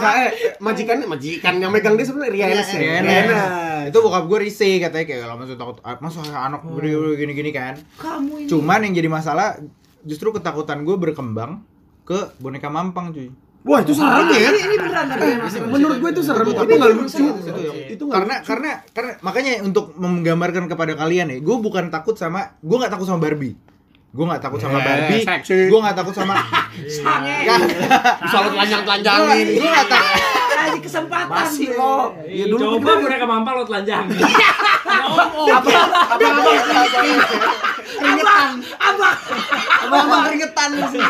Speaker 3: saya majikannya majikan yang megang dia sebenarnya Ria Enes ya.
Speaker 4: Ria
Speaker 3: Ria
Speaker 4: Enes.
Speaker 3: Enes.
Speaker 4: Nah, itu bokap gue risih katanya kayak kalau masuk takut ah, masuk anak gede-gede gini-gini kan
Speaker 2: Hmm. Kamu ini.
Speaker 4: cuman yang jadi masalah justru ketakutan gue berkembang ke boneka mampang cuy
Speaker 3: Wah, itu serem ya.
Speaker 2: Ini, ini beneran tapi ya, Mas.
Speaker 3: Menurut gue itu serem,
Speaker 4: Itu
Speaker 3: tapi enggak lucu.
Speaker 4: Itu,
Speaker 3: Itu nggak
Speaker 4: karena karena karena makanya untuk menggambarkan kepada kalian ya, gue bukan takut sama gue nggak takut sama Barbie. Gue nggak takut sama Barbie.
Speaker 3: seksi.
Speaker 4: Gue nggak takut sama.
Speaker 3: Bisa lu telanjang-telanjangin.
Speaker 4: Gue nggak takut.
Speaker 2: Kasih kesempatan. Iya, Masih lo.
Speaker 1: Ya dulu coba mereka mampang lo telanjang. Ya om, om.
Speaker 5: Abang keringetan lu sih.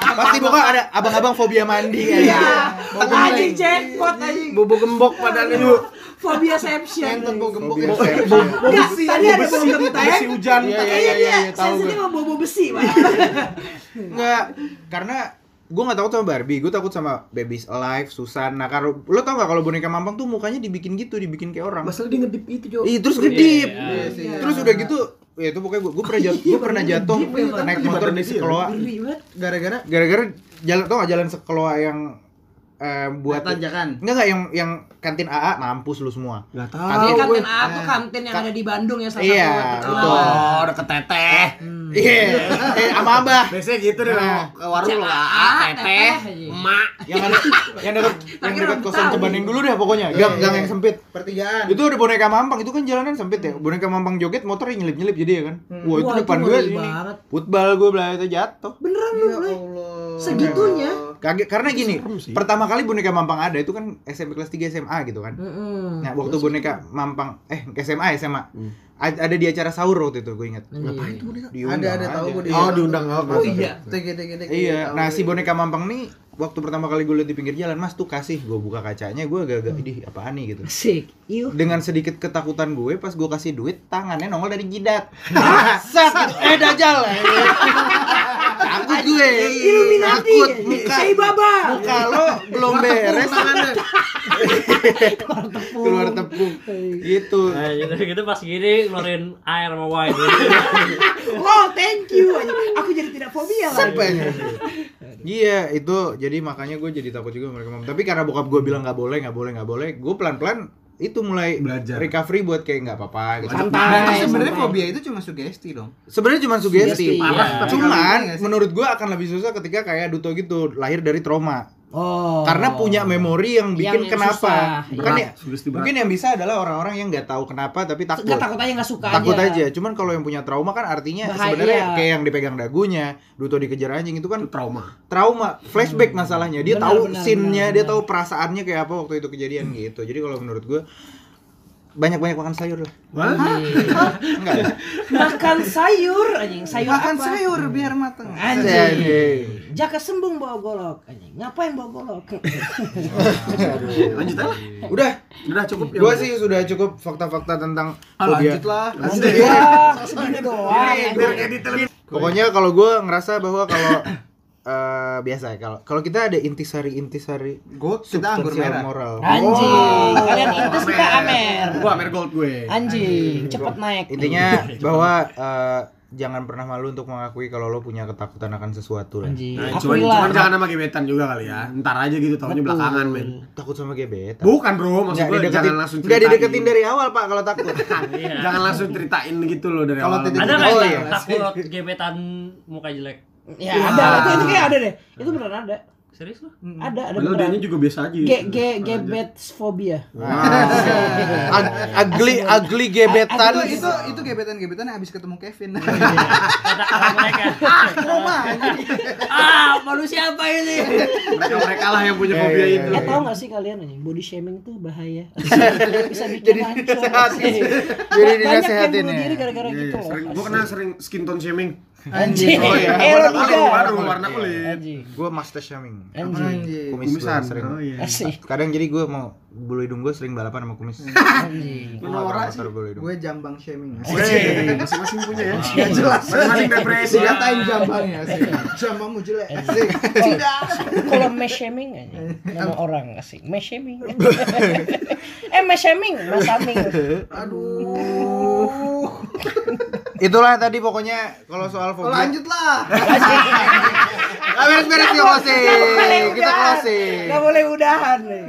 Speaker 4: Pasti pokoknya ada abang-abang fobia mandi. ya.
Speaker 2: Iya. Anjing jackpot anjing.
Speaker 3: bobo gembok padannya lu.
Speaker 2: Fobia
Speaker 5: Ngentot
Speaker 2: sepsion.
Speaker 5: bau gembok
Speaker 4: Fobia
Speaker 5: ya.
Speaker 4: seksi.
Speaker 2: Enggak,
Speaker 3: besi,
Speaker 2: tadi
Speaker 3: bau
Speaker 2: ada
Speaker 3: besi,
Speaker 2: bau genteng.
Speaker 3: besi hujan.
Speaker 4: Iya, iya,
Speaker 2: Kayaknya dia
Speaker 4: iya, tahu
Speaker 2: sensitif
Speaker 4: gua. Iya.
Speaker 2: sama bobo besi, Pak.
Speaker 4: Nggak, karena gue nggak takut sama Barbie, gue takut sama Babies Alive, Susan. Nah, kalau lo tau nggak kalau boneka mampang tuh mukanya dibikin gitu, dibikin kayak orang.
Speaker 3: Masalah dia ngedip itu, Jo.
Speaker 4: Ih, terus gedip.
Speaker 1: Iya,
Speaker 5: iya.
Speaker 4: Terus udah gitu, ya itu pokoknya gue pernah jatuh, gue pernah jatuh naik
Speaker 2: Iya,
Speaker 4: motor di sekolah.
Speaker 2: Ngeri banget.
Speaker 5: Gara-gara
Speaker 4: Gara-gara jalan tau gak jalan sekolah yang eh, buat
Speaker 5: tanjakan.
Speaker 4: Enggak enggak yang yang kantin AA mampus lu semua.
Speaker 3: Enggak
Speaker 2: Jadi
Speaker 3: tahu.
Speaker 2: kantin A tuh kantin yang ada di Bandung ya salah
Speaker 4: Iya,
Speaker 2: satu. Ah.
Speaker 4: betul.
Speaker 3: Oh, udah keteteh.
Speaker 4: Iya. Eh sama Abah.
Speaker 3: Biasanya gitu deh,
Speaker 4: Nah.
Speaker 3: ke warung lu nggak,
Speaker 2: Ah,
Speaker 3: ah, teteh,
Speaker 2: teteh.
Speaker 4: Hmm,
Speaker 3: emak.
Speaker 4: Yang ada yang dekat yang dekat kosan cebanin dulu deh pokoknya.
Speaker 2: Iya,
Speaker 4: Gang gang yang sempit.
Speaker 5: Pertigaan.
Speaker 4: Itu ada boneka mampang, itu kan jalanan sempit ya. Boneka mampang joget motor nyelip-nyelip jadi ya kan. Wah, itu
Speaker 2: Wah, itu
Speaker 4: depan gue
Speaker 2: ngeri
Speaker 4: ini. Iya, oh.
Speaker 2: banget.
Speaker 4: Football gue belah itu jatuh.
Speaker 2: Beneran lu,
Speaker 5: Ya
Speaker 2: Bray.
Speaker 5: Allah.
Speaker 2: Segitunya.
Speaker 4: Kaget karena gini,
Speaker 3: Serem sih.
Speaker 4: pertama kali boneka mampang ada itu kan SMP kelas 3 SMA gitu kan.
Speaker 2: Heeh.
Speaker 4: Nah, waktu boneka mampang eh SMA SMA. A- Ada di acara sahur waktu itu gue ingat. Iya,
Speaker 2: Ngapain tuh?
Speaker 5: Ada ada tahu gue di.
Speaker 3: Oh, diundang apa?
Speaker 5: Oh iya. Tege tege tege.
Speaker 4: Iya, nah si boneka mampang nih waktu pertama kali gue liat di pinggir jalan, Mas tuh kasih, gue buka kacanya, gue agak-agak, idih apaan nih gitu.
Speaker 2: Asik. Iuh.
Speaker 4: Dengan sedikit ketakutan gue, pas gue kasih duit, tangannya nongol dari jidat. Sak, gitu. eh dajal. [laughs] Takut gue.
Speaker 2: Illuminati.
Speaker 4: Iya. Takut
Speaker 2: [laughs]
Speaker 4: muka.
Speaker 2: Sei baba.
Speaker 4: Muka lo belum beres. [laughs] Keluar tepung. Gitu.
Speaker 1: Nah, gitu, gitu pas gini ngeluarin air sama wine.
Speaker 2: Oh, thank you. Aku jadi tidak fobia lagi.
Speaker 4: Sampai. ya? Iya itu jadi makanya gue jadi takut juga mereka ngomong. Tapi karena bokap gue bilang nggak boleh nggak boleh nggak boleh, gue pelan-pelan itu mulai
Speaker 6: Belajar.
Speaker 4: recovery buat kayak nggak apa-apa. Gitu.
Speaker 5: Berarti
Speaker 2: santai.
Speaker 5: sebenarnya fobia itu cuma sugesti dong.
Speaker 4: Sebenarnya cuma sugesti.
Speaker 2: Sugesti, Parah,
Speaker 5: iya. tapi
Speaker 4: Cuman
Speaker 5: kali ini nggak sih?
Speaker 4: menurut gue akan lebih susah ketika kayak Duto gitu lahir dari trauma.
Speaker 2: Oh.
Speaker 4: Karena punya memori yang bikin
Speaker 2: Yang
Speaker 4: kenapa.
Speaker 2: susah.
Speaker 4: Bukan
Speaker 6: Berat,
Speaker 4: ya-
Speaker 6: sugesti berat.
Speaker 4: mungkin yang bisa adalah orang-orang yang nggak tahu kenapa tapi takut.
Speaker 2: Nggak takut aja nggak suka
Speaker 4: takut
Speaker 2: aja.
Speaker 4: aja. Cuman kalau yang punya trauma kan artinya
Speaker 2: Bahaya.
Speaker 4: sebenarnya kayak yang dipegang dagunya, Duto dikejar anjing itu kan
Speaker 6: Itu trauma.
Speaker 4: trauma, flashback masalahnya.
Speaker 2: Hmm.
Speaker 4: Dia
Speaker 2: Benar,
Speaker 4: tahu
Speaker 2: benar,
Speaker 4: scene-nya,
Speaker 2: benar,
Speaker 4: dia
Speaker 2: benar.
Speaker 4: tahu perasaannya kayak apa waktu itu kejadian gitu. Jadi kalau menurut gue banyak-banyak makan sayur lah.
Speaker 6: Wah,
Speaker 4: Enggak. ya?
Speaker 2: Makan sayur anjing, sayur
Speaker 5: Makan
Speaker 2: apa?
Speaker 5: sayur biar mateng.
Speaker 4: Eh,
Speaker 2: Anjing. Jaka sembung bawa golok anjing. Ngapain bawa golok?
Speaker 6: lanjut aja. lah.
Speaker 4: Udah,
Speaker 6: Udah cukup ya.
Speaker 4: gue sih sudah cukup fakta-fakta tentang
Speaker 5: Ah,
Speaker 4: fobia.
Speaker 5: lanjut lah.
Speaker 6: Lanjut ya.
Speaker 2: Wah, segini
Speaker 5: Iya,
Speaker 2: doang.
Speaker 6: Biar kayak di televisi.
Speaker 4: Pokoknya kalau gue ngerasa bahwa kalau eh, biasa ya, kalau kalau kita ada intisari intisari
Speaker 5: Gue kita anggur
Speaker 4: substansial
Speaker 5: merah.
Speaker 4: moral.
Speaker 2: Anjing, kalian intis kita amer.
Speaker 6: Gua Amer Gold gue.
Speaker 2: Anjing, cepet naik.
Speaker 6: Iya,
Speaker 4: Intinya bahwa eh, jangan pernah malu untuk mengakui kalau lo punya ketakutan akan sesuatu ya. lah.
Speaker 2: Anjing,
Speaker 6: Nah, cuman,
Speaker 2: akuilah.
Speaker 6: cuman jangan sama gebetan juga kali ya. Ntar aja gitu tahunnya belakangan, men.
Speaker 4: Takut sama gebetan.
Speaker 6: Bukan, Bro. Maksud
Speaker 4: Nggak
Speaker 6: gue
Speaker 4: dideketin,
Speaker 6: jangan langsung
Speaker 4: nggak
Speaker 6: ceritain.
Speaker 4: dideketin dari awal pak kalau
Speaker 6: [laughs]
Speaker 4: takut.
Speaker 1: Iya.
Speaker 6: Jangan langsung ceritain gitu loh dari
Speaker 5: Kalau
Speaker 6: awal.
Speaker 5: titik-
Speaker 1: Ada
Speaker 4: Oh,
Speaker 1: nggak
Speaker 4: iya.
Speaker 1: yang takut gebetan muka jelek?
Speaker 2: Ya ada, itu, itu kayak ada deh. Itu beneran ada.
Speaker 1: Serius [laughs] lu?
Speaker 5: Hmm.
Speaker 2: Ada, ada
Speaker 6: Padahal
Speaker 2: beneran.
Speaker 6: dianya juga biasa aja.
Speaker 2: Ge gitu. ge gebetsphobia.
Speaker 4: Ag- ugly ugly gebetan.
Speaker 5: Itu itu itu gebetan-gebetan yang habis ketemu Kevin.
Speaker 1: Kata orang mereka.
Speaker 5: Trauma anjing.
Speaker 1: Ah, manusia apa ini?
Speaker 5: [laughs]
Speaker 6: Mereka-mereka lah yang punya
Speaker 4: Iya,
Speaker 6: fobia
Speaker 4: iya,
Speaker 6: itu.
Speaker 4: iya.
Speaker 2: Eh tau gak sih kalian anjing body shaming tuh bahaya. Bisa bikin
Speaker 4: Jadi
Speaker 2: hancur.
Speaker 4: dinasehatin.
Speaker 2: Banyak
Speaker 4: Jadi
Speaker 2: yang
Speaker 4: dinasehatin
Speaker 2: bunuh
Speaker 4: ya.
Speaker 2: diri gara-gara
Speaker 6: Iya,
Speaker 2: gitu
Speaker 6: iya,
Speaker 2: loh.
Speaker 6: sering
Speaker 3: kan
Speaker 6: gue kena sering skin tone shaming.
Speaker 2: Anjing.
Speaker 4: Oh, iya.
Speaker 2: Eh Iya, lo
Speaker 6: warna kulit,
Speaker 2: tidak.
Speaker 6: baru warna kulit.
Speaker 2: Anjing.
Speaker 4: Gue master shaming.
Speaker 2: Anjing.
Speaker 4: Kumis gue
Speaker 6: Eh, Kumisan.
Speaker 4: sering.
Speaker 6: Oh iya. Hmm.
Speaker 2: Asik.
Speaker 4: Kadang jadi gue mau bulu hidung gue sering balapan sama kumis.
Speaker 2: Anjing.
Speaker 4: Gua nggak
Speaker 5: Norak
Speaker 4: pernah
Speaker 5: sih.
Speaker 4: taruh bulu hidung.
Speaker 5: Gue jambang shaming.
Speaker 6: Wey, iya, masing-masing punya ya.
Speaker 5: Gak jelas.
Speaker 6: Masing-masing depresi ya.
Speaker 5: Dikatain jambangnya sih. [laughs] Eh. Oh. Jambangmu jelek. Asik.
Speaker 2: Tidak. Kalau mass shaming aja nama orang asik. Mass shaming. eh mass shaming, mass shaming.
Speaker 6: [laughs]
Speaker 5: Aduh.
Speaker 4: Itulah tadi pokoknya kalau soal
Speaker 5: Oh,
Speaker 4: fobia.
Speaker 5: Lanjutlah.
Speaker 4: Nggak beres-beres nih closing. Iya, Kita closing.
Speaker 2: Gak boleh udahan nih.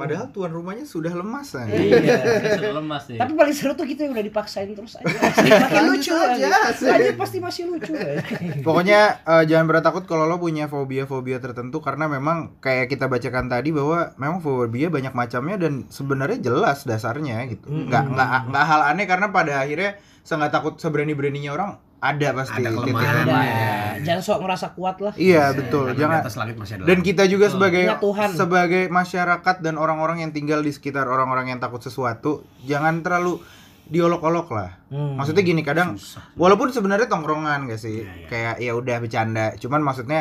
Speaker 4: Padahal tuan rumahnya sudah lemas kan.
Speaker 1: Iya, saya sudah lemas nih.
Speaker 2: Tapi paling seru tuh kita udah dipaksain terus aja. Makin
Speaker 5: Lanjut
Speaker 2: lucu
Speaker 5: aja,
Speaker 2: aja.
Speaker 5: asik.
Speaker 2: Aja pasti masih lucu. ya.
Speaker 4: Pokoknya eh, jangan pernah takut kalau lo punya fobia-fobia tertentu karena memang kayak kita bacakan tadi bahwa memang fobia banyak macamnya dan sebenarnya jelas dasarnya gitu. Nggak nggak nggak hal aneh karena pada akhirnya saya nggak takut seberani-beraninya orang ada pasti
Speaker 6: Ada
Speaker 4: titik
Speaker 6: kelemahan.
Speaker 2: Ada.
Speaker 4: lemahnya.
Speaker 2: Jangan sok ngerasa kuat lah.
Speaker 4: Iya betul.
Speaker 6: Karena
Speaker 4: Jangan
Speaker 6: di atas langit masih ada.
Speaker 4: dan kita juga sebagai
Speaker 2: Punya Tuhan.
Speaker 4: sebagai masyarakat dan orang-orang yang tinggal di sekitar orang-orang yang takut sesuatu jangan terlalu diolok-olok lah.
Speaker 6: Hmm,
Speaker 2: Hmm,
Speaker 4: Maksudnya gini kadang walaupun sebenarnya tongkrongan
Speaker 6: Iya,
Speaker 4: gak sih kayak ya udah bercanda cuman maksudnya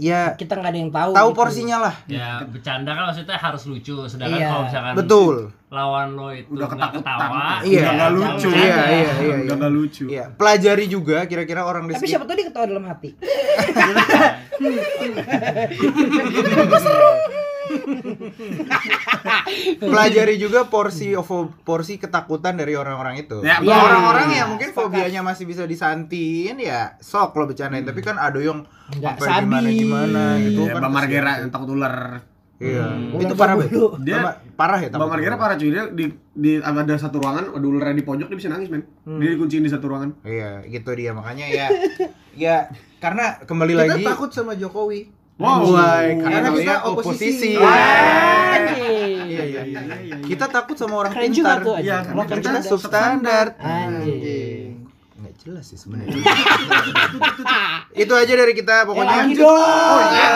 Speaker 4: ya
Speaker 2: Kita nggak ada yang tahu.
Speaker 4: tahu
Speaker 2: gitu.
Speaker 4: porsinya lah.
Speaker 1: Ya, bercanda kan maksudnya harus lucu. Sedangkan
Speaker 2: Iya.
Speaker 1: kalau misalkan
Speaker 4: Betul.
Speaker 1: lawan lo itu
Speaker 6: udah
Speaker 1: nggak
Speaker 6: ketakutan.
Speaker 1: ketawa,
Speaker 4: Iya.
Speaker 6: Udah nggak lucu.
Speaker 1: Jangan.
Speaker 4: Iya iya iya.
Speaker 6: Udah
Speaker 4: iya.
Speaker 6: ya. nggak lucu.
Speaker 4: Iya, pelajari juga kira-kira orang di
Speaker 2: Tapi
Speaker 4: sekitar-
Speaker 2: siapa tahu dia ketawa dalam hati.
Speaker 4: pelajari juga porsi fo- porsi ketakutan dari orang-orang itu.
Speaker 6: Ya,
Speaker 4: Kalau
Speaker 3: Iya,
Speaker 6: betul.
Speaker 4: orang-orang yang mungkin
Speaker 2: Sepakat.
Speaker 4: fobianya masih bisa disantin ya sok lo bercandain, tapi kan ada yang
Speaker 2: Nggak
Speaker 4: sampai
Speaker 2: sabi.
Speaker 4: gimana gimana gitu
Speaker 6: Iya, Bang
Speaker 4: kan. kesian.
Speaker 6: Margera yang takut ular.
Speaker 4: Iya.
Speaker 2: Ular
Speaker 4: Itu parah
Speaker 2: tabu
Speaker 4: banget.
Speaker 2: lu.
Speaker 6: Dia-
Speaker 4: parah ya
Speaker 6: Bang Margera parah cuy dia di, di ada satu ruangan, ada ularnya di pojok dia bisa nangis men. Dia dikunciin di satu ruangan.
Speaker 4: Iya, gitu dia makanya ya ya karena kembali
Speaker 5: Kita
Speaker 4: lagi
Speaker 5: takut sama Jokowi.
Speaker 6: Wow.
Speaker 4: Wah, karena
Speaker 5: Karena
Speaker 4: kita
Speaker 5: kita
Speaker 4: oposisi.
Speaker 5: oposisi.
Speaker 2: Ah. Anjing.
Speaker 4: Iya, iya, iya. Kita takut sama orang
Speaker 2: Keren juga
Speaker 4: pintar.
Speaker 2: tuh
Speaker 6: Iya,
Speaker 2: anjing.
Speaker 6: karena
Speaker 4: Karena
Speaker 2: Makin
Speaker 4: kita
Speaker 2: cerdas.
Speaker 4: substandar.
Speaker 2: Anjing.
Speaker 4: Nggak jelas sih sebenarnya. [laughs] Itu aja dari
Speaker 2: Eh,
Speaker 4: kita pokoknya.
Speaker 2: lagi dong.
Speaker 4: Iya,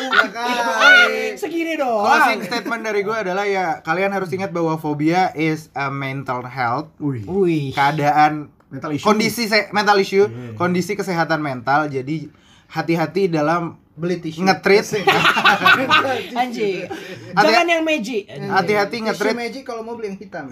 Speaker 5: Udah kali.
Speaker 2: Segini dong.
Speaker 4: iya. Closing statement dari gue adalah ya kalian harus ingat bahwa fobia is a mental health,
Speaker 6: Wih.
Speaker 2: Wih.
Speaker 4: keadaan
Speaker 6: Mental issue.
Speaker 4: kondisi se- mental issue, kondisi kesehatan mental. Jadi hati-hati dalam
Speaker 5: Beli tisu.
Speaker 4: ngetrit,
Speaker 2: Anjing. Jangan yang magic. anjing.
Speaker 4: hati-hati
Speaker 5: Tisu
Speaker 4: ngetrit
Speaker 5: magic kalau mau beli yang hitam.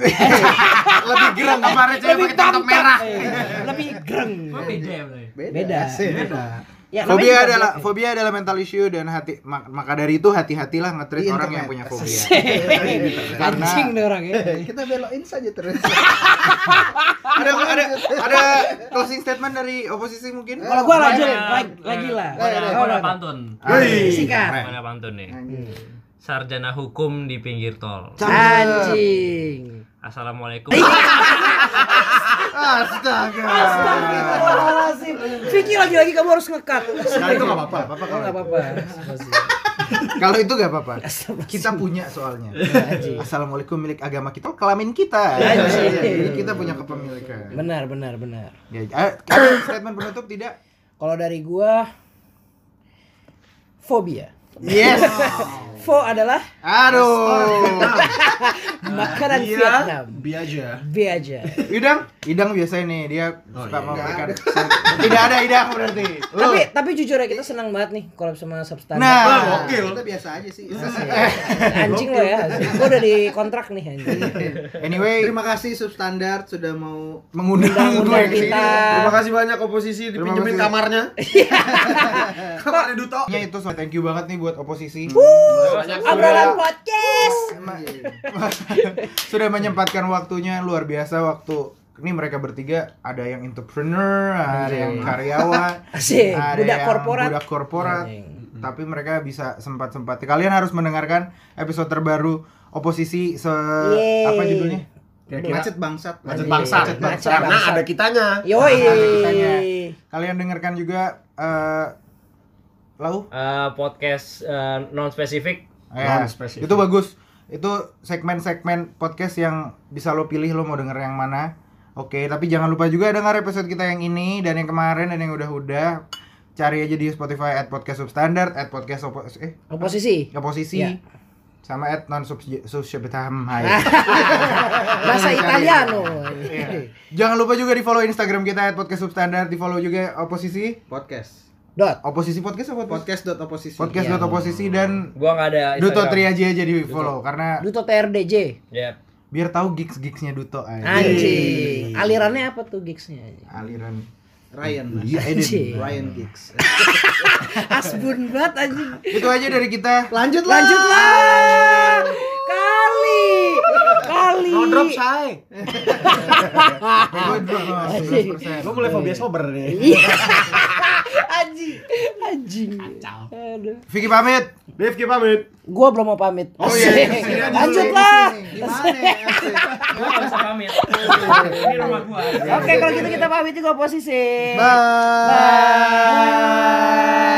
Speaker 6: lebih gerang kemarin cewek
Speaker 2: Lebih
Speaker 6: pakai tank
Speaker 2: tamtak.
Speaker 6: merah.
Speaker 4: Iya.
Speaker 2: eh. Iya, Lebih greng.
Speaker 1: Kok beda ya, Bro?
Speaker 5: Beda.
Speaker 2: Beda.
Speaker 5: Asik.
Speaker 6: Beda.
Speaker 2: Ya, namanya
Speaker 4: Fobia
Speaker 2: juga
Speaker 4: adalah
Speaker 2: fobia.
Speaker 4: fobia adalah mental issue dan hati mak- maka dari itu hati-hatilah nge-treat
Speaker 5: Di
Speaker 4: orang yang
Speaker 5: internet.
Speaker 4: punya fobia. Karena-
Speaker 2: anjing nih orang ya.
Speaker 5: Kita belokin saja terus. [laughs]
Speaker 4: ada ada ada closing statement dari oposisi mungkin?
Speaker 2: Kalau gua
Speaker 1: Mana-
Speaker 2: lanjut lagi lagi lah.
Speaker 4: Iya,
Speaker 1: mana-
Speaker 5: Eh, eh,
Speaker 2: Oh,
Speaker 1: mana
Speaker 2: udah.
Speaker 1: pantun
Speaker 4: Hei.
Speaker 2: Sikat.
Speaker 4: Keren.
Speaker 1: mana pantun nih sarjana hukum di pinggir tol eh,
Speaker 2: Anjing.
Speaker 1: assalamualaikum
Speaker 4: Iya. Astaga.
Speaker 2: Astagfirullahaladzim. Vicky lagi-lagi kamu harus ngekat.
Speaker 4: Kalau itu nggak apa-apa, apa-apa
Speaker 2: Enggak
Speaker 4: kalau itu.
Speaker 2: apa-apa.
Speaker 4: Kalau itu nggak apa-apa. Kita punya [laughs] soalnya. Assalamualaikum milik agama kita, kelamin kita.
Speaker 2: Anjing.
Speaker 4: Jadi kita punya kepemilikan.
Speaker 2: Benar, benar, benar.
Speaker 4: Ya, eh, ada statement penutup tidak?
Speaker 2: Kalau dari gua fobia.
Speaker 4: Yes. Oh, iya.
Speaker 2: Fo adalah
Speaker 4: Aduh.
Speaker 2: makanan Vietnam.
Speaker 6: Biaja.
Speaker 2: B aja.
Speaker 4: Idang, Idang biasa nih dia suka memberikan. Tidak ada Idang berarti. Lu.
Speaker 2: Tapi tapi jujur ya kita senang banget nih kolab sama substansi.
Speaker 4: Nah.
Speaker 6: Wah, gokil.
Speaker 5: Kita biasa aja sih. Iya.
Speaker 2: anjing lo ya. Gua udah di kontrak nih anjing.
Speaker 4: Anyway,
Speaker 5: Terima kasih substandard sudah mau
Speaker 4: mengundang gue
Speaker 2: Undang-undang
Speaker 4: ke sini.
Speaker 2: kita.
Speaker 6: Terima kasih banyak oposisi
Speaker 4: Terima
Speaker 6: dipinjemin
Speaker 4: kasih.
Speaker 6: kamarnya. Kamarnya Duto.
Speaker 4: Ya itu so thank you banget nih buat oposisi.
Speaker 2: Obrolan podcast.
Speaker 4: Iya.
Speaker 2: [laughs]
Speaker 4: Sudah menyempatkan waktunya luar biasa waktu ini mereka bertiga ada yang entrepreneur, ada yang karyawan,
Speaker 2: Iya. [laughs] Asik,
Speaker 4: ada
Speaker 2: budak
Speaker 4: yang
Speaker 2: korporat. Iya,
Speaker 4: budak korporat.
Speaker 2: Anjing.
Speaker 4: Tapi mereka bisa sempat-sempat. Kalian harus mendengarkan episode terbaru oposisi se
Speaker 2: Yeay.
Speaker 4: apa judulnya?
Speaker 5: macet bangsat.
Speaker 6: Macet bangsa.
Speaker 2: Macet bangsa.
Speaker 6: Karena ada kitanya.
Speaker 2: Yoi.
Speaker 4: kitanya. Kalian dengarkan juga eh Lau?
Speaker 1: Eh, podcast eh, non spesifik
Speaker 4: Ya,
Speaker 6: Non-spesifik.
Speaker 4: itu bagus. Itu segmen-segmen podcast yang bisa lo pilih lo mau denger yang mana. Oke, tapi jangan lupa juga dengar episode kita yang ini dan yang kemarin dan yang udah-udah. Cari aja di Spotify at podcast substandard, at podcast opo, eh
Speaker 2: Oposisi.
Speaker 4: oposisi,
Speaker 2: Ya.
Speaker 4: sama at non sub
Speaker 2: [laughs]
Speaker 4: Ah,
Speaker 2: Bahasa Italiano. [laughs] Iya.
Speaker 4: Jangan lupa juga di follow Instagram kita at podcast substandard, di follow juga oposisi,
Speaker 5: Podcast.
Speaker 2: Dot.
Speaker 4: oposisi podcast apa podcast
Speaker 5: Podcast dot oposisi.
Speaker 4: podcast
Speaker 2: Iya.
Speaker 4: dot oposisi dan
Speaker 1: gua nggak ada
Speaker 4: Duto Tri aja aja di follow karena
Speaker 2: Duto
Speaker 4: Iya.
Speaker 2: TRDJ.
Speaker 1: Yep.
Speaker 4: biar tahu gigs gigsnya Duto aja.
Speaker 2: Anjing. Alirannya apa tuh gigsnya?
Speaker 4: Aliran.
Speaker 5: Ryan.
Speaker 4: Iya, Eden.
Speaker 2: Anjing.
Speaker 5: Ryan Giggs.
Speaker 2: Asbun banget anjing.
Speaker 4: Itu aja dari kita.
Speaker 5: Lanjut lah.
Speaker 2: Lanjutlah. Kali. Kali.
Speaker 6: No drop say.
Speaker 4: Gua drop, Mas. 11%.
Speaker 6: Gue mulai fobia sober nih.
Speaker 2: Anjing. Anjing. Aduh.
Speaker 4: Vicky pamit.
Speaker 6: Rifki pamit.
Speaker 2: Gua belum mau pamit.
Speaker 6: Oh, iya.
Speaker 2: Asik.
Speaker 6: Sini aja dulu.
Speaker 2: Lanjutlah.
Speaker 1: gua nggak bisa
Speaker 4: [laughs]
Speaker 1: pamit ini rumah gua
Speaker 2: Oke, kalau gitu kita pamit juga posisi.
Speaker 4: Bye.